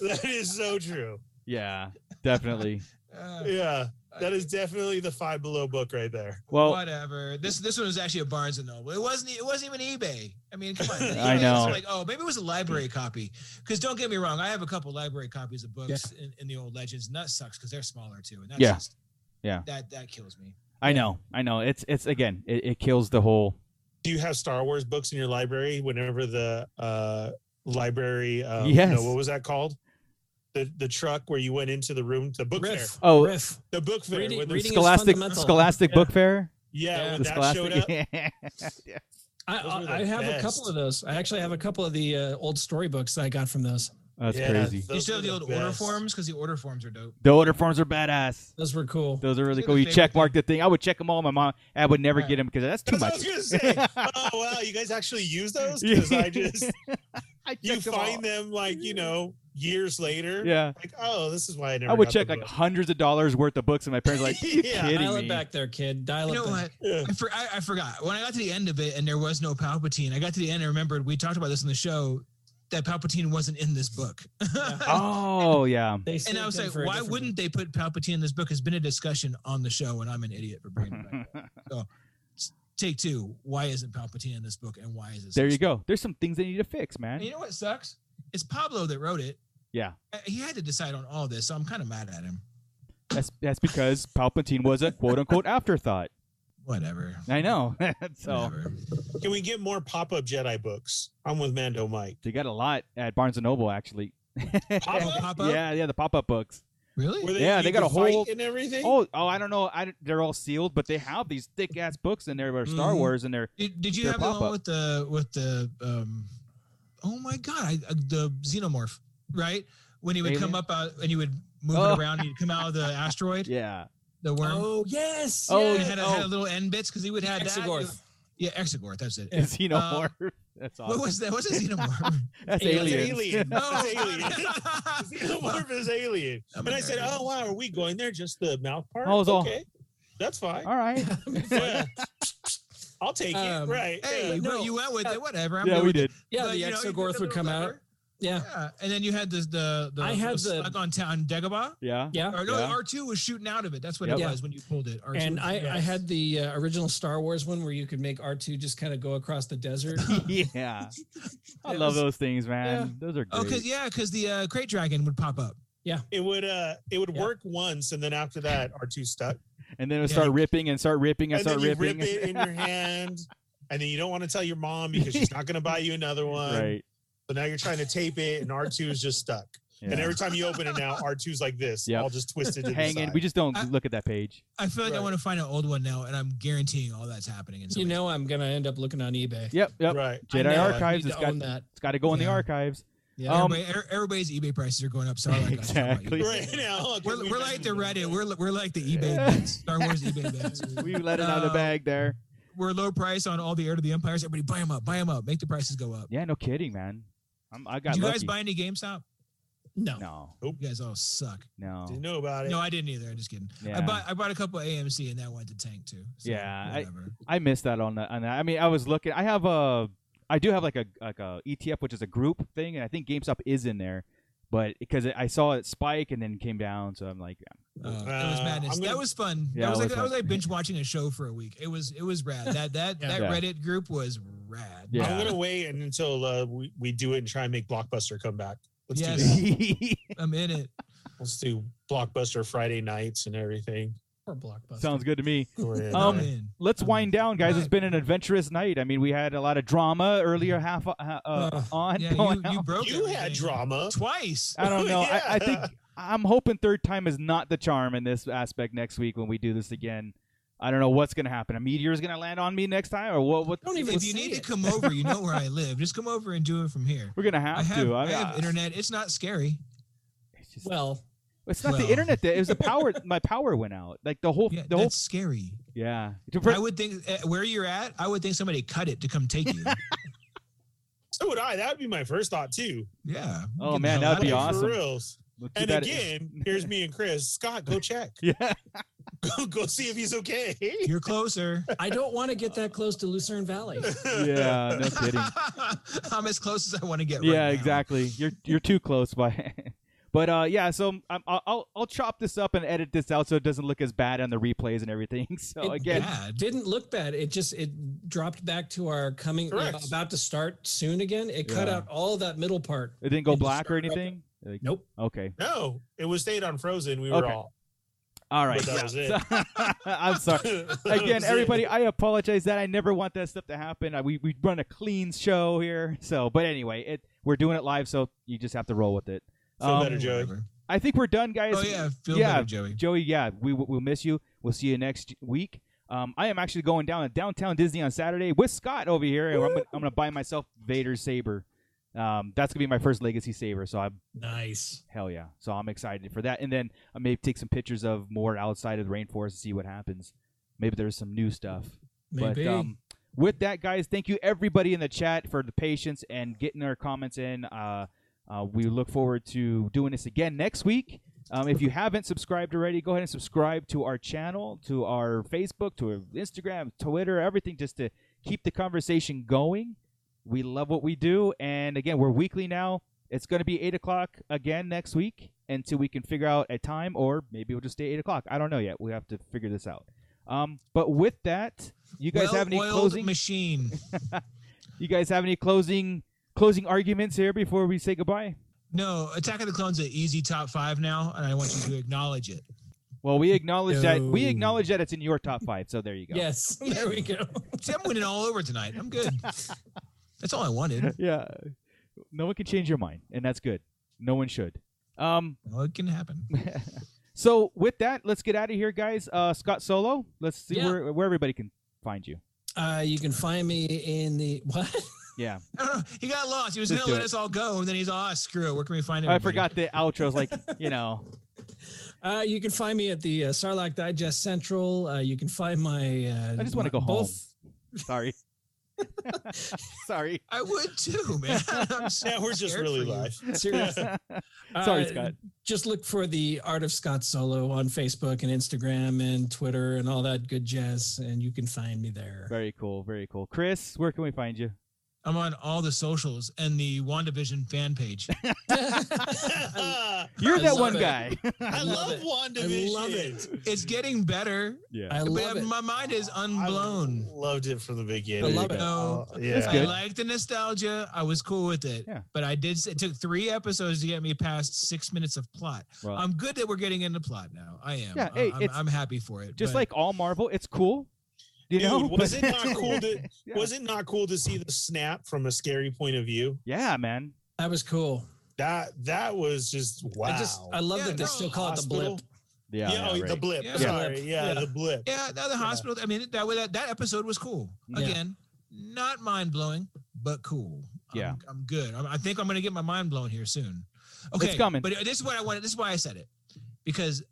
Speaker 11: that is so true.
Speaker 8: Yeah. Definitely.
Speaker 9: Uh,
Speaker 11: Yeah, that is definitely the Five Below book right there.
Speaker 8: Well,
Speaker 9: whatever. This this one was actually a Barnes and Noble. It wasn't it wasn't even eBay. I mean, come on. eBay
Speaker 11: I
Speaker 9: was
Speaker 8: know.
Speaker 9: Like, oh, maybe it was a library copy. Because don't get me wrong, I have a couple library copies of books in, in the old Legends, and that sucks because they're smaller too. And that's
Speaker 8: Yeah.
Speaker 9: just,
Speaker 8: Yeah.
Speaker 9: That that kills me.
Speaker 8: I know. I know. It's it's again. It, it kills the whole.
Speaker 11: do you have Star Wars books in your library? Whenever the uh, library, um,
Speaker 8: Yes.
Speaker 11: no, what was that called? The the truck where you went into the room, the book fair,
Speaker 10: Riff.
Speaker 8: Oh,
Speaker 10: Riff.
Speaker 11: the book fair.
Speaker 10: Reading-
Speaker 11: where the-
Speaker 10: reading- is
Speaker 8: Scholastic
Speaker 10: fundamental.
Speaker 8: Scholastic
Speaker 11: Yeah.
Speaker 8: Book Fair.
Speaker 11: yeah,
Speaker 10: Yeah.
Speaker 11: when
Speaker 8: The
Speaker 11: that
Speaker 8: Scholastic.
Speaker 11: showed up.
Speaker 8: Yeah.
Speaker 10: I,
Speaker 11: Those were the
Speaker 10: I, I have a
Speaker 11: best.
Speaker 10: couple of those. I actually have a couple of the uh, old storybooks that I got from those.
Speaker 8: That's
Speaker 11: Yeah,
Speaker 8: crazy.
Speaker 11: those
Speaker 9: you still
Speaker 11: were
Speaker 9: have the old order
Speaker 11: best.
Speaker 9: forms because the order forms are dope.
Speaker 8: The order forms are badass.
Speaker 10: Those were cool.
Speaker 8: Those are really
Speaker 9: Those are
Speaker 8: cool.
Speaker 9: the
Speaker 8: You
Speaker 9: favorite
Speaker 8: check mark the thing. I would check them all. My mom, I would never
Speaker 9: Yeah.
Speaker 8: get them because that's too
Speaker 11: That's what I
Speaker 8: much.
Speaker 11: was gonna say. oh wow, you guys actually use those? Because I just
Speaker 8: I
Speaker 11: you
Speaker 8: checked 'em all.
Speaker 11: find them like you know years later.
Speaker 8: Yeah,
Speaker 11: Like oh, this is why I never.
Speaker 8: I would
Speaker 11: got the
Speaker 8: check like
Speaker 11: book. hundreds.
Speaker 8: hundreds of dollars worth of books, and my parents were like, "You
Speaker 11: Yeah,
Speaker 8: kidding
Speaker 10: Dial
Speaker 8: me?"
Speaker 10: it back there, kid. Dial
Speaker 9: You know
Speaker 10: it back.
Speaker 9: what?
Speaker 11: Yeah.
Speaker 9: I, for, I, I forgot. When I got to the end of it and there was no Palpatine, I got to the end and remembered we talked about this in the show that Palpatine wasn't in this book.
Speaker 8: Oh yeah,
Speaker 10: They
Speaker 9: and I was like, why wouldn't they put Palpatine in this book? It's been a discussion on the show, and I'm an idiot for bringing it back. so, s- take two. Why isn't Palpatine in this book, and why is it?
Speaker 8: there
Speaker 9: so
Speaker 8: you go. There's some things they need to fix,
Speaker 9: And you
Speaker 8: man.
Speaker 9: know what sucks? It's Pablo that wrote it.
Speaker 8: Yeah.
Speaker 9: Uh, He had to decide on all this, so I'm kind of mad at him.
Speaker 8: That's that's because Palpatine was a quote unquote afterthought.
Speaker 9: Whatever.
Speaker 8: I know. so
Speaker 9: Whatever.
Speaker 11: Can we get more pop up Jedi books? I'm with Mando Mike.
Speaker 8: they got a lot at Barnes and Noble actually.
Speaker 9: Oh,
Speaker 11: Pop-up?
Speaker 9: pop up?
Speaker 8: yeah, yeah, the pop up books.
Speaker 9: Really?
Speaker 11: Where
Speaker 8: Yeah,
Speaker 11: you
Speaker 8: they got
Speaker 11: could
Speaker 8: a whole-
Speaker 11: fight and everything.
Speaker 8: Oh, oh, I don't know. I, they're all sealed, but they have these thick ass books in there about Star
Speaker 10: Mhm.
Speaker 8: Wars, and they're
Speaker 9: Did, did you
Speaker 8: They're
Speaker 9: have the one
Speaker 8: pop-up.
Speaker 9: with the with the um? Oh my god! I, uh, the xenomorph, right? When he would come
Speaker 8: Alien?
Speaker 9: up out and he would move
Speaker 8: Oh.
Speaker 9: it around, and he'd come out of the asteroid,
Speaker 8: yeah.
Speaker 9: the worm.
Speaker 10: Oh yes.
Speaker 8: Oh,
Speaker 9: And
Speaker 10: yeah.
Speaker 9: it had, a, had a
Speaker 8: oh.
Speaker 9: little end bits because he would have
Speaker 10: Exegorth.
Speaker 9: that. Yeah, Exegorth. That's it.
Speaker 8: Is he no more? That's
Speaker 9: What
Speaker 8: awesome.
Speaker 9: was that? What's a xenomorph?
Speaker 8: That's
Speaker 10: Alien.
Speaker 8: aliens.
Speaker 11: alien.
Speaker 9: oh,
Speaker 11: That's alien. Xenomorph is alien.
Speaker 9: I'm
Speaker 11: and I said,
Speaker 9: American.
Speaker 11: oh wow, are we going there? Just the mouth part?
Speaker 8: I was Oh, all-
Speaker 11: okay, that's fine.
Speaker 8: All right.
Speaker 11: Yeah. I'll take
Speaker 10: Um,
Speaker 11: it. Right.
Speaker 9: hey,
Speaker 11: Yeah.
Speaker 9: where you went with it? Whatever. I'm
Speaker 8: yeah,
Speaker 9: good
Speaker 8: we
Speaker 9: with it.
Speaker 8: did.
Speaker 10: yeah,
Speaker 9: But,
Speaker 10: the
Speaker 9: you know, you did
Speaker 10: Exogorth
Speaker 9: the
Speaker 10: would
Speaker 9: little
Speaker 10: come out.
Speaker 9: lever.
Speaker 10: Yeah.
Speaker 9: Yeah, and then you had this the the
Speaker 10: I had the-
Speaker 9: slug on town Dagobah.
Speaker 8: Yeah.
Speaker 10: Yeah.
Speaker 9: Or no,
Speaker 8: Yeah.
Speaker 9: R two was shooting out of it. That's what it
Speaker 10: Yep.
Speaker 9: was when you pulled it. R2
Speaker 10: And
Speaker 9: was-
Speaker 10: I, I
Speaker 9: yes.
Speaker 10: had the uh, original Star Wars one where you could make R2 just kind of go across the desert.
Speaker 8: Yeah. I
Speaker 10: It
Speaker 8: love
Speaker 10: was-
Speaker 8: those things, man. Those are great.
Speaker 9: Oh, cause yeah, cause the uh, crate dragon would pop up.
Speaker 11: It would uh it would
Speaker 10: Yeah.
Speaker 11: work once and then after that R2 stuck.
Speaker 8: And then it'll
Speaker 9: Yeah.
Speaker 8: start ripping and start ripping and,
Speaker 11: And
Speaker 8: start
Speaker 11: then you
Speaker 8: ripping.
Speaker 11: rip it in your hand. And then you don't want to tell your mom because she's not going to buy you another one.
Speaker 8: right.
Speaker 11: So now you're trying to tape it, and R2 is just stuck.
Speaker 8: Yeah.
Speaker 11: And every time you open it now, R2's like this,
Speaker 8: Yep.
Speaker 11: all just twisted to the
Speaker 8: Hanging.
Speaker 11: side.
Speaker 8: We just don't
Speaker 9: I-
Speaker 8: look at that page.
Speaker 9: I feel like I
Speaker 11: Right.
Speaker 9: want to find an old one now, and I'm guaranteeing all that's happening. In
Speaker 10: you know, I'm going to end up looking on eBay.
Speaker 8: Yep. Yep.
Speaker 11: Right.
Speaker 10: I
Speaker 8: Jedi
Speaker 10: know, I
Speaker 8: archives.
Speaker 10: need
Speaker 8: It's
Speaker 10: to
Speaker 8: got.
Speaker 10: own that.
Speaker 8: It's got to go in the
Speaker 9: Yeah. Oh,
Speaker 8: archives.
Speaker 9: yeah,
Speaker 8: um,
Speaker 9: everybody, er- everybody's eBay prices are going up. So I like us talking about
Speaker 8: Exactly.
Speaker 9: eBay.
Speaker 11: Right now. okay,
Speaker 9: We're,
Speaker 11: we
Speaker 9: we're
Speaker 11: got
Speaker 9: like
Speaker 11: you.
Speaker 9: the Reddit. We're we're like the eBay
Speaker 8: Yeah.
Speaker 9: bets, Star Wars eBay bets.
Speaker 8: We let it out of the
Speaker 9: Uh,
Speaker 8: bag there.
Speaker 9: We're low price on all the Heir to the Empires. Everybody buy them up, buy them up, make the prices go up.
Speaker 8: Yeah. No kidding, man. I'm, I got
Speaker 9: Did you
Speaker 8: lucky.
Speaker 9: guys buy any GameStop?
Speaker 10: No.
Speaker 8: no.
Speaker 9: You guys all suck.
Speaker 11: Didn't
Speaker 8: No.
Speaker 11: know about it.
Speaker 9: No, I didn't either. I'm just kidding.
Speaker 8: Yeah.
Speaker 9: I bought I bought a couple AMC and that went to tank too. So
Speaker 8: Yeah, I-
Speaker 9: whatever.
Speaker 8: I missed that on that. On that. I mean, I was looking. I have a. I do have like a like a ETF, which is a group thing, and I think GameStop is in there, but because it, I saw it spike and then came down, so I'm like,
Speaker 9: Uh, it was
Speaker 11: Uh,
Speaker 9: madness.
Speaker 11: I'm
Speaker 9: that
Speaker 11: gonna-
Speaker 9: was fun.
Speaker 8: Yeah,
Speaker 9: that was
Speaker 8: it
Speaker 9: like
Speaker 8: was
Speaker 9: that was
Speaker 8: fun.
Speaker 9: like binge watching a show for a week. It was it was rad. That that
Speaker 10: Yeah.
Speaker 9: that
Speaker 8: Yeah.
Speaker 9: Reddit group was rad.
Speaker 8: Yeah.
Speaker 11: I'm going to wait until uh, we, we do it and try and make Blockbuster come back. Let's do
Speaker 9: Yes.
Speaker 11: that.
Speaker 9: I'm in it.
Speaker 11: Let's do Blockbuster Friday nights and everything.
Speaker 10: Or Blockbuster.
Speaker 8: sounds good to me.
Speaker 11: Go ahead.
Speaker 8: Um,
Speaker 9: I'm in.
Speaker 8: Let's
Speaker 9: Um,
Speaker 8: wind down, guys. It's
Speaker 9: right.
Speaker 8: been an adventurous night. I mean, we had a lot of drama earlier half uh, uh,
Speaker 10: Uh,
Speaker 8: on.
Speaker 9: Yeah,
Speaker 8: going
Speaker 9: you, you
Speaker 8: out.
Speaker 9: broke.
Speaker 11: you had
Speaker 9: everything.
Speaker 11: drama.
Speaker 9: twice.
Speaker 8: I don't know. I, I think
Speaker 11: Yeah.
Speaker 8: I'm hoping third time is not the charm in this aspect next week when we do this again. I don't know what's gonna happen. A meteor is gonna land on me next time, or what? What?
Speaker 10: Don't even
Speaker 9: If you
Speaker 10: say
Speaker 9: need to
Speaker 10: it.
Speaker 9: come over, you know where I live. Just come over and do it from here.
Speaker 8: We're gonna have,
Speaker 9: I have,
Speaker 8: to.
Speaker 9: I
Speaker 8: mean,
Speaker 9: have internet. It's not scary.
Speaker 8: it's just-
Speaker 10: Well,
Speaker 8: It's not
Speaker 9: Well-
Speaker 8: the internet. That it was the power. my power went out. Like the whole.
Speaker 9: Yeah,
Speaker 8: the whole.
Speaker 9: that's scary.
Speaker 8: Yeah. To pre-
Speaker 9: I would think uh, where you're at. I would think somebody cut it to come take you.
Speaker 11: So would I. That would be my first thought, too.
Speaker 9: yeah. Get
Speaker 8: Oh,
Speaker 9: the
Speaker 8: man,
Speaker 9: hell
Speaker 8: that'd be
Speaker 9: out of
Speaker 11: Like,
Speaker 8: awesome.
Speaker 11: For reals.
Speaker 8: Look who
Speaker 11: And
Speaker 8: that is.
Speaker 11: again, here's me and Chris. Scott, go check.
Speaker 8: Yeah.
Speaker 11: Go, go see if he's okay.
Speaker 9: here. You're closer.
Speaker 10: I don't want to get that close to Lucerne Valley.
Speaker 8: Yeah. No kidding.
Speaker 9: I'm as close as I want to get.
Speaker 8: yeah.
Speaker 9: right now.
Speaker 8: Exactly. You're you're too close by. But uh, yeah, so I'm, I'll- I'll I'll chop this up and edit this out so it doesn't look as bad on the replays and everything. So
Speaker 10: It-
Speaker 8: again,
Speaker 9: Bad.
Speaker 10: Didn't look bad. It just it dropped back to our coming uh,
Speaker 11: Correct.
Speaker 10: about to start soon again. It cut
Speaker 8: Yeah.
Speaker 10: out all that middle part.
Speaker 8: it didn't go
Speaker 10: It just
Speaker 8: black or
Speaker 10: started up.
Speaker 8: anything. Like,
Speaker 10: Nope.
Speaker 8: Okay.
Speaker 11: No, it was stayed on Frozen. We were
Speaker 8: Okay.
Speaker 11: all
Speaker 8: All right.
Speaker 11: But that was it.
Speaker 8: I'm sorry. Again,
Speaker 11: That's it.
Speaker 8: everybody, I apologize that I never want that stuff to happen. I, we we run a clean show here, so but anyway, it we're doing it live, so you just have to roll with it.
Speaker 11: Feel
Speaker 8: Um,
Speaker 11: better, Joey.
Speaker 9: Whatever.
Speaker 8: I think we're done, guys.
Speaker 9: Oh yeah, feel
Speaker 8: Yeah.
Speaker 9: better, Joey.
Speaker 8: Joey, yeah, we will- we'll miss you. We'll see you next week. Um, I am actually going down to downtown Disney on Saturday with Scott over here, and I'm gonna, I'm gonna buy myself Vader's saber. Um, that's gonna be my first legacy saber, so I'm
Speaker 10: Nice.
Speaker 8: hell yeah. So I'm excited for that, and then I may take some pictures of more outside of the rainforest to see what happens. Maybe there's some new stuff.
Speaker 10: Maybe.
Speaker 8: But um, with that, guys, thank you everybody in the chat for the patience and getting their comments in. Uh, uh, we look forward to doing this again next week. Um, if you haven't subscribed already, go ahead and subscribe to our channel, to our Facebook, to our Instagram, Twitter, everything, just to keep the conversation going. We love what we do, and again, we're weekly now. It's going to be eight o'clock again next week until we can figure out a time, or maybe we'll just stay eight o'clock. I don't know yet. We have to figure this out. Um, but with that, you guys have any
Speaker 9: Well-oiled
Speaker 8: closing?
Speaker 9: machine.
Speaker 8: you guys have any closing closing arguments here before we say goodbye?
Speaker 9: No, Attack of the Clones an easy top five now, and I want you to acknowledge it.
Speaker 8: Well, we acknowledge that we
Speaker 10: No.
Speaker 8: acknowledge that it's in your top five. So there you go.
Speaker 10: Yes. There we go.
Speaker 9: See, I'm winning all over tonight. I'm good. That's all I wanted.
Speaker 8: Yeah. No one can change your mind, and that's good. No one should. Um.
Speaker 9: Well, it can happen.
Speaker 8: So with that, let's get out of here, guys. Uh, Scott Solo. Let's see
Speaker 10: Yeah.
Speaker 8: where where everybody can find you.
Speaker 10: Uh, you can find me in the what?
Speaker 8: Yeah.
Speaker 9: I don't know. He got lost. He was
Speaker 8: Just
Speaker 9: gonna let
Speaker 8: do it.
Speaker 9: us all go, and then he's all, ah, screw it. Where can we find him?
Speaker 8: I forgot the outro. It's like you know.
Speaker 10: Uh, you can find me at the uh, Sarlacc Digest Central. Uh, you can find my. Uh,
Speaker 8: I just wanna go
Speaker 10: my-
Speaker 8: home.
Speaker 10: both-
Speaker 8: Sorry. Sorry.
Speaker 9: I would too, man. I'm so
Speaker 11: Yeah, we're just
Speaker 9: scared
Speaker 11: really
Speaker 9: for you.
Speaker 11: live.
Speaker 10: Seriously.
Speaker 8: Sorry,
Speaker 10: Uh,
Speaker 8: Scott.
Speaker 10: Just look for the Art of Scott Solo on Facebook and Instagram and Twitter and all that good jazz, and you can find me there.
Speaker 8: Very cool. Very cool. Chris, where can we find you?
Speaker 9: I'm on all the socials and the WandaVision fan page.
Speaker 11: I
Speaker 8: You're
Speaker 10: I
Speaker 8: that
Speaker 10: love
Speaker 8: one
Speaker 10: it.
Speaker 8: guy.
Speaker 11: love
Speaker 10: it.
Speaker 11: WandaVision.
Speaker 10: I love it.
Speaker 9: It's getting better,
Speaker 8: yeah.
Speaker 10: I love
Speaker 9: but
Speaker 10: it.
Speaker 9: my mind is
Speaker 11: I
Speaker 9: unblown.
Speaker 11: Loved it from the beginning.
Speaker 10: I love it.
Speaker 9: No.
Speaker 11: Uh, yeah.
Speaker 8: That's good.
Speaker 9: I like the nostalgia. I was cool with it.
Speaker 8: Yeah.
Speaker 9: But I did. s- It took three episodes to get me past six minutes of plot.
Speaker 8: Well,
Speaker 9: I'm good that we're getting into plot now. I am.
Speaker 8: Yeah,
Speaker 9: I-
Speaker 8: hey,
Speaker 9: I'm,
Speaker 8: it's-
Speaker 9: I'm happy for it.
Speaker 8: just
Speaker 9: but-
Speaker 8: like all Marvel, it's cool. You know,
Speaker 11: Dude, was
Speaker 8: but-
Speaker 11: it not cool to
Speaker 8: Yeah.
Speaker 11: was it not cool to see the snap from a scary point of view?
Speaker 8: yeah, man.
Speaker 10: That was cool.
Speaker 11: That that was just wow.
Speaker 10: I just I love
Speaker 9: Yeah,
Speaker 10: that they
Speaker 9: no,
Speaker 10: still call it the
Speaker 11: hospital.
Speaker 10: blip.
Speaker 11: yeah, oh, the
Speaker 8: right.
Speaker 11: blip.
Speaker 9: Yeah.
Speaker 11: Sorry, yeah,
Speaker 10: Yeah.
Speaker 11: the blip.
Speaker 9: yeah, now the hospital. I mean, that, that that episode was cool.
Speaker 10: Yeah.
Speaker 9: Again, not mind blowing, but cool. I'm-
Speaker 8: Yeah.
Speaker 9: I'm, good. I'm, I think I'm gonna get my mind blown here soon. Okay,
Speaker 8: coming.
Speaker 9: But this is what I wanted. This is why I said it, because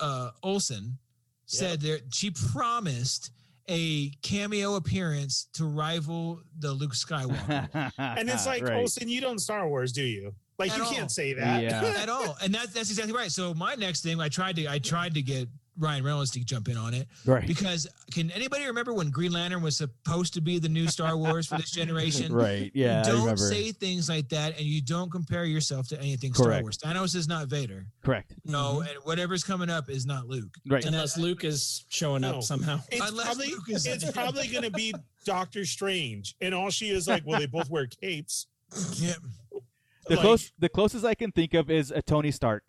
Speaker 9: uh Olson said there she promised a cameo appearance to rival the Luke Skywalker.
Speaker 11: And it's like,
Speaker 8: Right.
Speaker 11: Olsen, you don't Star Wars, do you? Like
Speaker 9: At
Speaker 11: you
Speaker 9: all.
Speaker 11: can't say that.
Speaker 8: Yeah.
Speaker 9: at all. And that's that's exactly right. So my next thing, I tried to I tried to get Ryan Reynolds to jump in on it
Speaker 8: right.
Speaker 9: because can anybody remember when Green Lantern was supposed to be the new Star Wars for this generation?
Speaker 8: Right.
Speaker 9: You
Speaker 8: Yeah. I
Speaker 9: don't
Speaker 8: remember.
Speaker 9: say things like that, and you don't compare yourself to anything
Speaker 8: Correct.
Speaker 9: Star Wars. Thanos is not Vader.
Speaker 8: Correct.
Speaker 9: No, and whatever's coming up is not Luke.
Speaker 8: Right.
Speaker 10: Unless Luke is showing
Speaker 11: No.
Speaker 10: up somehow.
Speaker 11: It's
Speaker 9: Unless
Speaker 11: probably
Speaker 9: Luke is-
Speaker 11: it's probably gonna be Doctor Strange. And all she is like, well, they both wear capes.
Speaker 9: Yeah,
Speaker 8: The
Speaker 11: Like,
Speaker 8: close, the closest I can think of is a Tony Stark.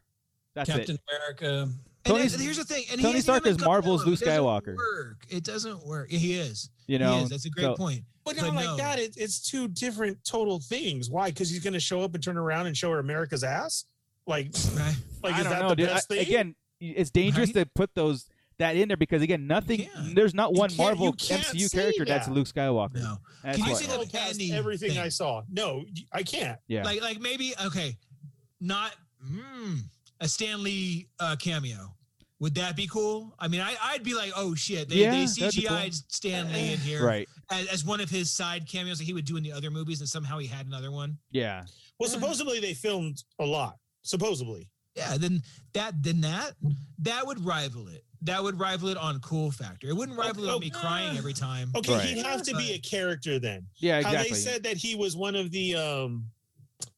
Speaker 8: That's
Speaker 10: Captain
Speaker 8: it.
Speaker 10: America.
Speaker 9: and
Speaker 8: Tony's-
Speaker 9: that's- here's the thing. And he
Speaker 8: Tony
Speaker 9: hasn't
Speaker 8: Stark
Speaker 9: even
Speaker 8: is
Speaker 9: come
Speaker 8: Marvel's
Speaker 9: out. It
Speaker 8: Luke
Speaker 9: doesn't
Speaker 8: Skywalker.
Speaker 9: work. It doesn't work. He is.
Speaker 8: You
Speaker 9: he
Speaker 8: know.
Speaker 9: is. That's a great
Speaker 8: so-
Speaker 9: point.
Speaker 11: But not
Speaker 9: But
Speaker 11: like
Speaker 9: no.
Speaker 11: that. It, it's two different total things. Why? Because he's gonna show up and turn around and show her America's ass. Like,
Speaker 9: Right?
Speaker 11: like
Speaker 8: I
Speaker 11: is
Speaker 8: don't
Speaker 11: that
Speaker 8: know,
Speaker 11: the
Speaker 8: dude.
Speaker 11: best
Speaker 8: I-
Speaker 11: thing?
Speaker 8: Again, it's dangerous to put those that in there because again, nothing.
Speaker 9: can't.
Speaker 8: There's not
Speaker 11: You
Speaker 8: one
Speaker 11: can't-
Speaker 8: Marvel
Speaker 11: you can't
Speaker 8: MCU
Speaker 11: say
Speaker 8: character that's
Speaker 11: that.
Speaker 8: Luke Skywalker.
Speaker 9: No.
Speaker 8: That's
Speaker 9: Can you
Speaker 8: why.
Speaker 9: see
Speaker 11: I
Speaker 9: that-
Speaker 11: scroll past
Speaker 9: Anything.
Speaker 11: everything I saw. No, y- I can't.
Speaker 8: yeah.
Speaker 9: Like like maybe okay, not mm, a Stanley uh, cameo. Would that be cool? I mean, I, I'd be like, oh shit, they,
Speaker 8: Yeah,
Speaker 9: they
Speaker 8: that'd be cool.
Speaker 9: CGI'd Stanley in here
Speaker 8: right.
Speaker 9: as, as one of his side cameos that he would do in the other movies, and somehow he had another one.
Speaker 8: Yeah.
Speaker 11: Well,
Speaker 9: Yeah.
Speaker 11: supposedly they filmed a lot. Supposedly.
Speaker 9: Yeah, then that then that that would rival it. That would rival it on cool factor. It wouldn't rival it on me crying every time.
Speaker 11: uh, Okay,
Speaker 8: Right.
Speaker 11: he'd have to be a character then.
Speaker 8: Yeah.
Speaker 11: How
Speaker 8: Exactly.
Speaker 11: they said that he was one of the um,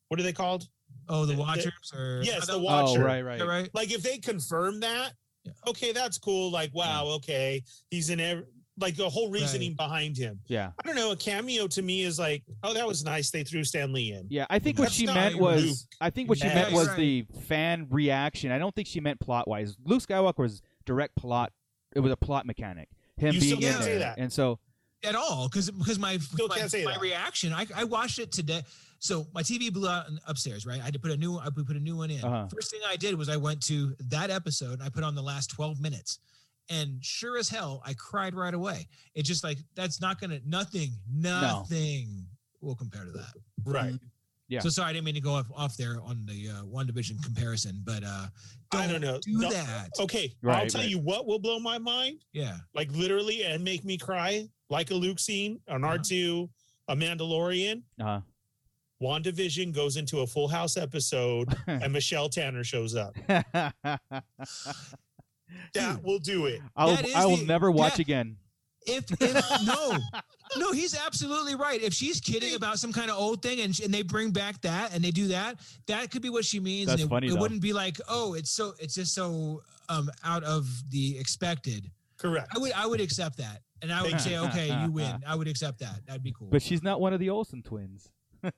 Speaker 11: what are they called?
Speaker 9: Oh, the Watchers or
Speaker 11: Yes, the
Speaker 9: Oh,
Speaker 8: oh,
Speaker 11: Watcher.
Speaker 8: right.
Speaker 9: that-
Speaker 8: Right.
Speaker 9: yeah, right.
Speaker 11: Like if they confirm that,
Speaker 9: Yeah.
Speaker 11: okay, that's cool. Like wow, okay, he's in every like the whole reasoning behind him.
Speaker 8: Yeah.
Speaker 11: I don't know. A cameo to me is like, oh, that was nice. They threw Stan Lee in.
Speaker 8: Yeah, I think what
Speaker 11: That's
Speaker 8: she
Speaker 11: not
Speaker 8: meant
Speaker 11: Luke.
Speaker 8: was I think what she
Speaker 11: Yeah,
Speaker 8: meant
Speaker 9: that's
Speaker 8: was
Speaker 9: right.
Speaker 8: the fan reaction. I don't think she meant plot wise. Luke Skywalker was direct plot. It was a plot mechanic. Him
Speaker 11: You
Speaker 8: being
Speaker 11: still
Speaker 8: in
Speaker 9: can't
Speaker 8: there,
Speaker 11: say that.
Speaker 8: and so
Speaker 9: at all because because my
Speaker 11: Still
Speaker 9: my,
Speaker 11: can't say
Speaker 9: my
Speaker 11: that.
Speaker 9: reaction I, I watched it today so my tv blew out in- upstairs right i had to put a new i put a new one in
Speaker 8: Uh-huh.
Speaker 9: first thing i did was i went to that episode and i put on the last 12 minutes and sure as hell i cried right away it's just like that's not gonna nothing nothing will compare to that
Speaker 11: Right.
Speaker 8: Yeah.
Speaker 9: so sorry i didn't mean to go off, off there on the uh, one division comparison but uh don't,
Speaker 11: I don't know.
Speaker 9: do
Speaker 11: No-
Speaker 9: that
Speaker 11: Okay. I'll
Speaker 8: Right,
Speaker 11: tell
Speaker 8: right.
Speaker 11: you what will blow my mind,
Speaker 9: yeah
Speaker 11: like literally, and make me cry, like a Luke scene, an
Speaker 9: Uh-huh.
Speaker 11: R2, a Mandalorian.
Speaker 8: uh,
Speaker 11: WandaVision goes into a Full House episode, and Michelle Tanner shows up. That will do it.
Speaker 8: I'll,
Speaker 9: That is
Speaker 8: I will
Speaker 9: the-
Speaker 8: never watch
Speaker 9: yeah.
Speaker 8: again.
Speaker 9: If, if no, no, he's absolutely right. If she's kidding about some kind of old thing and, sh- and they bring back that and they do that, that could be what she means.
Speaker 8: That's
Speaker 9: and it,
Speaker 8: funny,
Speaker 9: it
Speaker 8: though.
Speaker 9: wouldn't be like, oh, it's so it's just so um out of the expected.
Speaker 11: Correct.
Speaker 9: I would I would accept that. And I would say, okay, you win. I would accept that. That'd be cool.
Speaker 8: Uh-huh. But she's not one of the Olsen twins.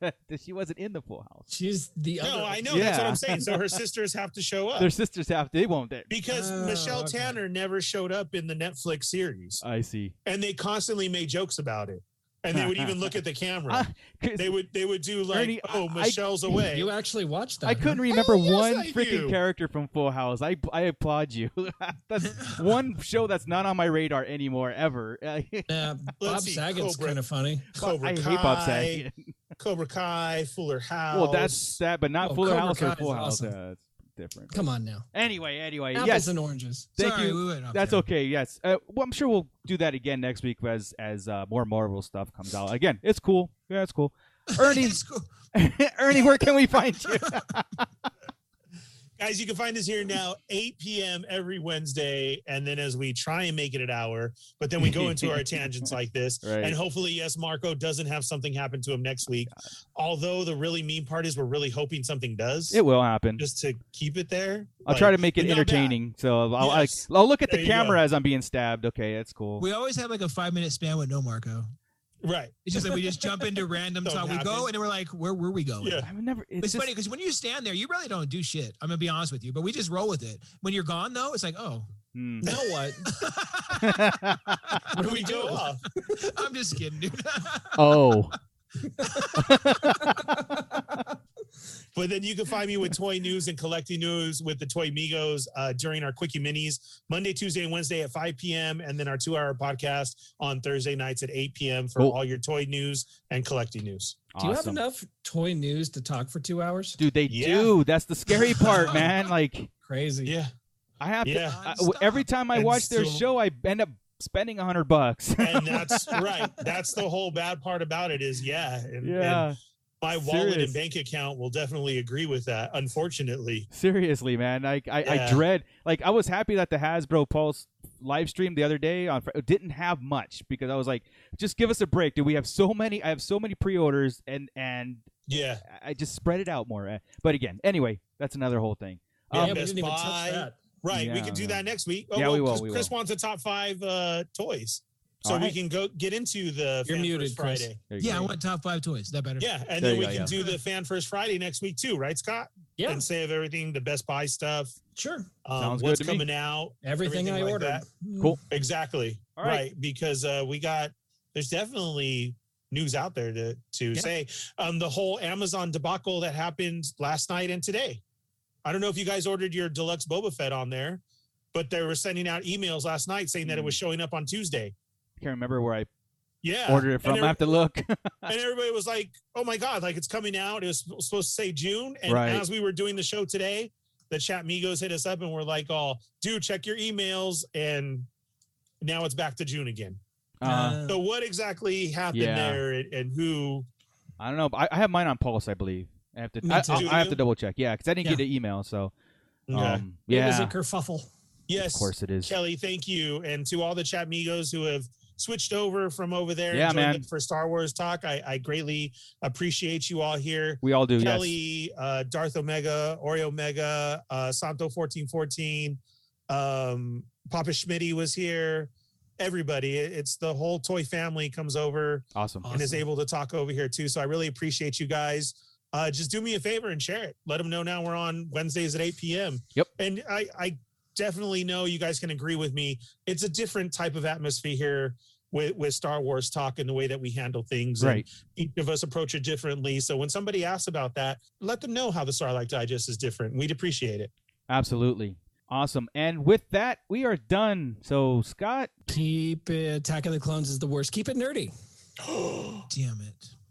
Speaker 8: she wasn't in the Full House.
Speaker 10: She's the other.
Speaker 11: No, I know. That's what
Speaker 8: Yeah.
Speaker 11: I'm saying. So her sisters have to show up
Speaker 8: Their sisters have. They won't. They,
Speaker 11: because
Speaker 10: Oh,
Speaker 11: Michelle
Speaker 10: okay.
Speaker 11: Tanner never showed up in the Netflix series,
Speaker 8: I see.
Speaker 11: and they constantly made jokes about it. And they would even look at the camera.
Speaker 8: Ah, 'cause
Speaker 11: they would they would do like,
Speaker 8: Ernie,
Speaker 11: oh,
Speaker 8: I-
Speaker 11: Michelle's away.
Speaker 10: You actually watched that.
Speaker 8: I couldn't remember
Speaker 11: yes,
Speaker 8: one
Speaker 11: I
Speaker 8: freaking
Speaker 11: do.
Speaker 8: character from Full House. I I applaud you. that's one show that's not on my radar anymore ever. I
Speaker 10: Huh? Nah, Bob
Speaker 11: Let's see,
Speaker 10: Saget's
Speaker 11: Cobra.
Speaker 10: kind of funny.
Speaker 11: Cobra
Speaker 8: hate
Speaker 11: Kai,
Speaker 8: Bob Saget.
Speaker 11: Cobra Kai, Fuller House.
Speaker 8: Well, that's that, but not
Speaker 10: Oh,
Speaker 8: Fuller
Speaker 10: Cobra
Speaker 8: House
Speaker 10: Kai
Speaker 8: or
Speaker 10: is
Speaker 8: Full House.
Speaker 10: awesome.
Speaker 8: Yeah, it's different.
Speaker 10: Come on now.
Speaker 8: Anyway, anyway,
Speaker 10: Apples
Speaker 8: yes.
Speaker 10: and oranges.
Speaker 8: Thank
Speaker 9: Sorry,
Speaker 8: you.
Speaker 9: we went up
Speaker 8: That's
Speaker 9: there.
Speaker 8: okay. Yes. Uh, well, I'm sure we'll do that again next week as as uh, more Marvel stuff comes out. Again, it's cool. Yeah, it's cool. Ernie,
Speaker 9: It's cool.
Speaker 8: Ernie, where can we find you?
Speaker 11: guys. You can find us here now, 8 p.m. every Wednesday, and then as we try and make it an hour, but then we go into our tangents like this.
Speaker 8: Right.
Speaker 11: And hopefully, yes, Marco doesn't have something happen to him next week. Although the really mean part is, we're really hoping something does,
Speaker 8: It will happen.
Speaker 11: just to keep it there.
Speaker 8: I'll
Speaker 11: Like,
Speaker 8: try to make it
Speaker 11: but not bad.
Speaker 8: entertaining. So I'll,
Speaker 11: Yes.
Speaker 8: I'll I'll look at
Speaker 11: There
Speaker 8: the
Speaker 11: you go.
Speaker 8: camera as I'm being stabbed. Okay, that's cool.
Speaker 9: We always have like a five minute span with no Marco.
Speaker 11: Right.
Speaker 9: It's just like we just jump into random
Speaker 11: Don't
Speaker 9: talk. We go
Speaker 11: happen.
Speaker 9: and then we're like, where were we going?
Speaker 11: Yeah.
Speaker 8: I would never. It's,
Speaker 9: It's, funny
Speaker 8: just-
Speaker 9: because when you stand there, you really don't do shit. I'm gonna be honest with you, but we just roll with it. When you're gone though, it's like, oh,
Speaker 8: Hmm.
Speaker 10: Now what?
Speaker 11: What do we go off?
Speaker 9: I'm just kidding, dude.
Speaker 8: oh,
Speaker 11: But then you can find me with toy news and collecting news with the Toy Migos uh, during our Quickie Minis Monday, Tuesday, and Wednesday at 5 p.m. And then our two hour podcast on Thursday nights at 8 p.m. for
Speaker 8: Cool.
Speaker 11: all your toy news and collecting news.
Speaker 10: Do you have
Speaker 8: awesome.
Speaker 10: enough toy news to talk for two hours?
Speaker 8: Dude, they
Speaker 11: Yeah.
Speaker 8: do. That's the scary part, man. Like
Speaker 10: Crazy.
Speaker 11: Yeah.
Speaker 8: I have to.
Speaker 11: Yeah.
Speaker 8: I- w- every time I
Speaker 11: And
Speaker 8: watch their
Speaker 11: still-
Speaker 8: show, I end up spending a hundred bucks.
Speaker 11: And that's right. That's the whole bad part about it is, yeah. And, and
Speaker 8: yeah.
Speaker 11: my wallet
Speaker 8: Serious.
Speaker 11: and bank account will definitely agree with that, unfortunately.
Speaker 8: Seriously, man. Like I, I
Speaker 11: Yeah.
Speaker 8: dread. Like I was happy that the Hasbro Pulse live stream the other day on Fri- it didn't have much because I was like, just give us a break. Dude, we have so many. I have so many pre-orders, and and
Speaker 11: Yeah.
Speaker 8: I- I just spread it out more. Eh, But again, anyway, that's another whole thing.
Speaker 10: Yeah,
Speaker 11: Um,
Speaker 10: we
Speaker 11: Best
Speaker 10: didn't even
Speaker 11: Buy.
Speaker 10: touch that.
Speaker 11: Right. we
Speaker 8: Yeah,
Speaker 11: could do
Speaker 8: yeah.
Speaker 11: that next week. Oh,
Speaker 8: Yeah, we will,
Speaker 11: Chris,
Speaker 8: we
Speaker 11: Chris
Speaker 8: will.
Speaker 11: wants a top five uh, toys. So
Speaker 8: All
Speaker 11: we
Speaker 8: right.
Speaker 11: can go get into the
Speaker 10: You're
Speaker 11: Fan
Speaker 10: muted,
Speaker 11: First
Speaker 10: Chris.
Speaker 11: Friday.
Speaker 8: There you
Speaker 9: yeah, I
Speaker 8: go.
Speaker 9: want top five toys. Is that better?
Speaker 11: Yeah, and then
Speaker 8: There you
Speaker 11: we
Speaker 8: go,
Speaker 11: can
Speaker 8: yeah.
Speaker 11: do the Fan First Friday next week too, right, Scott?
Speaker 10: Yeah,
Speaker 11: And save everything, the Best Buy stuff,
Speaker 10: sure.
Speaker 11: um,
Speaker 8: Sounds good
Speaker 11: what's
Speaker 8: to me.
Speaker 11: coming out. Everything
Speaker 10: Everything, I
Speaker 11: like
Speaker 10: ordered.
Speaker 11: that.
Speaker 10: Mm.
Speaker 8: Cool.
Speaker 11: Exactly.
Speaker 8: All
Speaker 11: right.
Speaker 8: right.
Speaker 11: Because uh, we got there's definitely news out there to to
Speaker 10: Yeah.
Speaker 11: say. Um, the whole Amazon debacle that happened last night and today. I don't know if you guys ordered your deluxe Boba Fett on there, but they were sending out emails last night saying that it was showing up on Tuesday.
Speaker 8: can't remember where I
Speaker 11: Yeah.
Speaker 8: ordered it
Speaker 11: And
Speaker 8: from. I
Speaker 11: every-
Speaker 8: have to look. Uh,
Speaker 11: and everybody was like, "Oh my god!" Like it's coming out. It was sp- supposed to say June, and
Speaker 8: Right.
Speaker 11: as we were doing the show today, the chat migos hit us up and we're like, "Oh, dude, check your emails." And now it's back to June again.
Speaker 8: Uh,
Speaker 10: Uh,
Speaker 11: So what exactly happened
Speaker 8: Yeah.
Speaker 11: there, and, and who?
Speaker 8: I don't know. but I, I have mine on Pulse, I believe. I have to.
Speaker 10: Me
Speaker 8: I,
Speaker 10: too.
Speaker 8: I-
Speaker 11: Do
Speaker 8: I have to
Speaker 11: you?
Speaker 8: double check. Yeah, because I didn't
Speaker 10: Yeah.
Speaker 8: get an email. So
Speaker 11: Okay.
Speaker 8: um,
Speaker 10: It was
Speaker 8: yeah,
Speaker 10: a kerfuffle.
Speaker 11: yes,
Speaker 8: of course it is.
Speaker 11: Kelly, thank you, and to all the chat migos who have switched over from over there. and
Speaker 8: Yeah,
Speaker 11: joined
Speaker 8: man.
Speaker 11: us For Star Wars talk, I, I greatly appreciate you all here.
Speaker 8: We all do.
Speaker 11: Kelly,
Speaker 8: Oh, Yes.
Speaker 11: uh, Darth Omega, Oreo Omega, uh, Santo fourteen fourteen, um, Papa Schmitty was here. Everybody, It- it's the whole toy family comes over
Speaker 8: Awesome.
Speaker 11: and is able to talk over here too. So I really appreciate you guys. Uh, just do me a favor and share it. Let them know now we're on Wednesdays at eight p.m.
Speaker 8: Yep.
Speaker 11: And I, I definitely know you guys can agree with me. It's a different type of atmosphere here with, with Star Wars talk and the way that we handle things.
Speaker 8: Right.
Speaker 11: And each of us approach it differently. So when somebody asks about that, let them know how the Sarlacc Digest is different. We'd appreciate it.
Speaker 8: Absolutely. Awesome. And with that, we are done. So, Scott,
Speaker 10: Keep it, Attack of the Clones is the worst. Keep it nerdy.
Speaker 9: Damn it.